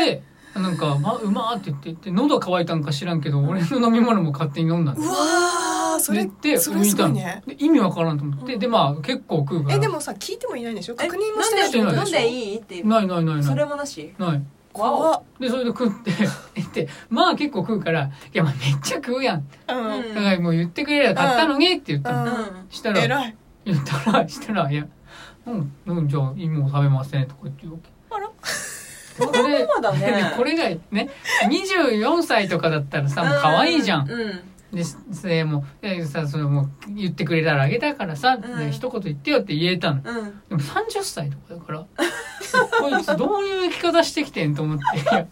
S3: え
S1: でなんか、ま、うまーって言ってで喉乾いたんか知らんけど俺の飲み物も勝手に飲んだん
S4: うわーそれ
S1: でで
S4: それすごいね
S1: で意味わからんと思って、でまあ結構食うから
S4: えでもさ聞いてもいないんでしょ
S3: え
S4: 確認もしてないってこと
S1: な
S3: なん
S4: しょ
S3: でいいっていう
S1: ないないないな
S3: そ
S1: い
S3: れもなし
S1: ない
S3: わ
S4: 怖っ
S1: でそれで食って 言ってまあ結構食うから「いやまあめっちゃ食うやん」
S4: うん
S3: うん
S1: だからもう言ってくれりゃ買ったのにって言ったの、
S4: う
S3: おうんん
S1: したら
S4: 偉い
S1: 言ったら したら「いやうん、うん、じゃあ芋を食べません」とか言って言うわけ。
S4: あら
S1: これ
S3: そうだね
S1: これがね24歳とかだったらさもう可愛いじゃん。
S3: うん
S1: でそれもでさそれも言ってくれたらあげたからさ、
S3: うん
S1: で一言言ってよって言えたの。
S3: うん
S1: でも30歳とかだからこいつどういう生き方してきてんと思っていや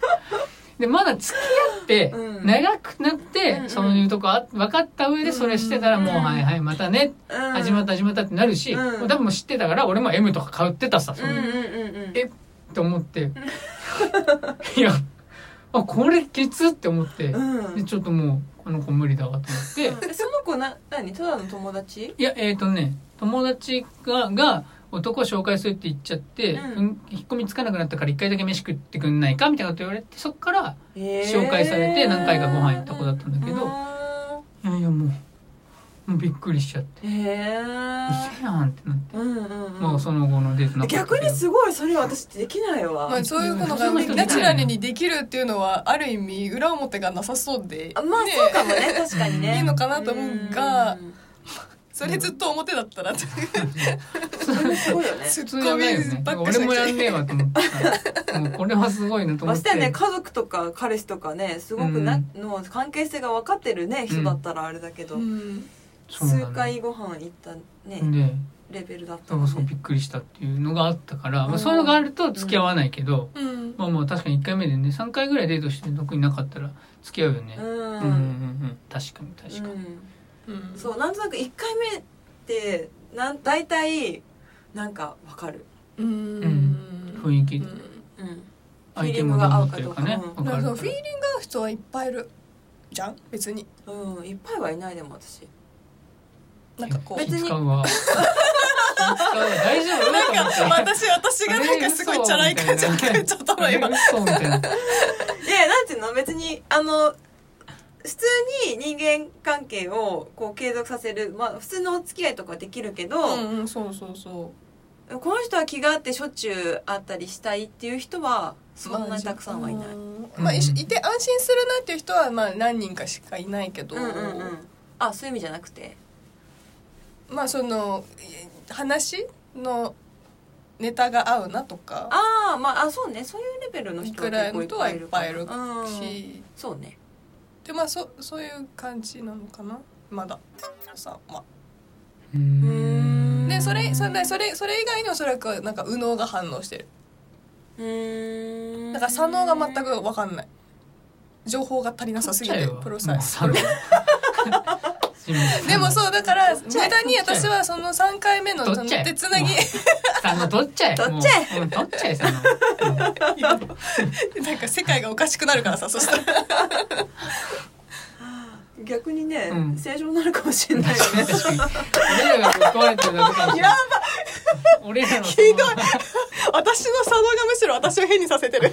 S1: でまだ付き合って
S3: うん
S1: 長くなって、
S3: うんうん
S1: そういうとこあ分かった上でそれしてたらもう、
S3: うん
S1: はいはいまたね
S3: うん
S1: 始まった始まったってなるし、
S3: うん
S1: もう多分もう知ってたから俺も M とか買ってたさそううんいううん
S3: うんうん
S1: えって思って、いやあこれケツって思って、
S3: うん
S1: でちょっともうこの子無理だわと思って、
S3: えその子な何ただの友達
S1: いや、えっ、とね、友達が、が、男を紹介するって言っちゃって、
S3: うん
S1: うん引っ込みつかなくなったから一回だけ飯食ってくんないかみたいなこと言われて、そっから、
S3: 紹
S1: 紹介されて何回かご飯行った子だったんだけどいやいやもう、もうびっくりしちゃって、
S3: へえ
S1: 嘘やんってなって、
S3: うんうん
S1: まあその後のデートなかったけ
S3: 逆
S1: ど
S3: にすごいそれ私できないわ、
S4: まあ、そういうことが
S1: うん
S4: ナチュラルにできるっていうのはある意味裏表がなさそうで、
S3: あまあ
S4: ね
S3: そうかもね確かにね
S4: いいのかなと思うが
S3: ん
S4: それずっと表だ ったらという
S3: それすごいよね
S4: ツ
S1: 普通
S4: ッ
S1: や
S4: コ
S1: めよ
S4: ミ
S1: ね。
S4: ばっかし
S1: 俺
S4: て
S1: もやんねえわと思ってさ、もうこれはすごいなと
S3: ま
S1: 思っ
S3: して
S1: て。
S3: ね家族とか彼氏とかねすごくな、の関係性が分かってるね人だったらあれだけど、
S4: うん
S1: そうなの
S3: 数回ご飯行ったね、
S1: で、
S3: レベルだった
S1: そ
S3: も
S1: うんそう
S3: ね
S1: びっくりしたっていうのがあったから、ま
S3: う
S1: あ
S3: ん
S1: そういうのがあると付き合わないけど、
S4: うん
S1: まあまあ確かに1回目でね3回ぐらいデートして特になかったら付き合うよね、
S3: うん
S1: うんうんうんうん確かに確かに、
S4: うん
S3: そうなんとなく1回目ってなん大体なんか分かる、
S4: うん
S1: 雰囲気
S4: うん
S1: で
S3: うん、
S1: 相手もどう思ってるかね
S3: フィーリング
S1: 分
S3: が合うかどうか
S4: だか
S1: からるか
S4: その
S1: ら
S4: フィーリング合う人はいっぱいいるじゃん別に
S3: うん、いっぱいはいないでも私
S4: なんかこう
S1: 気
S3: 別に
S1: 使うわ気使うわ大丈夫
S4: なん
S1: と思って
S4: か 私私がなんかすごいチャラい感じが聞こえちゃった
S1: あ
S4: の
S1: れ
S4: 今
S1: 嘘みたいない
S3: やなんていうの別にあの普通に人間関係をこう継続させる、まあ、普通のお付き合いとかできるけど、
S4: うんうんそうそうそ
S3: この人は気があってしょっちゅう会ったりしたいっていう人は
S4: う
S3: そんなにたくさんはいない。う
S4: うんんまあいしいて安心するなっていう人はまあ何人かしかいないけど
S3: うんうん、あそういう意味じゃなくて
S4: まあそのえ話のネタが合うなとか
S3: ああまああそうねそういうレベルの人は
S4: くら
S3: 結
S4: い
S3: 構
S4: の
S3: いっぱい
S4: 人はい
S3: い
S4: い
S3: る
S4: っ
S3: か
S4: ぱ
S3: ら
S4: いいる
S3: うん
S4: し、
S3: そうね
S4: でまあそそういう感じなのかなまださんは。
S1: う
S3: ーん
S4: でそれそれそれそれ以外におそらくなんか右脳が反応してる
S3: うん
S4: だから左脳が全く分かんない情報が足りなさすぎてプロサイズでもそうだから無
S3: ゃえ
S4: 駄に私はその3回目の
S1: 取っちゃえ
S4: 手つなぎ
S1: もあの取っちゃえ
S3: 取っちゃ
S1: え取っちゃえさんの
S4: なんか世界がおかしくなるからさそしたら
S3: 逆にね、
S1: うん
S3: 正常になるかもしれないよね
S1: 確かに俺らがぶっ壊れてるだけかもしれない俺らのひど
S4: 私の左脳がむしろ私を変にさせてる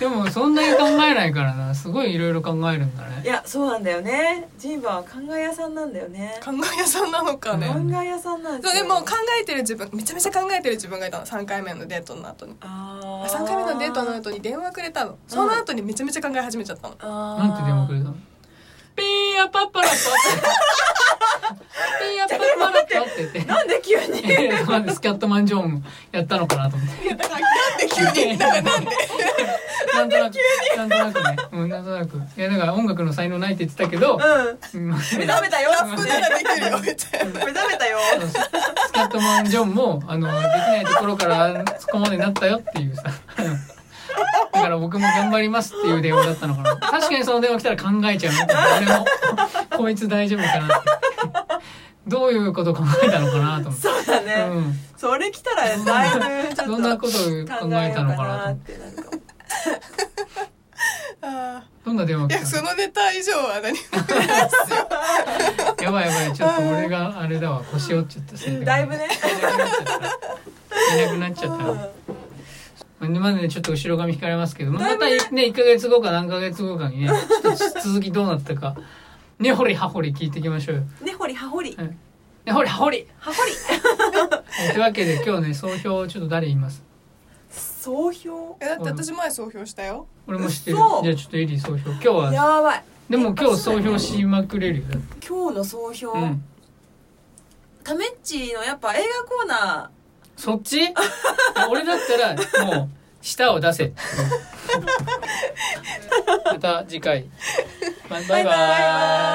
S1: でもそんなに考えないからなすごいいろいろ考えるんだ
S3: い
S1: ね
S3: やそうなんだよねジンバは考え屋さんなんだよね
S4: 考え屋さんなのかね
S1: う
S3: 考
S1: ん
S3: え屋さんなん
S4: そう
S3: よ
S4: でも考えてる自分めちゃめちゃ考えてる自分がいたの3回目のデートの後に
S3: あー
S4: 3回目のデートの後に電話くれたのその後にめちゃめちゃ考え始めちゃったの
S3: あー
S1: なんて電話くれたのピーアパッパラパピーアパッパラパって言って
S3: なんで急に
S1: えーなんでスキャットマンジョーンやったのかなと思って。
S4: いやだからなんで急になんかなんで
S1: なんとなく、なんとなくね。うん、なんとなく。いや、だから音楽の才能ないって言ってたけど、
S3: うん
S1: うんス
S3: 目覚めたよ
S4: ラップならできるよみたいな
S3: 目覚めたよ
S1: キャットマンジョーンも、あの、できないところからそこまでなったよっていうさ。だから僕も頑張りますっていう電話だったのかな。確かにその電話来たら考えちゃうね。俺も、こいつ大丈夫かなって。どういうこと考えたのかなと思って。
S3: そうだね、
S1: うん。
S3: それ来たらだいぶちょっと
S1: どんなことを考えたのかなと
S3: 考えようってなるかも
S4: あ
S1: どんな電話
S4: ーい
S1: 来
S4: や
S1: た
S4: そのネタ以上は何も
S1: やばいやばい、ちょっと俺があれだわ、腰折っちゃったせいで。
S3: だいぶね
S1: いなくなっちゃったいなくなっちゃった。まだね、ちょっと後ろ髪引かれますけど、まあ
S3: だい
S1: ま
S3: ぶ
S1: た
S3: ね
S1: ね、1ヶ月後か何ヶ月後かにね、ちょっと続きどうなったか、ねほりはほり聞いていきましょうよ。
S3: ねほりはほり
S1: はいねほりはほり
S3: はほり
S1: というわけで今日ね、総評ちょっと誰言います
S3: 総評
S4: えだって私前総評したよ
S1: 俺も知ってる
S3: 嘘。
S1: じゃあちょっとエリー総評。今日は、
S3: やばい
S1: でも今日総評しまくれるよ。
S3: 今日の総評、
S1: うん。
S3: タメッチのやっぱ映画コーナ
S1: そっち俺だったらもう舌を出 せまた次回バイバイ
S3: ーバイバーイ